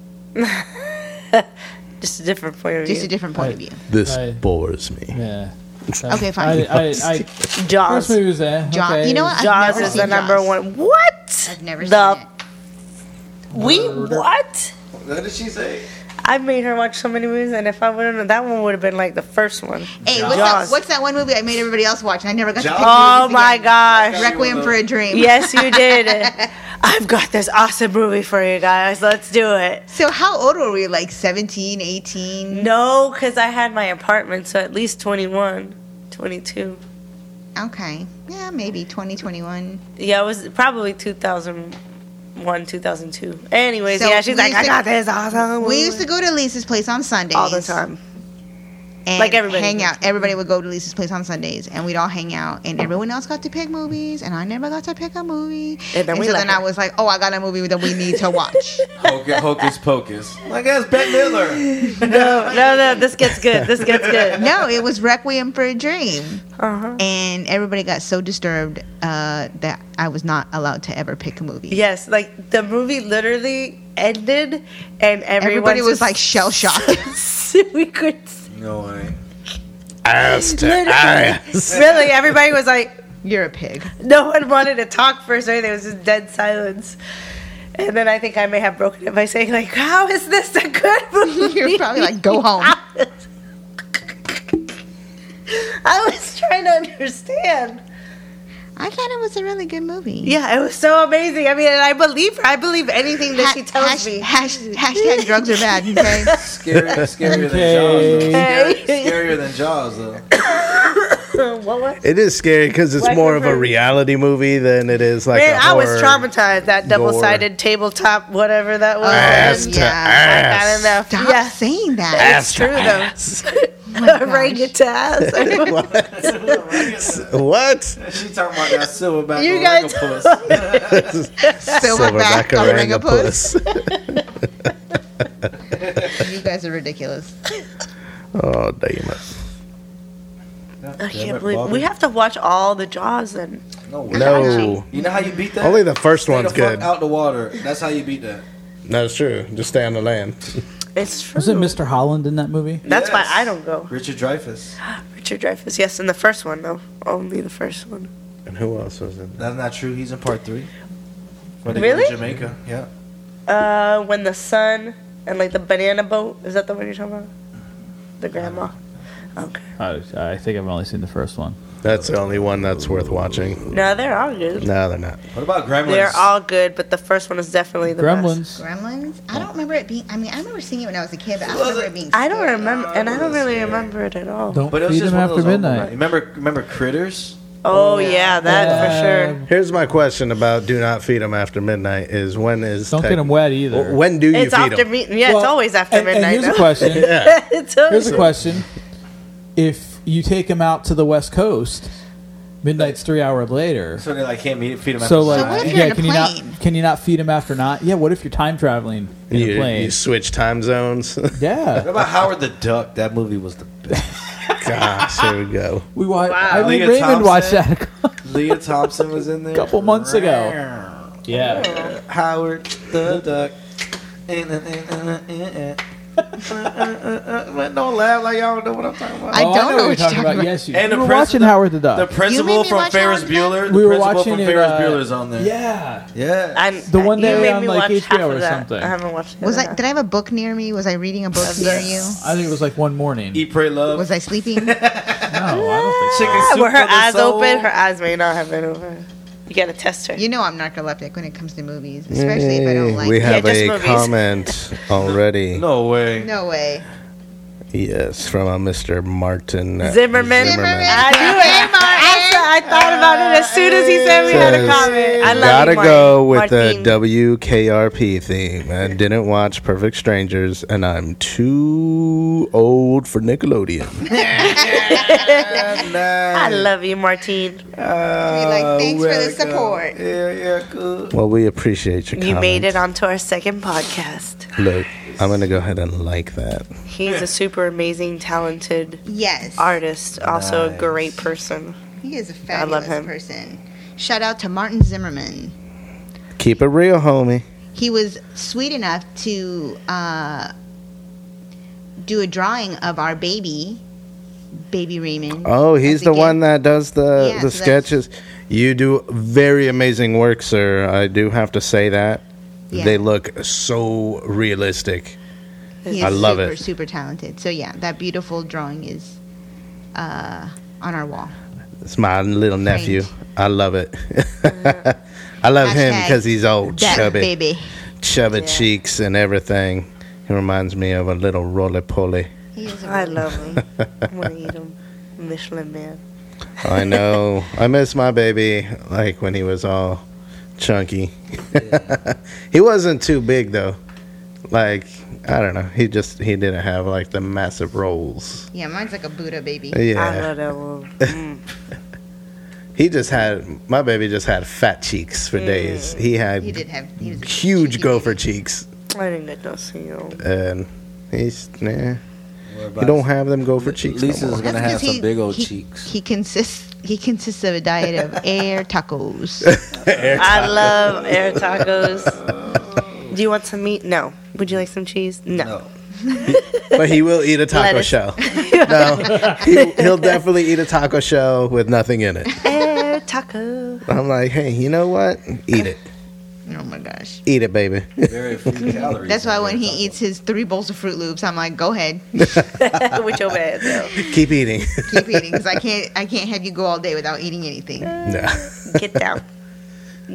Speaker 4: Just a different point of view.
Speaker 2: Just a different point of view.
Speaker 3: This bores me.
Speaker 6: Yeah.
Speaker 2: Okay, fine.
Speaker 6: I, I, I,
Speaker 4: Jaws.
Speaker 6: First movie was that.
Speaker 2: Jaw-
Speaker 6: okay.
Speaker 2: you know what? I've
Speaker 4: Jaws
Speaker 2: never
Speaker 4: is the
Speaker 2: seen
Speaker 4: number
Speaker 2: Jaws.
Speaker 4: one. What?
Speaker 2: I've never
Speaker 4: the
Speaker 2: seen
Speaker 4: we what?
Speaker 5: What did she say?
Speaker 4: I made her watch so many movies, and if I wouldn't, have that one would have been like the first one.
Speaker 2: it. Hey, what's that, what's that one movie I made everybody else watch and I never got to pick
Speaker 4: Oh
Speaker 2: movies
Speaker 4: my
Speaker 2: again?
Speaker 4: gosh!
Speaker 2: Requiem for a Dream.
Speaker 4: Yes, you did. I've got this awesome movie for you guys. Let's do it.
Speaker 2: So how old were we? Like 17, 18?
Speaker 4: No, because I had my apartment, so at least 21, 22.
Speaker 2: Okay. Yeah, maybe 2021.
Speaker 4: Yeah, it was probably 2001, 2002. Anyways,
Speaker 2: So
Speaker 4: yeah, she's
Speaker 2: we
Speaker 4: like,
Speaker 2: used
Speaker 4: I
Speaker 2: to-
Speaker 4: got this awesome
Speaker 2: We
Speaker 4: movie.
Speaker 2: used to go to Lisa's place on Sundays
Speaker 4: All the time.
Speaker 2: and
Speaker 4: Like everybody
Speaker 2: hang
Speaker 4: did.
Speaker 2: out. Everybody would go to Lisa's place on Sundays, and we'd all hang out, and everyone else got to pick movies, and I never got to pick a movie.
Speaker 5: And then we
Speaker 2: so
Speaker 5: let
Speaker 2: then I was like, oh, I got a movie that we need to watch.
Speaker 5: Hocus, hocus pocus. My God, it's Bette Miller.
Speaker 4: no, no, no. This gets good. This gets good.
Speaker 2: no, it was Requiem for a Dream,
Speaker 4: uh-huh.
Speaker 2: and everybody got so disturbed uh, that I was not allowed to ever pick a movie.
Speaker 4: Yes, like the movie literally ended, and
Speaker 2: Everybody
Speaker 4: everyone
Speaker 2: was like shell shocked.
Speaker 4: we could
Speaker 5: No way.
Speaker 3: Ass to
Speaker 4: Literally.
Speaker 3: ass.
Speaker 4: really. Everybody was like,
Speaker 2: "You're a pig."
Speaker 4: No one wanted to talk first. Right? There was just dead silence. And then I think I may have broken it by saying like, "How is this a good movie?"
Speaker 2: You're probably like, "Go home."
Speaker 4: I was trying to understand.
Speaker 2: I thought it was a really good movie.
Speaker 4: Yeah, it was so amazing. I mean, and I believe her. I believe anything that
Speaker 2: Ha-
Speaker 4: she tells
Speaker 2: hash-
Speaker 4: me.
Speaker 2: hash- hashtag drugs are bad. Okay.
Speaker 5: Scarier, scarier than Jaws. Though. Scarier, scarier than Jaws though.
Speaker 4: what was?
Speaker 3: It is scary because it's
Speaker 4: Like
Speaker 3: more of a
Speaker 4: every-
Speaker 3: reality movie than it is like
Speaker 4: Man,
Speaker 3: a
Speaker 4: I was
Speaker 3: horror.
Speaker 4: traumatized. That double-sided tabletop, whatever that was.
Speaker 3: Ass to
Speaker 4: I don't
Speaker 3: ass.
Speaker 4: know.
Speaker 2: Oh, Stop saying that. Oh
Speaker 3: Ass
Speaker 4: It's
Speaker 3: to
Speaker 4: true
Speaker 3: ass.
Speaker 4: though. Ring it to ass.
Speaker 3: What?
Speaker 5: She talking about that silverback
Speaker 4: You guys-
Speaker 5: puss.
Speaker 3: Silverback
Speaker 2: orangapus.
Speaker 3: orangapus.
Speaker 2: you guys are ridiculous.
Speaker 3: oh damn it!
Speaker 4: I can't believe we have to watch all the Jaws and
Speaker 5: No. way.
Speaker 3: No.
Speaker 5: You know how you beat that?
Speaker 3: Only the first
Speaker 5: Stay
Speaker 3: one's
Speaker 5: the fuck
Speaker 3: good.
Speaker 5: Out the water. That's how you beat that.
Speaker 3: That's true. Just stay on the land.
Speaker 4: It's true.
Speaker 6: Was it Mr. Holland in that movie?
Speaker 4: That's why I don't go.
Speaker 5: Richard Dreyfuss.
Speaker 4: Richard Dreyfuss, yes, in the first one though, only the first one.
Speaker 3: And who else was in?
Speaker 5: That's not true. He's in part three. Where they
Speaker 4: Really?
Speaker 5: Go to Jamaica. Yeah.
Speaker 4: Uh, when the sun and like the banana boat is that the one you're talking about? The grandma.
Speaker 6: I, I think I've only seen the first one.
Speaker 3: That's the only one that's worth watching.
Speaker 4: No, they're all good.
Speaker 3: No, they're not.
Speaker 5: What about Gremlins?
Speaker 4: They're all good, but the first one is definitely the best.
Speaker 2: Gremlins. I don't remember it being. I mean, I remember seeing it when I was a kid, but I don't
Speaker 4: Was
Speaker 2: remember
Speaker 4: it?
Speaker 2: it being.
Speaker 4: I don't remember, and I don't really remember it at all.
Speaker 6: Don't
Speaker 5: But it was
Speaker 6: feed
Speaker 5: just
Speaker 6: them
Speaker 5: one of
Speaker 6: after
Speaker 5: those old
Speaker 6: midnight.
Speaker 5: ones. Remember, remember Critters?
Speaker 4: Oh yeah, that for sure.
Speaker 3: Here's my question about do not feed them after midnight: Is when is
Speaker 6: Don't
Speaker 3: tec-
Speaker 6: get 'em wet either.
Speaker 3: When do you
Speaker 4: It's
Speaker 3: feed
Speaker 4: after
Speaker 3: them?
Speaker 4: me- yeah, it's
Speaker 6: Well,
Speaker 4: always after
Speaker 6: and- and
Speaker 4: midnight.
Speaker 6: here's a
Speaker 4: though.
Speaker 6: question.
Speaker 3: Yeah.
Speaker 4: It's always-
Speaker 6: Here's a question: If you take them out to the West Coast, midnight's three hours later.
Speaker 5: So they like can't meet, feed them.
Speaker 6: So
Speaker 5: after
Speaker 6: like,
Speaker 5: midnight.
Speaker 6: yeah, can you not can you not feed them after not? Yeah, what if you're time traveling in
Speaker 3: You,
Speaker 6: a plane?
Speaker 3: you switch time zones.
Speaker 5: What
Speaker 6: Yeah,
Speaker 5: about Howard the Duck? That movie was the best.
Speaker 3: Gosh, here we go.
Speaker 6: we watched. I mean,
Speaker 5: Leah
Speaker 6: Raymond watched
Speaker 5: Thompson.
Speaker 6: that.
Speaker 5: Leah Thompson was in there a
Speaker 6: Couple months ago. Yeah,
Speaker 5: Howard the Duck. Don't laugh like y'all don't know what I'm talking about.
Speaker 2: Oh, I don't know, what you're talking about.
Speaker 6: Yes, you.
Speaker 5: And
Speaker 6: we
Speaker 5: the
Speaker 6: were
Speaker 5: pres-
Speaker 6: watching Howard the Duck.
Speaker 5: The principal
Speaker 2: me
Speaker 5: from
Speaker 2: watch
Speaker 5: Ferris
Speaker 2: Howard the Duck?
Speaker 5: Bueller.
Speaker 6: we
Speaker 5: the
Speaker 6: were
Speaker 5: principal
Speaker 6: watching
Speaker 5: from
Speaker 6: it.
Speaker 5: Ferris
Speaker 6: uh,
Speaker 5: Bueller's on there.
Speaker 6: Yeah,
Speaker 5: Yeah.
Speaker 4: I'm-
Speaker 6: the one
Speaker 4: you
Speaker 6: day
Speaker 4: made
Speaker 6: on,
Speaker 4: me
Speaker 6: like,
Speaker 4: watch
Speaker 6: HBO
Speaker 4: half
Speaker 6: or
Speaker 4: of that.
Speaker 6: something.
Speaker 4: I haven't watched.
Speaker 2: Was I?
Speaker 4: that?
Speaker 2: Did I have a book near me? Was I reading a book near you?
Speaker 6: I think it was like one morning.
Speaker 5: Eat, pray, love.
Speaker 2: Was I sleeping?
Speaker 6: No, I don't think.
Speaker 5: Chicken
Speaker 4: Ah,
Speaker 5: soup
Speaker 4: were her
Speaker 5: for the
Speaker 4: eyes
Speaker 5: soul.
Speaker 4: open? Her eyes may not have been open. You gotta test her.
Speaker 2: you know I'm narcoleptic when it comes to movies, especially if I don't like.
Speaker 3: we
Speaker 2: it.
Speaker 3: have
Speaker 4: Yeah, just
Speaker 3: a
Speaker 4: movies.
Speaker 3: comment already.
Speaker 5: No way.
Speaker 2: No way.
Speaker 3: Yes, from a Mr. Martin uh,
Speaker 4: Zimmerman. I knew it. I, saw- I thought about it as soon as he said we had a
Speaker 3: Says,
Speaker 4: comment. I love
Speaker 3: Gotta
Speaker 4: you, Martin.
Speaker 3: go with
Speaker 4: Martin.
Speaker 3: the WKRP theme. I didn't watch Perfect Strangers, and I'm too too old for Nickelodeon.
Speaker 4: I love you, Martine.
Speaker 2: like, thanks for the support.
Speaker 5: Yeah, yeah, cool.
Speaker 3: Well, we appreciate your
Speaker 4: You
Speaker 3: comment.
Speaker 4: made it onto our second podcast.
Speaker 3: Look, I'm gonna go ahead and like that.
Speaker 4: He's a super amazing, talented
Speaker 2: yes
Speaker 4: artist. Also a
Speaker 3: Nice.
Speaker 4: great person.
Speaker 2: He is a
Speaker 4: I love
Speaker 2: fabulous person. Shout out to Martin Zimmerman.
Speaker 3: Keep it real, homie.
Speaker 2: He was sweet enough to uh, do a drawing of our baby, baby Raymond.
Speaker 3: Oh, he's
Speaker 2: as a
Speaker 3: the
Speaker 2: gift.
Speaker 3: one that does the
Speaker 2: Yeah,
Speaker 3: the
Speaker 2: so that's-
Speaker 3: sketches. You do very amazing work, sir. I do have to say that.
Speaker 2: Yeah.
Speaker 3: They look so realistic.
Speaker 2: He is
Speaker 3: I love
Speaker 2: super,
Speaker 3: it.
Speaker 2: Super talented. So yeah, that beautiful drawing is uh, on our wall.
Speaker 3: It's my little nephew. I love it. I love him
Speaker 2: Hashtag
Speaker 3: because he's old,
Speaker 2: that
Speaker 3: chubby,
Speaker 2: baby.
Speaker 3: chubby cheeks and everything. He reminds me of a little roly poly.
Speaker 4: I love him. I want to eat him. Michelin man.
Speaker 3: I know. I miss my baby, like when he was all chunky. he wasn't too big though. Like I don't know. He just he didn't have like the massive rolls.
Speaker 2: Yeah, mine's like a Buddha baby.
Speaker 3: Yeah. I love
Speaker 4: that one. Mm.
Speaker 3: He just had my baby just had fat cheeks for days. He had
Speaker 4: Mm. He did have- he was a
Speaker 3: huge gopher cheeks,
Speaker 4: I didn't get to see him.
Speaker 3: and he's nah.
Speaker 5: about-
Speaker 3: You don't have them gopher cheeks. no
Speaker 5: Lisa's
Speaker 3: more.
Speaker 5: gonna have some big old
Speaker 2: he,
Speaker 5: cheeks.
Speaker 2: He consists he consists of a diet of air tacos.
Speaker 4: I love air tacos. Do you want some meat? No. Would you like some cheese? No.
Speaker 3: but he will eat a taco
Speaker 4: Lettuce.
Speaker 3: shell. no, he, he'll definitely eat a taco shell with nothing in it.
Speaker 4: Air taco.
Speaker 3: I'm like, hey, you know what? Eat it.
Speaker 2: Oh my gosh.
Speaker 3: Eat it, baby.
Speaker 5: Very few calories.
Speaker 2: That's why when he eats his three bowls of Fruit Loops, I'm like, go ahead,
Speaker 4: With your bad though.
Speaker 3: Keep eating.
Speaker 2: keep eating, because I can't I can't have you go all day without eating anything.
Speaker 3: no.
Speaker 4: Get down.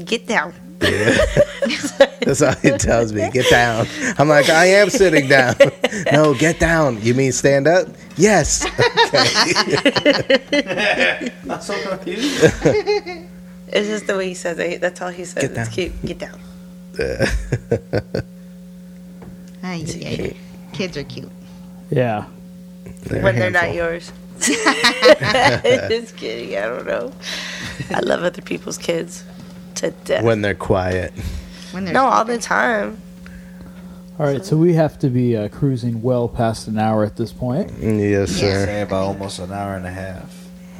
Speaker 4: Get down.
Speaker 3: That's all he tells me. Get down. I'm like, I am sitting down. no, get down. You mean stand up? Yes.
Speaker 4: I'm so confused. it's just the way he says it. That's all he says.
Speaker 3: Get
Speaker 4: It's
Speaker 3: down.
Speaker 4: cute. Get down.
Speaker 2: Ay, ay, ay. Kids are cute.
Speaker 6: Yeah.
Speaker 4: when they're not yours. just kidding. I don't know. I love other people's kids to death.
Speaker 3: when they're quiet.
Speaker 4: no, all the time.
Speaker 6: All right, so we have to be uh, cruising well past an hour at this point.
Speaker 3: Yes,
Speaker 5: sir. Say about almost an hour and a half.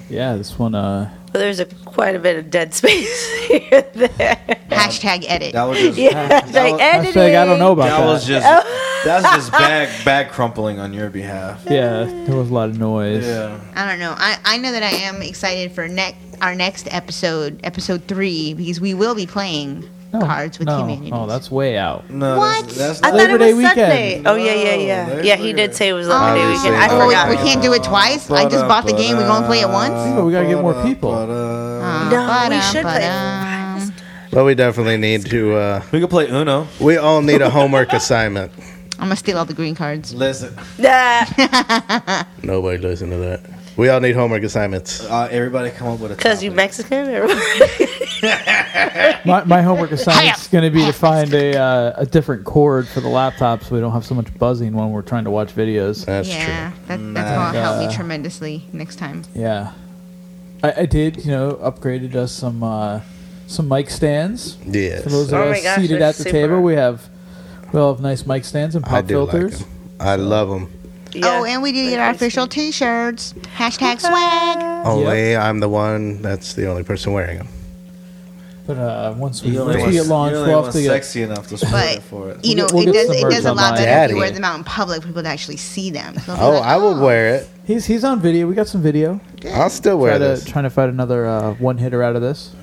Speaker 6: Yeah, this one. Uh,
Speaker 4: But there's a quite a bit of dead space here and there.
Speaker 2: Hashtag edit.
Speaker 5: That was just-
Speaker 4: yeah,
Speaker 5: that
Speaker 4: like
Speaker 5: was-
Speaker 4: editing.
Speaker 5: that. was just that's just back back crumpling on your behalf.
Speaker 6: yeah, there was a lot of noise.
Speaker 5: Yeah.
Speaker 2: I don't know. I, I know that I am excited for next our next episode, episode three, because we will be playing cards with
Speaker 6: No,
Speaker 2: humanity.
Speaker 6: oh, that's way out.
Speaker 5: No,
Speaker 2: What?
Speaker 5: That's,
Speaker 4: I
Speaker 5: not
Speaker 4: thought it was Sunday. Oh yeah, yeah, yeah. Yeah, he did say it was Labor Day weekend. I
Speaker 2: Oh,
Speaker 4: forgot.
Speaker 2: we can't do it twice. I just bought
Speaker 5: uh,
Speaker 2: the game. We're gonna play it once.
Speaker 6: we gotta get more people.
Speaker 4: No, we should play.
Speaker 3: But we definitely need to. Uh,
Speaker 5: we could play Uno.
Speaker 3: We all need a homework assignment.
Speaker 2: I'm gonna steal all the green cards.
Speaker 5: Listen,
Speaker 3: Nobody listen to that. We all need homework assignments.
Speaker 5: Uh, everybody come up with a.
Speaker 4: Because you Mexican or
Speaker 6: My, my homework assignment is going to be to find a uh, a different cord for the laptop so we don't have so much buzzing when we're trying to watch videos.
Speaker 3: That's
Speaker 2: yeah, that, that's
Speaker 6: Nice.
Speaker 2: gonna help
Speaker 6: Uh,
Speaker 2: me tremendously next time.
Speaker 6: Yeah, I, I did. You know, upgraded us some uh, some mic stands.
Speaker 3: Yes.
Speaker 6: For those of
Speaker 3: Oh my
Speaker 6: us
Speaker 3: gosh,
Speaker 6: seated
Speaker 3: they're
Speaker 6: at the
Speaker 3: super.
Speaker 6: table, we have we all have nice mic stands and
Speaker 3: I
Speaker 6: pop
Speaker 3: do like
Speaker 6: filters.
Speaker 3: them. I love them.
Speaker 2: Oh, and we did get our official T-shirts. Hashtag swag.
Speaker 3: Only I'm the one that's the only person wearing them.
Speaker 6: But uh, once we
Speaker 5: You
Speaker 6: once
Speaker 5: only
Speaker 6: we
Speaker 5: was,
Speaker 6: get launched, we'll have to get
Speaker 5: sexy enough to spoil
Speaker 2: But
Speaker 5: it for it.
Speaker 2: you know,
Speaker 6: We'll get
Speaker 2: it does
Speaker 6: some
Speaker 2: it
Speaker 6: merch
Speaker 2: does a
Speaker 6: on
Speaker 2: lot
Speaker 6: my
Speaker 2: better if
Speaker 6: Daddy.
Speaker 2: you wear them out in public. People to actually see them. So they'll be
Speaker 3: Oh,
Speaker 2: like,
Speaker 3: I would wear it.
Speaker 6: He's he's on video. We got some video.
Speaker 3: I'll still wear
Speaker 6: Try to,
Speaker 3: this.
Speaker 6: Trying to find another uh, one hitter out of this.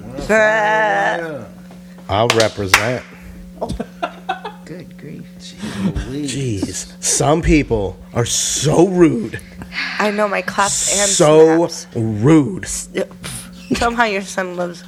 Speaker 3: I'll represent.
Speaker 2: Good grief.
Speaker 3: Jeez, some people are so rude,
Speaker 4: I know my claps and
Speaker 3: so rude.
Speaker 4: Somehow your son loves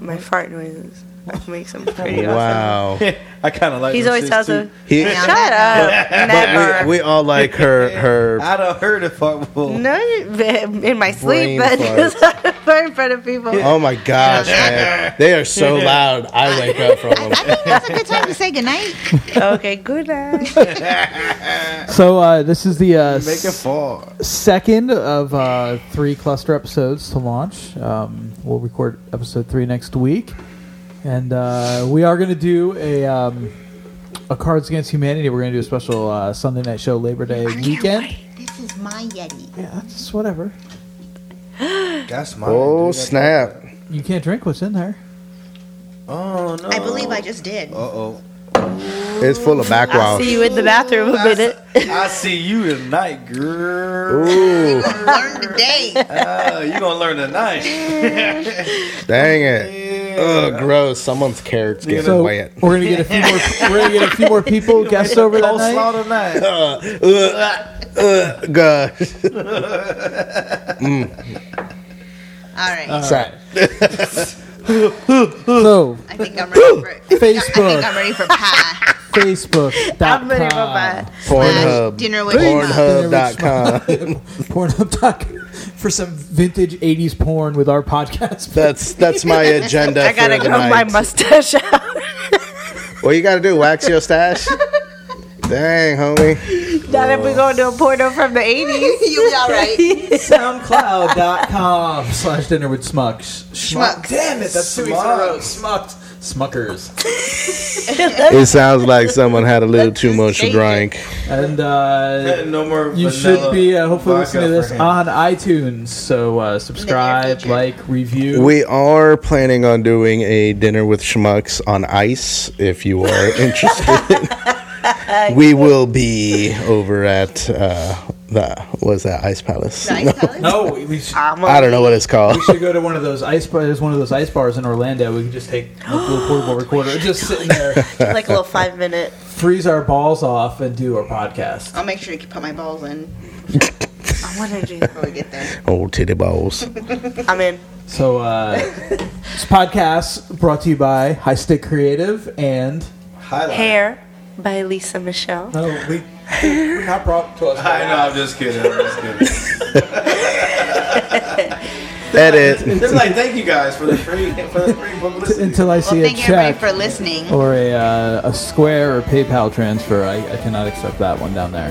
Speaker 4: my fart noises. That makes him pretty
Speaker 3: Wow.
Speaker 5: I kind of like.
Speaker 4: He's
Speaker 5: her
Speaker 4: always
Speaker 5: shits,
Speaker 4: tells
Speaker 5: too.
Speaker 4: him, "Shut up,
Speaker 3: But
Speaker 4: never."
Speaker 3: we, we all like her her
Speaker 5: I don't heard if I will.
Speaker 4: No, you- in my sleep,
Speaker 3: Brain
Speaker 4: but
Speaker 3: farts.
Speaker 4: just in front of people.
Speaker 3: Oh my gosh, man. They are so loud. I wake up from them.
Speaker 2: That's a good time to say goodnight.
Speaker 4: okay, good night.
Speaker 6: So uh, this is the uh,
Speaker 5: Make it fall.
Speaker 6: second of uh, three cluster episodes to launch. Um, we'll record episode three next week, and uh, we are going to do a um, a Cards Against Humanity. We're going to do a special uh, Sunday night show Labor Day weekend.
Speaker 2: This is my Yeti.
Speaker 6: Yeah, that's whatever.
Speaker 5: That's mine.
Speaker 3: Oh
Speaker 5: dude. That's-
Speaker 3: snap!
Speaker 6: You can't drink what's in there.
Speaker 5: Oh no.
Speaker 2: I believe I just did.
Speaker 5: Uh oh.
Speaker 3: It's full of
Speaker 4: I'll
Speaker 3: backwash.
Speaker 4: see you in the bathroom a minute.
Speaker 5: I see you tonight, girl.
Speaker 3: Ooh,
Speaker 2: Learn today.
Speaker 5: Ah, you gonna learn tonight.
Speaker 3: dang it! Oh, gross! Someone's carrots getting
Speaker 6: So we're
Speaker 3: wet.
Speaker 6: gonna get a few more. We're gonna get a few more people guests over that night.
Speaker 5: Coleslaw tonight.
Speaker 3: Uh, gosh.
Speaker 2: All right.
Speaker 3: Sorry.
Speaker 6: So
Speaker 2: I think I'm ready for I
Speaker 6: Facebook.
Speaker 2: think I'm ready for pie.
Speaker 4: I'm ready for
Speaker 6: Facebook.com.
Speaker 4: my
Speaker 3: Pornhub.
Speaker 2: Dinner with
Speaker 3: Pornhub.com.
Speaker 6: Pornhub.com for some vintage 80s porn with our podcast.
Speaker 3: That's that's my agenda
Speaker 4: I gotta
Speaker 3: for the
Speaker 4: grow Oh, my
Speaker 3: night.
Speaker 4: mustache out.
Speaker 3: What you gotta do? Wax your stash? Dang, homie.
Speaker 4: now that we're going to a porno from the 80s.
Speaker 2: you all right?
Speaker 6: Soundcloud.com slash dinner with smucks. Schmuck.
Speaker 2: Schmucks.
Speaker 6: Damn it, that's two weeks in a row. Smucked. Smuckers.
Speaker 3: It sounds like someone had a little too much to drink.
Speaker 6: And uh,
Speaker 5: no more. vanilla
Speaker 6: you should be uh, hopefully
Speaker 5: vodka
Speaker 6: listening to
Speaker 5: for
Speaker 6: this Uh-huh.
Speaker 5: him.
Speaker 6: on iTunes. So uh, subscribe,
Speaker 2: future.
Speaker 6: like, review.
Speaker 3: We are planning on doing a dinner with schmucks on ice. If you are interested, we will be over at uh, the was that Ice Palace?
Speaker 2: Nice, Alex.
Speaker 6: no, we- we should,
Speaker 4: I'm
Speaker 3: I
Speaker 4: a,
Speaker 3: don't know what it's called.
Speaker 6: we should go to one of those ice bars. There's one of those ice bars in Orlando. We can just take a little portable recorder, just sitting there,
Speaker 4: like a little five minute.
Speaker 6: freeze our balls off, and do our podcast.
Speaker 2: I'll make sure to put my balls in
Speaker 4: I want to do that.
Speaker 2: before we get there.
Speaker 3: Old titty balls.
Speaker 4: I'm in.
Speaker 6: So uh, this podcast brought to you by High Stick Creative and
Speaker 5: Highlight.
Speaker 4: Hair by Lisa Michelle.
Speaker 6: no, we we're not brought to us.
Speaker 5: I know. I'm just kidding. I'm just kidding.
Speaker 3: Edit.
Speaker 5: They're like, thank you guys for the free for the free publicity.
Speaker 6: Until I
Speaker 2: Well,
Speaker 6: see a
Speaker 2: thank everybody
Speaker 6: check
Speaker 2: for listening.
Speaker 6: or a uh, a Square or PayPal transfer, I, I cannot accept that one down there.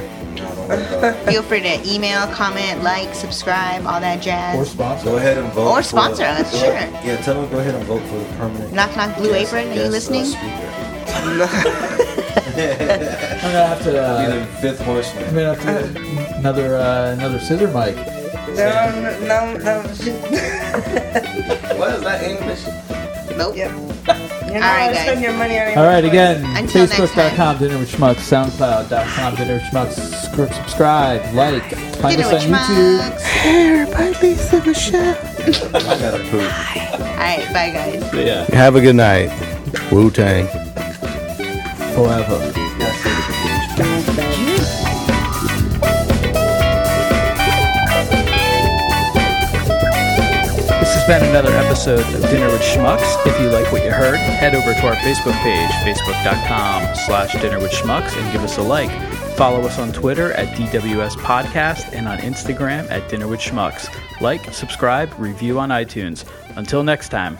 Speaker 2: Feel free to email, comment, like, subscribe, all that
Speaker 6: Or
Speaker 2: jazz.
Speaker 5: Go
Speaker 6: sponsor.
Speaker 5: ahead and vote.
Speaker 2: Or
Speaker 5: for-
Speaker 2: sponsor us,
Speaker 5: go
Speaker 2: sure.
Speaker 5: ahead- Yeah, tell them go ahead and vote for the permanent.
Speaker 2: Knock knock, Blue
Speaker 5: guest-
Speaker 2: Apron. Are you
Speaker 5: guest, uh,
Speaker 2: listening?
Speaker 5: speaker.
Speaker 6: I'm gonna have to.
Speaker 5: Be
Speaker 6: Uh,
Speaker 5: the fifth
Speaker 6: I'm
Speaker 5: horseman.
Speaker 6: gonna have to another uh, another scissor mic.
Speaker 4: No, no, no.
Speaker 5: What is that English?
Speaker 2: Nope.
Speaker 4: You're
Speaker 2: All
Speaker 4: not going
Speaker 2: right,
Speaker 4: to
Speaker 2: guys.
Speaker 4: spend your money on your
Speaker 6: All right, again,
Speaker 2: Until next
Speaker 6: Facebook.com dinner with schmucks, SoundCloud.com dinner with schmucks. Script, subscribe, like, find
Speaker 2: Dinner with
Speaker 6: us on YouTube.
Speaker 2: schmucks.
Speaker 5: I gotta poop.
Speaker 2: All right, bye guys.
Speaker 3: Have a good night. Wu Tang.
Speaker 6: forever. This has been another episode of Dinner with Schmucks. If you like what you heard, head over to our Facebook page, facebook.com slash dinner with schmucks, and give us a like. Follow us on Twitter at DWS Podcast and on Instagram at Dinner with Schmucks. Like, subscribe, review on iTunes. Until next time.